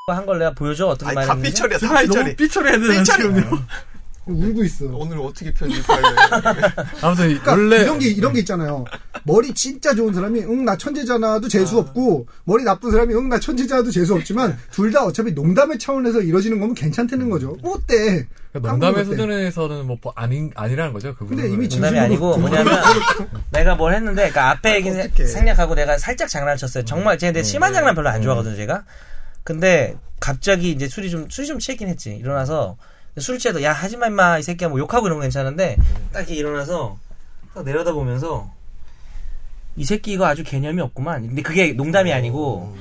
Speaker 5: 한 걸 내가 보여줘 어떻게
Speaker 3: 아니 다
Speaker 5: 말했는지.
Speaker 3: 삐처리야 다 삐처리
Speaker 9: 삐처리해야 되는
Speaker 3: 삐처리요 네.
Speaker 2: 울고 있어.
Speaker 3: 오늘 어떻게
Speaker 5: <laughs>
Speaker 3: 편집할래
Speaker 9: 아무튼, 이-
Speaker 2: 그러니까
Speaker 9: 원래.
Speaker 2: 이런 게 이런 게 있잖아요. 머리 진짜 좋은 사람이 응 나 천재잖아도 재수 없고 머리 나쁜 사람이 응 나 천재잖아도 재수 없지만 둘 다 어차피 농담의 차원에서 이루어지는 거면 괜찮다는 거죠. 뭐 어때?
Speaker 1: 그러니까 농담의
Speaker 2: 한국은 어때?
Speaker 1: 수준에서는 뭐, 뭐 아닌 아니라는 거죠 그분
Speaker 2: 근데 이미
Speaker 5: 농담이
Speaker 2: 진심으로
Speaker 5: 아니고 뭐냐면 내가 뭘 했는데 그러니까 앞에 얘기는
Speaker 2: 어떡해.
Speaker 5: 생략하고 내가 살짝 장난을 쳤어요. 정말
Speaker 3: 음,
Speaker 5: 제가 근데 심한 장난 별로 안 좋아하거든요, 제가. 근데 갑자기 이제 술이 좀 술이 좀 취했긴 했지. 일어나서 술 취해도 야 하지마 임마 이 새끼야 뭐 욕하고 이런 건 괜찮은데 딱 이렇게 일어나서 딱 내려다보면서 이 새끼 이거 아주 개념이 없구만. 근데 그게 농담이
Speaker 3: 어,
Speaker 5: 아니고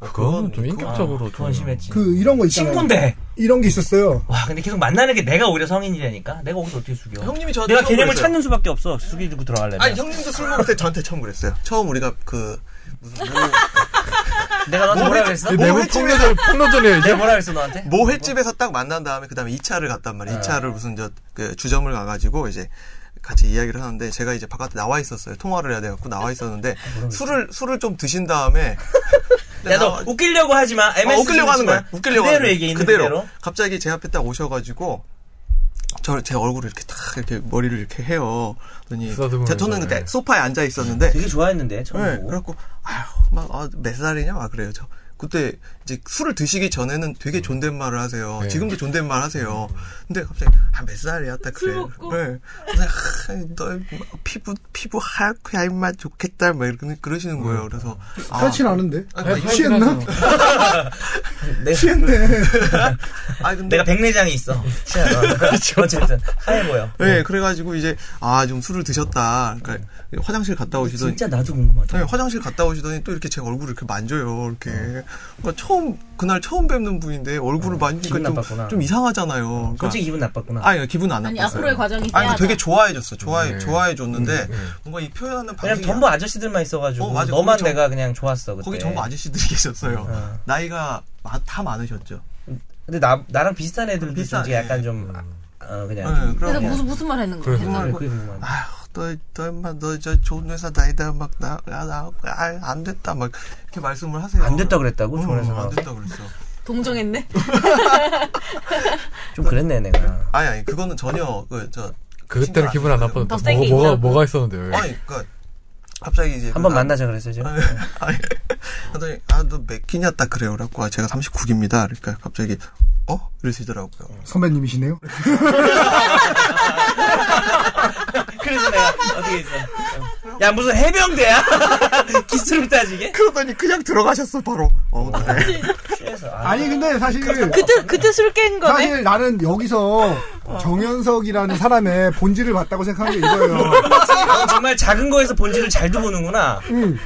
Speaker 1: 그건 좀 인격적으로
Speaker 5: 아,
Speaker 1: 좀-
Speaker 5: 그건
Speaker 2: <laughs>
Speaker 5: 심했지.
Speaker 2: 그 이런 거 있잖아요.
Speaker 5: 친구인데
Speaker 2: 이런 게 있었어요.
Speaker 5: 와 근데 계속 만나는 게 내가 오히려 성인이라니까 내가 거기서 어떻게 숙여
Speaker 3: 형님이 저한테
Speaker 5: 내가
Speaker 3: 처음
Speaker 5: 개념을
Speaker 3: 그랬어요.
Speaker 5: 찾는 수밖에 없어 숙이고 들어가려면
Speaker 3: 아니 형님도 술 먹을 때 저한테 처음 그랬어요 처음 우리가 그 무슨 뭐-
Speaker 5: 내가 너한테 아, 뭐라 아, 그랬어?
Speaker 1: 이 내부 폭로전 폭로전이에요 이제
Speaker 5: 내가 뭐라 그랬어 너한테?
Speaker 3: 모 횟집에서 딱 만난 다음에 그다음에 2차를 갔단 말이에요.
Speaker 5: 네.
Speaker 3: 2차를 무슨 저 그 주점을 가가지고 이제 같이 이야기를 하는데 제가 이제 바깥에 나와 있었어요. 통화를 해야 돼갖고 나와 있었는데 술을 술을 좀 드신 다음에
Speaker 5: 아, <laughs> 야 너
Speaker 3: 나와-
Speaker 5: 네, 웃기려고 하지 마. MS
Speaker 3: 어, 웃기려고 하는 거야. 웃기려고
Speaker 5: 그대로
Speaker 3: 하는 거야.
Speaker 5: 얘기 있는 그대로.
Speaker 3: 갑자기 제 앞에 딱 오셔가지고 저 제 얼굴을 이렇게 딱 이렇게 머리를 이렇게 해요. 그러니
Speaker 1: 쓰다듬으면서,
Speaker 3: 제- 저는 그때
Speaker 1: 네.
Speaker 3: 소파에 앉아 있었는데
Speaker 5: 되게 좋아했는데 처음
Speaker 3: 네,
Speaker 5: 보고.
Speaker 3: 그래갖고 아휴 막몇 살이냐 막 그래요 저 그때 이제 술을 드시기 전에는 되게 존댓말을 하세요 지금도 존댓말 하세요 근데 갑자기 아 몇 살이야 딱 그래요 네. 그래서 아, 너 피부 피부 하얗고 얇만 좋겠다 막 이렇게 그러시는 거예요 그래서 아,
Speaker 2: 하진 않은데. 네,
Speaker 3: 아, 그러니까 이거-
Speaker 2: 취했나?
Speaker 1: 네.
Speaker 5: 내가,
Speaker 2: 취했네.
Speaker 3: 아, 근데
Speaker 5: <laughs> 내가 백내장이 있어. 진짜.
Speaker 3: <laughs> 그렇죠.
Speaker 5: 어쨌든 하얘 보여.
Speaker 3: 네, 그래가지고 이제 아 좀 술을 드셨다 그러니까 화장실 갔다 오시더니
Speaker 5: 네. 진짜 나도 궁금하다.
Speaker 3: 네, 화장실 갔다 오시더니 또 이렇게 제 얼굴을 이렇게 만져요, 이렇게.
Speaker 5: 어.
Speaker 3: 그러니까 처음, 그날 처음 뵙는 분인데 얼굴을
Speaker 5: 기분
Speaker 3: 만지니까 좀,
Speaker 5: 나빴구나. 어,
Speaker 3: 좀 이상하잖아요. 그러니까,
Speaker 5: 솔직히 기분 나빴구나.
Speaker 3: 아니, 기분 안
Speaker 4: 아니
Speaker 3: 나빴어요.
Speaker 4: 앞으로의 과정이
Speaker 3: 아니,
Speaker 4: 쎄하다.
Speaker 3: 되게 좋아해줬어. 좋아해, 좋아해줬는데, 뭔가 이 표현하는
Speaker 5: 네. 음, 왜냐면
Speaker 3: 방식이.
Speaker 5: 전부 아저씨들만 있어가지고
Speaker 3: 어, 맞아.
Speaker 5: 너만
Speaker 3: 거기 전-
Speaker 5: 내가 그냥 좋았어 그때.
Speaker 3: 거기 전부 아저씨들이 <laughs> 계셨어요.
Speaker 5: 어.
Speaker 3: 나이가 마- 다 많으셨죠.
Speaker 5: 근데 나 나랑 비슷한 애들도
Speaker 3: 비슷한,
Speaker 5: 비슷한 약간
Speaker 3: 예.
Speaker 5: 좀 어, 그냥.
Speaker 3: 네,
Speaker 5: 좀-
Speaker 3: 그래서
Speaker 4: 그래서 무슨 무슨 말 했는
Speaker 9: 그래.
Speaker 4: 거예요?
Speaker 5: 그래, 그게 궁금하다.
Speaker 3: 아휴, 너, 너, 인마, 너, 저, 좋은 회사 다니다, 막, 나, 나, 나 아, 안 됐다, 막, 이렇게 말씀을 하세요.
Speaker 5: 안 됐다 그랬다고
Speaker 3: 응,
Speaker 5: 조원에서
Speaker 3: 안 됐다 그랬어.
Speaker 4: 동정했네.
Speaker 5: 좀 그랬네 내가.
Speaker 3: 아니, 아니, 그거는 전혀, 그, 저,
Speaker 1: 그때는 기분 안
Speaker 3: 신경 안
Speaker 1: 나빴는데
Speaker 4: 더 세게
Speaker 1: 뭐, 뭐가
Speaker 4: 인사하고.
Speaker 1: 뭐가 있었는데요 예.
Speaker 3: 아니, 그니까, 갑자기 이제.
Speaker 5: 한번
Speaker 3: 나-
Speaker 5: 만나자 그랬어요 제가.
Speaker 3: 아. 아니, 하더니, 아, 너 몇 키냐 딱 그래요. 그래갖고, 아, 제가 39기입니다. 그러니까 갑자기, 어? 이러시더라고요.
Speaker 2: 선배님이시네요.
Speaker 5: 그래서 내가 어떻게 했어? 어. 야 무슨 해병대야? <laughs> 기술을 따지게?
Speaker 3: 그러더니 그냥 들어가셨어 바로. 어
Speaker 5: 아, 네.
Speaker 3: 그래.
Speaker 5: 취해서 아,
Speaker 2: 아니 근데 사실
Speaker 8: 그때 그때 술 깬 거네.
Speaker 2: 사실 나는 여기서 정현석이라는 사람의 본질을 봤다고 생각한 게 이거예요.
Speaker 5: 넌 정말 작은 거에서 본질을 잘 두고는구나.
Speaker 2: 음.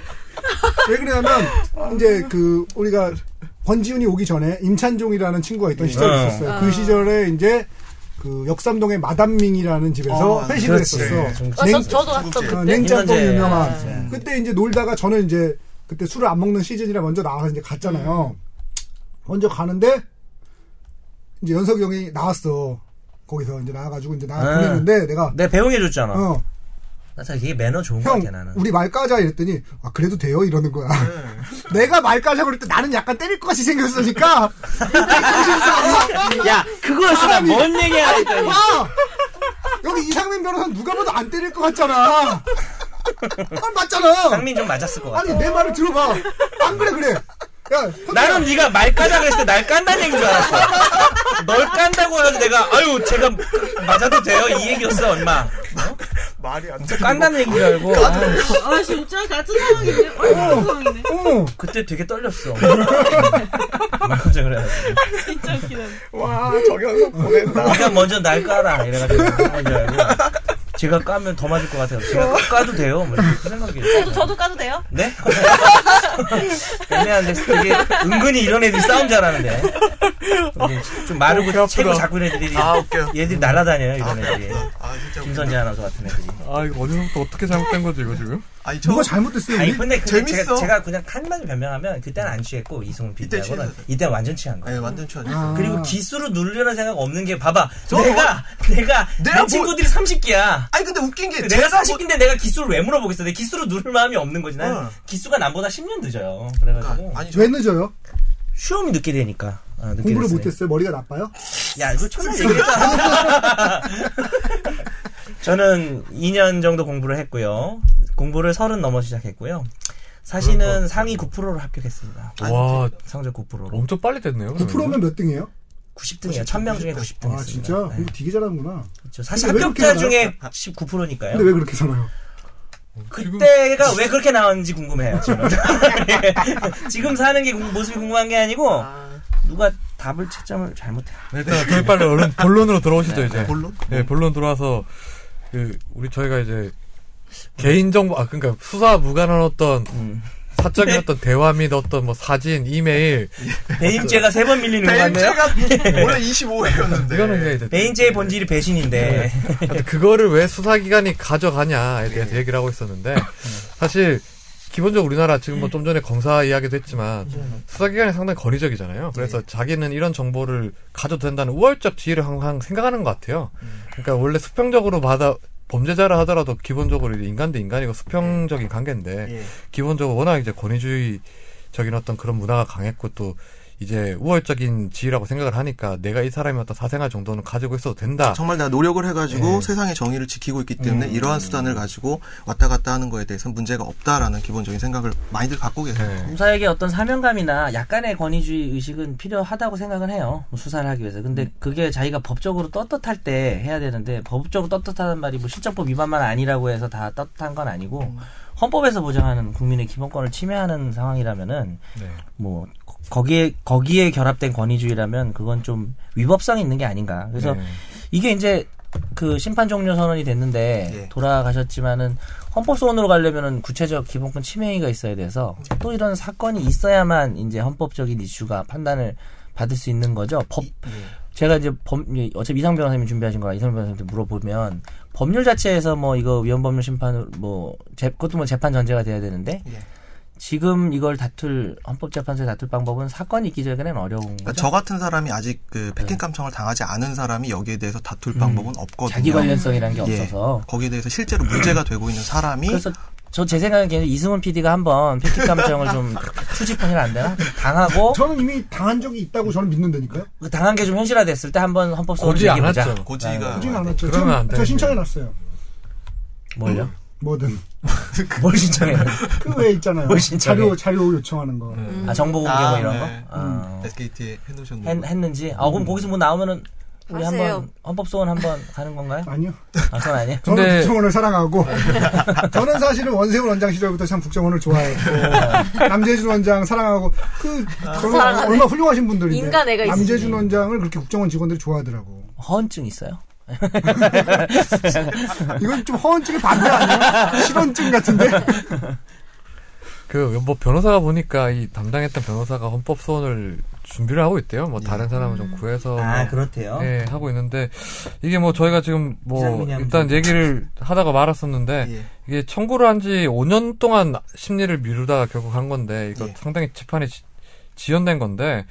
Speaker 2: 왜 그러냐면 이제 그 우리가 권지훈이 오기 전에 임찬종이라는 친구가 있던 시절이
Speaker 5: 어.
Speaker 2: 있었어요.
Speaker 8: 아.
Speaker 2: 그 시절에 이제 그 역삼동의 마담밍이라는 집에서
Speaker 3: 어,
Speaker 2: 회식을
Speaker 5: 그렇지. 네,
Speaker 2: 했었어.
Speaker 8: 아,
Speaker 2: 냉-
Speaker 8: 저, 저도 갔던
Speaker 2: 어,
Speaker 8: 그때.
Speaker 2: 냉장고
Speaker 5: 인간제.
Speaker 2: 유명한.
Speaker 5: 음.
Speaker 2: 그때 이제 놀다가 저는 이제 그때 술을 안 먹는 시즌이라 먼저 나가서 이제 갔잖아요. 먼저 가는데 이제 연석이 형이 나왔어. 거기서 이제 나와가지고 이제 나
Speaker 5: 음.
Speaker 2: 보냈는데 내가
Speaker 5: 내가 배웅해줬잖아.
Speaker 2: 어,
Speaker 5: 나 사실 이게 매너 좋은 거
Speaker 2: 형
Speaker 5: 같아 네, 나는.
Speaker 2: 우리 말 까자 이랬더니 아 그래도 돼요 이러는 거야.
Speaker 5: 네.
Speaker 2: <laughs> 내가 말 까자 그럴 때 나는 약간 때릴 것 같이
Speaker 5: <laughs>
Speaker 2: 생겼으니까
Speaker 5: 아, 야 그거였어
Speaker 2: 사람이-
Speaker 5: 나뭔 얘기야 했더니.
Speaker 2: 아! 여기 이상민 변호사 누가 봐도 안 때릴 것 같잖아. 아 맞잖아.
Speaker 5: 상민 좀 맞았을 것 같아.
Speaker 2: 아니 내 말을 들어봐. 안 그래 그래. 야
Speaker 5: 나는 네가 말 까자 그랬을 때 날 깐다는 얘기인 줄 알았어. 널 깐다고 해서 내가 아유 제가 맞아도 돼요 이 얘기였어 얼마. 어?
Speaker 3: 말이 안 돼.
Speaker 5: 깐다는 얘기인 줄 알고. 아,
Speaker 8: 아 진짜 같은 상황이네. 같은 상황이네.
Speaker 2: 어.
Speaker 5: 그때 되게 떨렸어. 맞아 그래가지고.
Speaker 8: 진짜 웃기다.
Speaker 3: 와
Speaker 2: 어,
Speaker 3: 정현석 보낸다.
Speaker 5: 네가 먼저 날 까라 이래가지고 깐줄 알고. 제가 까면 더 맞을 것 같아요. 제가 까도 돼요. 뭐 이렇게 그 생각이.
Speaker 8: 저도 저도 까도 돼요?
Speaker 5: 네? 애매한데 되게 은근히 이런 애들이 싸움 잘하는데 되게 좀 마르고
Speaker 3: 어,
Speaker 5: 체구
Speaker 3: 배아프다.
Speaker 5: 작은 애들이
Speaker 3: 아 웃겨.
Speaker 5: 얘들이 날아다녀요
Speaker 3: 아,
Speaker 5: 이런 애들이
Speaker 3: 아 진짜 웃겨.
Speaker 5: 김선재 아나운서 같은 애들이
Speaker 1: 아 이거 어디서부터 어떻게 잘못된 거지 이거 지금?
Speaker 3: 아니 저
Speaker 2: 누가 잘못됐어요?
Speaker 5: 아니
Speaker 2: 우리?
Speaker 5: 근데, 근데 제가,
Speaker 3: 재밌어.
Speaker 5: 제가 그냥 한마디 변명하면 그때는 안 취했고 이승훈
Speaker 3: 이때
Speaker 5: PD하고는
Speaker 3: 취했어요.
Speaker 5: 이때 완전 취한 거예요
Speaker 3: 예, 완전 추웠죠.
Speaker 2: 아.
Speaker 5: 그리고 기수로 누르려는 생각 없는 게 봐봐
Speaker 3: 저-
Speaker 5: 내가 내가 내
Speaker 3: 내가 뭐-
Speaker 5: 친구들이 30기야
Speaker 3: 아니 근데 웃긴 게
Speaker 5: 내가
Speaker 3: 제가 뭐-
Speaker 5: 40인데 내가 기수를 왜 물어보겠어 내 기수로 누를 마음이 없는 거지 난
Speaker 3: 어.
Speaker 5: 기수가 남보다 10년 늦어요
Speaker 3: 그러니까,
Speaker 5: 그래가지고
Speaker 3: 아니 저
Speaker 2: 왜 늦어요?
Speaker 5: 시험이 늦게 되니까. 아, 늦게
Speaker 2: 공부를
Speaker 5: 됐어요.
Speaker 2: 못했어요? 머리가 나빠요?
Speaker 5: 야, 이거 천날 얘기했잖아. <laughs> 저는 2년 정도 공부를 했고요. 공부를 30 넘어 시작했고요. 사실은 상위 9%로 합격했습니다.
Speaker 1: 와
Speaker 5: 성적 9%로.
Speaker 1: 엄청 빨리 됐네요. 그러면.
Speaker 2: 9%면 몇 등이에요?
Speaker 5: 90등이에요. 네. 1000명 중에 90등. 그렇죠.
Speaker 2: 아 진짜? 공부 되게 잘하는구나.
Speaker 5: 사실
Speaker 2: 근데 왜 그렇게
Speaker 5: 합격자
Speaker 2: 많아요?
Speaker 5: 중에 19%니까요.
Speaker 2: 근데 왜 그렇게 살아요?
Speaker 5: 그때가 왜 그렇게 나왔는지 궁금해요. <laughs> 지금, 예. 지금 사는 게 궁- 모습이 궁금한 게 아니고 누가 답을 채점을 잘못해요.
Speaker 1: 네, 일단 저희 빨리 얼른 본론으로 들어오시죠 이제.
Speaker 3: 본론?
Speaker 1: 네, 본론 들어와서 그 우리 저희가 이제 개인 정보 아 그러니까 수사 무관한 어떤
Speaker 5: 음.
Speaker 1: 사적인 어떤 대화 및 어떤 뭐 사진, 이메일
Speaker 5: 배임죄가 세 번 밀리는 것 같네요.
Speaker 3: 배임죄가
Speaker 5: <laughs>
Speaker 3: 원래 25회였는데.
Speaker 1: 이거는 그냥 이제
Speaker 5: 배인제의 본질이 배신인데
Speaker 1: 하여튼 그거를 왜 수사기관이 가져가냐에 대해서
Speaker 5: 예.
Speaker 1: 얘기를 하고 있었는데 사실 기본적으로 우리나라 지금
Speaker 5: 예.
Speaker 1: 뭐 좀 전에 검사 이야기도 했지만 수사기관이 상당히 권위적이잖아요.
Speaker 5: 예.
Speaker 1: 그래서 자기는 이런 정보를 가져도 된다는 우월적 지위를 항상 생각하는 것 같아요.
Speaker 5: 예.
Speaker 1: 그러니까 원래 수평적으로 받아 범죄자라 하더라도 기본적으로 이제 인간 대 인간이고 수평적인 관계인데
Speaker 3: 예.
Speaker 1: 기본적으로 워낙 이제 권위주의적인 어떤 그런 문화가 강했고 또 이제 우월적인 지위라고 생각을 하니까 내가 이 사람이 어떤 사생활 정도는 가지고 있어도 된다.
Speaker 3: 정말 내가 노력을 해가지고
Speaker 1: 예.
Speaker 3: 세상의 정의를 지키고
Speaker 5: 음.
Speaker 3: 있기 때문에 이러한 수단을 가지고 왔다 갔다 하는 거에 대해서 는 문제가 없다라는 기본적인 생각을 많이들 갖고 계세요.
Speaker 1: 네.
Speaker 5: 검사에게 어떤 사명감이나 약간의 권위주의 의식은 필요하다고 생각은 해요 수사를 하기 위해서 근데 그게 자기가 법적으로 떳떳할 때 해야 되는데 법적으로 떳떳하단 말이 뭐 실정법 위반만 아니라고 해서 다 떳떳한 건 아니고 헌법에서 보장하는 국민의 기본권을 침해하는 상황이라면은
Speaker 1: 네.
Speaker 5: 뭐 거- 거기에 거기에 결합된 권위주의라면 그건 좀 위법성이 있는 게 아닌가 그래서
Speaker 1: 네.
Speaker 5: 이게 이제 그 심판 종료 선언이 됐는데
Speaker 3: 예.
Speaker 5: 돌아가셨지만은 헌법 소원으로 가려면은 구체적 기본권 침해 행위가 있어야 돼서 또 이런 사건이 있어야만 이제 헌법적인 이슈가 판단을 받을 수 있는 거죠. 법
Speaker 3: 예.
Speaker 5: 제가 이제 범 예, 어차피 이상 변호사님이 준비하신 거라 이상 변호사님한테 물어보면 법률 자체에서 뭐 이거 위헌법률 심판 뭐 재- 그것도 뭐 재판 전제가 돼야 되는데
Speaker 3: 예.
Speaker 5: 지금 이걸 다툴 헌법재판소에 다툴 방법은 사건이 있기 전에는 어려운
Speaker 3: 그러니까
Speaker 5: 거죠.
Speaker 3: 저 같은 사람이 아직 그
Speaker 5: 예.
Speaker 3: 패킹 감청을 당하지 않은 사람이 여기에 대해서 다툴 방법은 없거든요.
Speaker 5: 음. 자기 관련성이라는 게
Speaker 3: 예.
Speaker 5: 없어서
Speaker 3: 거기에 대해서 실제로 문제가 되고 있는 사람이
Speaker 5: 그래서 저 제 생각엔 개인 이승훈 PD가 한번 패킷 감정을 좀 투지폰이라 안 되나 당하고
Speaker 2: 저는 이미 당한 적이 있다고 저는 믿는다니까요.
Speaker 5: 그 당한 게 좀 현실화됐을 때 한번 헌법 소원
Speaker 1: 고지 안
Speaker 5: 얘기해보자.
Speaker 1: 하죠.
Speaker 5: 네.
Speaker 3: 고지가
Speaker 2: 하진 않았죠.
Speaker 1: 아, 네. 그러면 안
Speaker 2: 지금 저
Speaker 1: 되는데.
Speaker 2: 신청해놨어요.
Speaker 5: 뭘요?
Speaker 2: 뭐든
Speaker 5: <laughs> 뭘 신청해?
Speaker 1: 네.
Speaker 2: 그 왜 있잖아요.
Speaker 1: 뭐
Speaker 5: 뭘 신청해?
Speaker 2: 자료 자료 요청하는 거.
Speaker 5: 아 정보 공개
Speaker 3: 아,
Speaker 5: 뭐 이런
Speaker 3: 네.
Speaker 5: 거? 아, 음.
Speaker 3: SKT에 해놓으셨는데
Speaker 5: 했, 는지 아, 그럼 거기서 뭐 나오면은 우리
Speaker 4: 하세요.
Speaker 5: 한번 헌법 소원 한번 가는 건가요?
Speaker 2: 아니요.
Speaker 5: 아, 그건 아니에요.
Speaker 2: 저는
Speaker 11: 근데-
Speaker 2: 국정원을 사랑하고
Speaker 1: 네.
Speaker 2: <laughs> 저는 사실은 원세훈 원장 시절부터 참 국정원을
Speaker 1: 네.
Speaker 2: 좋아했고 남재준 원장 사랑하고 그 저는
Speaker 4: 아. 사랑하네.
Speaker 2: 얼마 훌륭하신 분들인데
Speaker 4: 인간 애가 있으시네.
Speaker 2: 남재준 원장을 그렇게 국정원 직원들이 좋아하더라고.
Speaker 5: 허언증 있어요?
Speaker 2: 이건 좀 허언증의 반대 아니야? 실언증 같은데.
Speaker 1: 그 뭐 변호사가 보니까 이 담당했던 변호사가 헌법 소원을 준비를 하고 있대요. 뭐 다른 사람은 좀 구해서
Speaker 5: 예. 아,
Speaker 1: 뭐
Speaker 5: 그렇대요.
Speaker 3: 네.
Speaker 1: 예, 하고 있는데 이게 뭐 저희가 지금 뭐
Speaker 5: 이상민이 한번
Speaker 1: 일단
Speaker 5: 좀-
Speaker 1: 얘기를 하다가 말았었는데
Speaker 5: 네.
Speaker 3: 예.
Speaker 1: 이게 청구를 한 지 5년 동안 심리를 미루다가 결국 한 건데 이거
Speaker 3: 예.
Speaker 1: 상당히 재판이 지, 연된 건데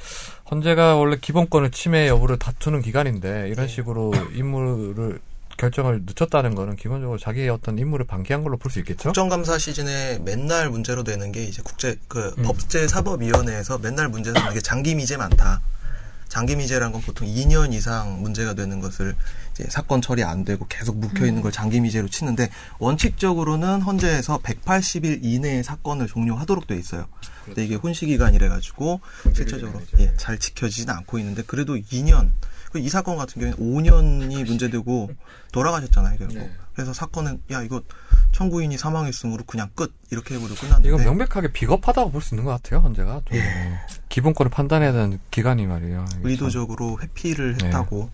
Speaker 1: 헌재가 원래 기본권을 침해 여부를 다투는 기간인데
Speaker 5: 예.
Speaker 1: 이런 식으로 임무를 결정을 늦췄다는 거는 기본적으로 자기의 어떤 임무를 방기한 걸로 볼 수 있겠죠.
Speaker 3: 국정감사 시즌에 맨날 문제로 되는 게 이제 국제 그
Speaker 5: 음.
Speaker 3: 법제사법위원회에서 맨날 문제로 되는 게 장기 미제 많다. 장기 미제란 건 보통 2년 이상 문제가 되는 것을 이제 사건 처리 안 되고 계속 묵혀
Speaker 1: 음.
Speaker 3: 있는 걸 장기 미제로 치는데 원칙적으로는 헌재에서 180일 이내에 사건을 종료하도록 돼 있어요. 근데 이게
Speaker 1: 그렇죠.
Speaker 3: 혼시 기간이래 가지고 실질적으로 예, 잘 지켜지진 않고 있는데 그래도 2년 그이 사건 같은 경우에는 5년이 문제되고 돌아가셨잖아요, 결국.
Speaker 1: 네.
Speaker 3: 그래서 사건은 야 이거 청구인이 사망했으므로 그냥 끝 이렇게 해버리고 끝났는데
Speaker 1: 이건 명백하게 비겁하다고 볼 수 있는 것 같아요. 헌재가 좀뭐 기본권을 판단해야 되는 기간이 말이에요. 이게 참.
Speaker 3: 의도적으로 회피를
Speaker 1: 네.
Speaker 3: 했다고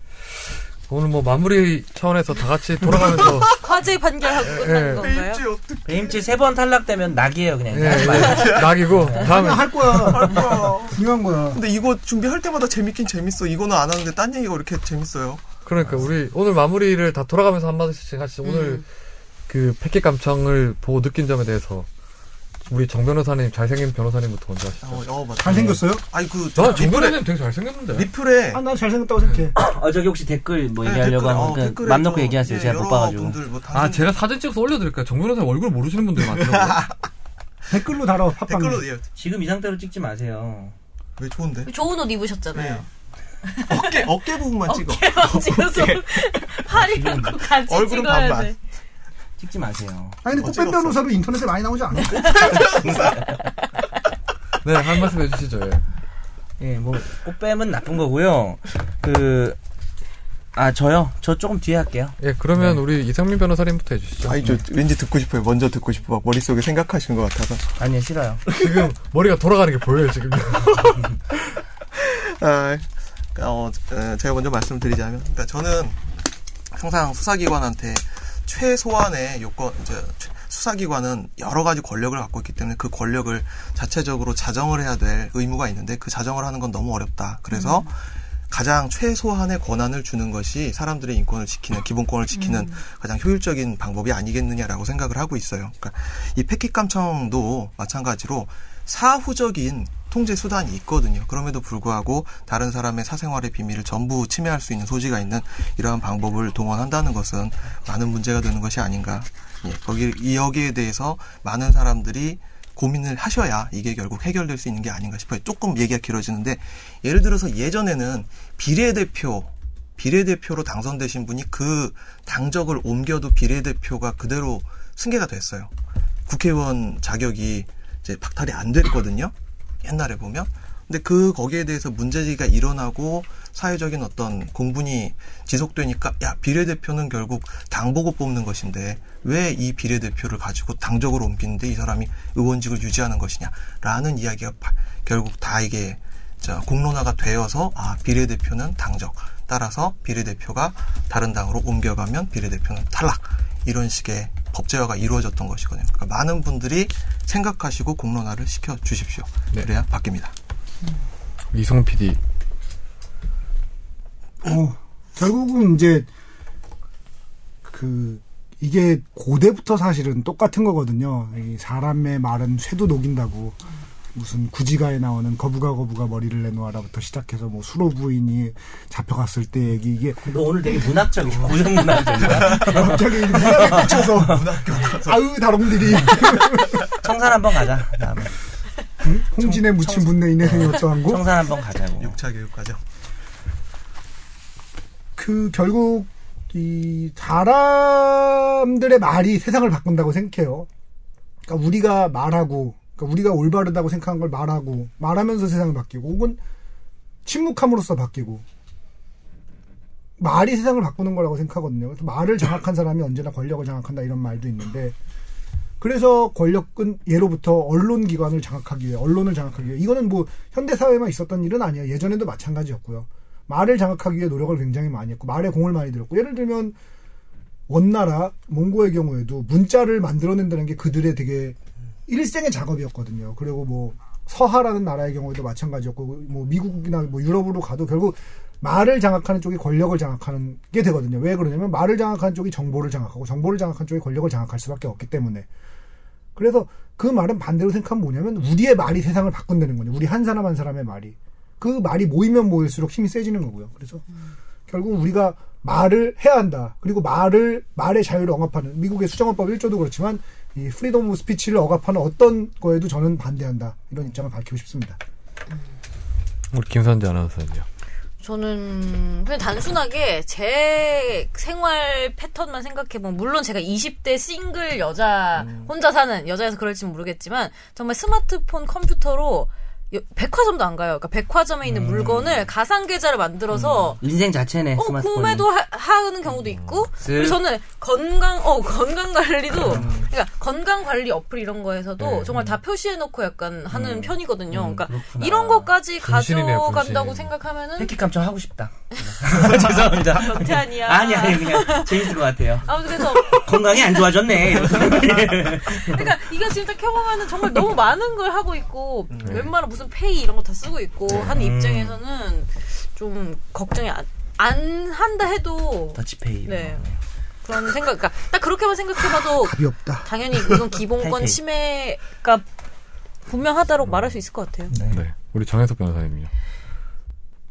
Speaker 1: 오늘 뭐 마무리 차원에서 다 같이 돌아가면서
Speaker 12: 화재 판결하고
Speaker 2: 네.
Speaker 12: 끝나는 건가요?
Speaker 5: 배임치 세 번 탈락되면 낙이에요, 그냥.
Speaker 1: 예,
Speaker 3: 네.
Speaker 1: 예, 낙이고 다음에
Speaker 2: 그냥 할 거야. 중요한 거야.
Speaker 3: 근데 이거 준비할 때마다 재밌긴 재밌어 이거는 안 하는데 딴 얘기가 이렇게 재밌어요
Speaker 1: 그러니까 우리 오늘 마무리를 다 돌아가면서 한마디씩 하시죠. 오늘 그 패킷 감청을 보고 느낀 점에 대해서 우리 정 변호사님 잘생긴 변호사님부터 먼저 하시죠.
Speaker 3: 어, 어 맞다
Speaker 2: 잘생겼어요?
Speaker 3: 아니 그
Speaker 1: 저정
Speaker 3: 리플에
Speaker 1: 변호사님 되게 잘생겼는데.
Speaker 3: 리플에
Speaker 4: 네.
Speaker 2: 아, 난 잘생겼다고 생각해.
Speaker 5: <laughs> 어, 저기 혹시 댓글 뭐
Speaker 3: 네,
Speaker 5: 얘기하려고
Speaker 3: 댓글에, 어,
Speaker 5: 하면
Speaker 3: 댓글에
Speaker 5: 맘 놓고
Speaker 3: 좀,
Speaker 5: 얘기하세요.
Speaker 3: 예,
Speaker 5: 제가
Speaker 3: 여러
Speaker 5: 바빠가지고.
Speaker 3: 분들 뭐
Speaker 1: 아
Speaker 3: 당신-
Speaker 1: 제가 사진 찍어서 올려드릴까요? 정 변호사님 얼굴 모르시는 분들 많더라고요.
Speaker 2: 댓글로 달아, 팟빵에.
Speaker 3: 댓글로 예,
Speaker 5: 지금 이 상태로 찍지 마세요.
Speaker 3: 왜 좋은데
Speaker 4: 좋은 옷
Speaker 3: 네.
Speaker 4: <laughs> 입으셨잖아요.
Speaker 3: 예. 어깨 어깨 부분만 찍어
Speaker 4: 찍어서 <laughs> 팔이랑 꼭 같이
Speaker 3: 네. 아, 얼굴은
Speaker 4: 찍어야
Speaker 3: 반만.
Speaker 4: 돼.
Speaker 5: 찍지 마세요.
Speaker 2: 아니, 근데 꽃뱀
Speaker 3: 찍었어.
Speaker 2: 변호사로 인터넷에 많이 나오지 않아?
Speaker 1: <laughs> 네 한 말씀 해주시죠. 예.
Speaker 5: 예, 뭐 꽃뱀은 나쁜 거고요. 그 아, 저요? 저 조금 뒤에 할게요.
Speaker 1: 예, 그러면 우리 이상민 변호사님부터 해주시죠.
Speaker 3: 아니 저 왠지 듣고 싶어요 먼저 듣고 싶어 막 머릿속에 생각하시는 것 같아서
Speaker 5: 아니요, 싫어요.
Speaker 1: 지금 머리가 돌아가는 게 보여요 지금.
Speaker 3: 아, 어, 어, 제가 먼저 말씀드리자면, 그러니까 저는 항상 수사기관한테 최소한의 요건, 이제 최- 수사기관은 여러 가지 권력을 갖고 있기 때문에 그 권력을 자체적으로 자정을 해야 될 의무가 있는데 그 자정을 하는 건 너무 어렵다. 그래서 가장 최소한의 권한을 주는 것이 사람들의 인권을 지키는 기본권을 지키는 가장 효율적인 방법이 아니겠느냐라고 생각을 하고 있어요. 그러니까 이 패킷 감청도 마찬가지로 사후적인 통제 수단이 있거든요. 그럼에도 불구하고 다른 사람의 사생활의 비밀을 전부 침해할 수 있는 소지가 있는 이러한 방법을 동원한다는 것은 많은 문제가 되는 것이 아닌가. 예, 거기 이 여기에 대해서 많은 사람들이 고민을 하셔야 이게 결국 해결될 수 있는 게 아닌가 싶어요. 조금 얘기가 길어지는데 예를 들어서 예전에는 비례대표 비례대표로 당선되신 분이 그 당적을 옮겨도 비례대표가 그대로 승계가 됐어요. 국회의원 자격이 이제 박탈이 안 됐거든요. 옛날에 보면. 근데 그 거기에 대해서 문제지가 일어나고 사회적인 어떤 공분이 지속되니까 야 비례대표는 결국 당 보고 뽑는 것인데 왜 이 비례대표를 가지고 당적으로 옮기는데 이 사람이 의원직을 유지하는 것이냐라는 이야기가 바- 결국 다 이게 자, 공론화가 되어서 아 비례대표는 당적 따라서 비례대표가 다른 당으로 옮겨가면 비례대표는 탈락 이런 식의 법제화가 이루어졌던 것이거든요. 그러니까 많은 분들이 생각하시고 공론화를 시켜 주십시오.
Speaker 1: 네.
Speaker 3: 그래야 바뀝니다.
Speaker 1: <laughs> 이성 PD.
Speaker 2: 어, 결국은 이제 그 이게 고대부터 사실은 똑같은 거거든요. 이 사람의 말은 쇠도 녹인다고 무슨 구지가에 나오는 거부가 거부가 머리를 내놓아라부터 시작해서 뭐 수로 부인이 잡혀갔을 때 얘기 이게
Speaker 5: 너 오늘 되게 어, 문학적이고 고정문학적이야.
Speaker 2: 갑자기 <laughs> 문학에 꽂혀서 아유 <laughs> 다롱들이
Speaker 5: 청산 한번 가자. 다음에.
Speaker 2: 홍진에 묻힌 분내 인내생이 어떠한고
Speaker 5: 청산 한번 가자고.
Speaker 3: 육차 교육과정.
Speaker 2: 그 결국 이 사람들의 말이 세상을 바꾼다고 생각해요. 그러니까 우리가 말하고 그러니까 우리가 올바르다고 생각한 걸 말하고 말하면서 세상이 바뀌고 혹은 침묵함으로써 바뀌고 말이 세상을 바꾸는 거라고 생각하거든요. 그래서 말을 장악한 사람이 언제나 권력을 장악한다 이런 말도 있는데 그래서 권력은 예로부터 언론 기관을 장악하기 위해 언론을 장악하기 위해 이거는 뭐 현대 사회만 있었던 일은 아니에요. 예전에도 마찬가지였고요. 말을 장악하기 위해 노력을 굉장히 많이 했고 말에 공을 많이 들였고 예를 들면 원나라 몽고의 경우에도 문자를 만들어낸다는 게 그들의 되게 일생의 작업이었거든요. 그리고 뭐 서하라는 나라의 경우에도 마찬가지였고 뭐 미국이나 뭐 유럽으로 가도 결국 말을 장악하는 쪽이 권력을 장악하는 게 되거든요. 왜 그러냐면 말을 장악하는 쪽이 정보를 장악하고 정보를 장악한 쪽이 권력을 장악할 수밖에 없기 때문에 그래서 그 말은 반대로 생각하면 뭐냐면 우리의 말이 세상을 바꾼다는 거죠. 우리 한 사람 한 사람의 말이 그 말이 모이면 모일수록 힘이 세지는 거고요. 그래서 결국 우리가 말을 해야 한다. 그리고 말을 말의 자유를 억압하는 미국의 수정헌법 1조도 그렇지만 이 프리덤 오브 스피치를 억압하는 어떤 거에도 저는 반대한다. 이런 입장을 밝히고 싶습니다.
Speaker 1: 우리 김선재 아나운서는요.
Speaker 4: 저는 그냥 단순하게 제 생활 패턴만 생각해보면 물론 제가 20대 싱글 여자
Speaker 3: 음.
Speaker 4: 혼자 사는 여자여서 그럴지 는 모르겠지만 정말 스마트폰 컴퓨터로 여- 백화점도 안 가요. 그러니까
Speaker 3: 음.
Speaker 4: 백화점에 있는 물건을 가상 계좌를 만들어서
Speaker 5: 인생 자체네
Speaker 4: 어,
Speaker 5: 스마트폰.
Speaker 4: 구매도 하, 는 경우도 있고
Speaker 5: 네.
Speaker 4: 그리고 저는 건강 어 건강 관리도
Speaker 5: 음.
Speaker 4: 그러니까 건강 관리 어플 이런 거에서도
Speaker 5: 네.
Speaker 4: 정말 다 표시해 놓고 약간 하는 편이거든요. 그러니까
Speaker 5: 음. 그렇구나.
Speaker 4: 이런 것까지
Speaker 1: 분신이네요,
Speaker 4: 가져간다고
Speaker 1: 분신.
Speaker 4: 생각하면은
Speaker 5: 패키 감청 하고 싶다. <laughs> 죄송합니다.
Speaker 4: 변태 아니야.
Speaker 5: <laughs> 아니 아니 그냥 재밌을 것 같아요.
Speaker 4: 아무튼 그래서 <laughs>
Speaker 5: 건강이 안 좋아졌네. <laughs> 이러면서.
Speaker 4: 그러니까 이거 지금 딱 켜보면은 정말 너무 많은 걸 하고 있고
Speaker 5: 음. 네.
Speaker 4: 웬만한 무슨 페이 이런 거 다 쓰고 있고 하는 입장에서는 좀 걱정이 안, 안 한다 해도
Speaker 5: 더치페이. 아, 이런
Speaker 4: 네.
Speaker 5: 거.
Speaker 4: 그런 생각 그러니까 딱 그렇게만 생각해봐도
Speaker 2: 답이 없다.
Speaker 4: 당연히
Speaker 5: <laughs>
Speaker 4: 이건 기본권
Speaker 5: 타이페이. 음.
Speaker 4: 침해가 분명하다고 말할 수 있을 것 같아요.
Speaker 1: 네. 우리 정혜석 변호사님요.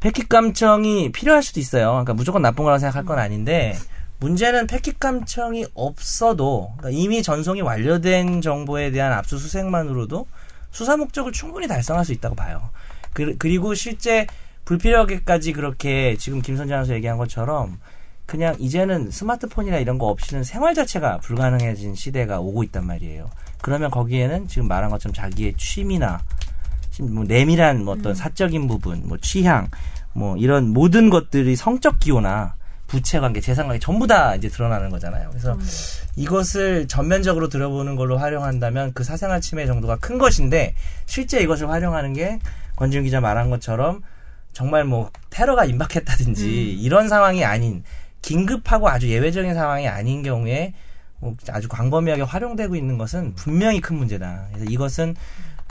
Speaker 5: 패킷 감청이 필요할 수도 있어요. 그러니까 무조건 나쁜 거라고 생각할 건 아닌데 문제는 패킷 감청이 없어도 그러니까 이미 전송이 완료된 정보에 대한 압수수색만으로도 수사 목적을 충분히 달성할 수 있다고 봐요. 그, 리고 실제 불필요하게까지 그렇게 지금 김선재 아나운서 얘기한 것처럼 그냥 이제는 스마트폰이나 이런 거 없이는 생활 자체가 불가능해진 시대가 오고 있단 말이에요. 그러면 거기에는 지금 말한 것처럼 자기의 취미나 뭐 내밀한 뭐 어떤 사적인 부분, 뭐 취향, 뭐 이런 모든 것들이 성적 기호나 부채 관계, 재산 관계 전부 다 이제 드러나는 거잖아요. 그래서 이것을 전면적으로 들어보는 걸로 활용한다면 그 사생활 침해 정도가 큰 것인데 실제 이것을 활용하는 게 권지훈 기자 말한 것처럼 정말 뭐 테러가 임박했다든지 이런 상황이 아닌 긴급하고 아주 예외적인 상황이 아닌 경우에 뭐 아주 광범위하게 활용되고 있는 것은 분명히 큰 문제다. 그래서 이것은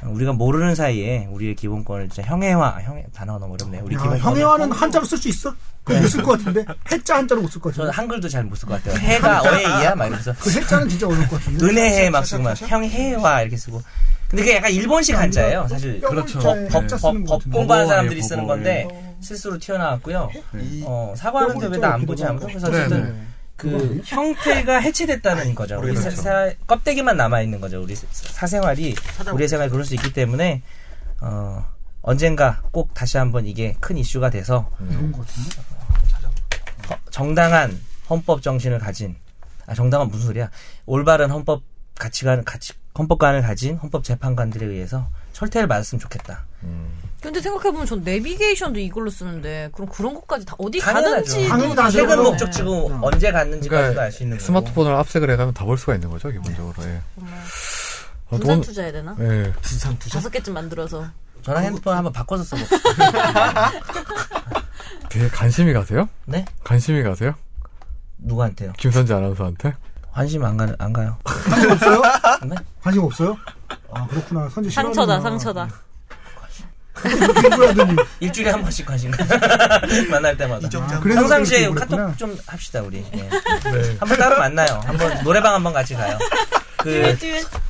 Speaker 5: 우리가 모르는 사이에 우리의 기본권을 진짜 형해화, 형해 단어가 너무 어렵네요. 우리
Speaker 2: 아,
Speaker 5: 기본권을
Speaker 2: 형해화는 한자로 쓸 수 있어? 그 못쓸 것 같은데 해자 한자로 못 쓸 것
Speaker 5: 저는
Speaker 2: 같은데
Speaker 5: 한글도 잘 못 쓸 것 같아요. 해가 어해이야 막 이러면서
Speaker 2: 그 해자는 진짜 어려울 것 같은데
Speaker 5: 은혜해 막 쓰고
Speaker 2: 그렇죠.
Speaker 5: 막 형해와 이렇게 쓰고. 근데 그게 약간 일본식 한자예요. 사실
Speaker 2: 그렇죠.
Speaker 5: 법,
Speaker 2: 법자
Speaker 5: 법, 법,
Speaker 2: 쓰는 거
Speaker 5: 법
Speaker 2: 같은데.
Speaker 5: 공부하는
Speaker 1: 법어예요,
Speaker 5: 사람들이
Speaker 1: 법어.
Speaker 5: 쓰는 건데 실수로 튀어나왔고요.
Speaker 3: 이
Speaker 5: 어, 사과하는데 왜 나 안 보지 아무도 그래서 어쨌든 그 형태가 해체됐다는 거죠. 우리 사, 사- 껍데기만 남아 있는 거죠. 우리 사- 사생활이 우리의 생활이 그럴 수 있기 때문에 어, 언젠가 꼭 다시 한번 이게 큰 이슈가 돼서
Speaker 2: 그런 것 같은데
Speaker 5: 허- 정당한 헌법 정신을 가진 아 정당한 무슨 소리야 올바른 헌법 가치관 가치 헌법관을 가진 헌법 재판관들에 의해서 철퇴를 맞았으면 좋겠다.
Speaker 4: 근데 생각해보면 전 내비게이션도 이걸로 쓰는데 그럼 그런 것까지 다 어디
Speaker 5: 당연하죠.
Speaker 4: 가는지 음.
Speaker 2: 당연히 다
Speaker 5: 최근
Speaker 2: 그럼.
Speaker 5: 목적지고 언제 갔는지까지도
Speaker 1: 그러니까
Speaker 5: 알 수 있는 거고.
Speaker 1: 스마트폰을 압색을 해가면 다 볼 수가 있는 거죠, 기본적으로. 예. 어,
Speaker 4: 분산
Speaker 1: 돈-
Speaker 4: 투자해야 되나?
Speaker 5: 아,
Speaker 1: 예.
Speaker 3: 부산 투자
Speaker 4: 다섯 개쯤 만들어서
Speaker 5: 음. 저랑 핸드폰 한번 바꿔서 써봅시다.
Speaker 1: 되게 관심이 가세요?
Speaker 5: 네?
Speaker 1: 관심이 가세요?
Speaker 5: 누구한테요?
Speaker 1: 김선재 아나운서한테?
Speaker 5: 관심 안, 가, 안 가요.
Speaker 2: 관심 없어요?
Speaker 5: 네?
Speaker 2: 관심 없어요? 아 그렇구나 선재
Speaker 4: 상처다
Speaker 5: 음.
Speaker 2: 싫어하는구나.
Speaker 4: 상처다.
Speaker 2: 일부라더니
Speaker 5: <laughs> 일주일에 한 번씩 관심 가 <laughs> 만날 때마다.
Speaker 2: 아,
Speaker 3: 이정장
Speaker 2: 그래서
Speaker 5: 평상시에
Speaker 2: 그렇게
Speaker 5: 카톡
Speaker 2: 보냈구나.
Speaker 5: 좀 합시다 우리. 예. 한번 따로 만나요. 한번 노래방 한번 같이 가요. 그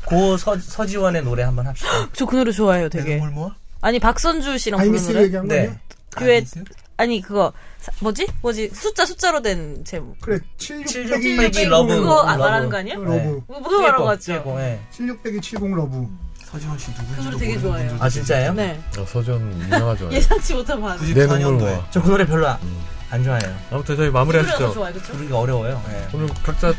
Speaker 5: 그고 서지원의 노래 한번 합시다.
Speaker 4: 네, 저 그 노래 좋아해요
Speaker 3: 되게
Speaker 4: 되게.
Speaker 3: 뭘
Speaker 4: 아니 박선주 씨랑 부른
Speaker 2: 아이미스
Speaker 4: 노래.
Speaker 2: 얘기한 거예요?
Speaker 5: 네.
Speaker 4: 교회
Speaker 3: 뭐? 아이미스?
Speaker 4: 아니 그거 사- 뭐지 뭐지 숫자 숫자로 된 제목.
Speaker 2: 그래 76
Speaker 5: 76
Speaker 2: 빼기
Speaker 5: 빼기
Speaker 2: 70
Speaker 5: 러브.
Speaker 4: 그거 아,
Speaker 5: 러브.
Speaker 4: 말하는 거 아니야?
Speaker 2: 러브
Speaker 4: 뭐 그거 말하는 거 같죠?
Speaker 5: 찔고, 예.
Speaker 2: 76 빼기 70 러브
Speaker 3: 서지원 씨
Speaker 4: 그
Speaker 3: 누구인지도
Speaker 4: 노래 되게 좋아해요.
Speaker 5: 아 진짜요?
Speaker 4: 네
Speaker 1: 어, 서전 유명하죠.
Speaker 5: <laughs>
Speaker 4: 예상치 못한 반.
Speaker 1: 내 눈물 모아.
Speaker 3: 94년도에
Speaker 5: 저 그 노래 별로 아- 안 좋아해요.
Speaker 1: 아무튼 저희
Speaker 4: 그래서
Speaker 1: 마무리하시죠.
Speaker 4: 좋아요 그쵸?
Speaker 5: 부르기가 어려워요. 예.
Speaker 1: 오늘 각자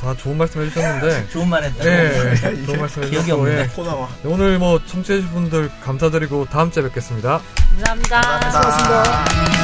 Speaker 1: 다 좋은 말씀 해주셨는데.
Speaker 5: <laughs> 좋은 말 했다.
Speaker 1: 예, 예, 좋은 말씀
Speaker 5: 기억이
Speaker 1: 해주셨고.
Speaker 5: 없네.
Speaker 1: 예.
Speaker 3: 코 나와
Speaker 1: 오늘 뭐 청취해주신 분들 감사드리고 다음 주에 뵙겠습니다.
Speaker 4: 감사합니다.
Speaker 3: 감사합니다.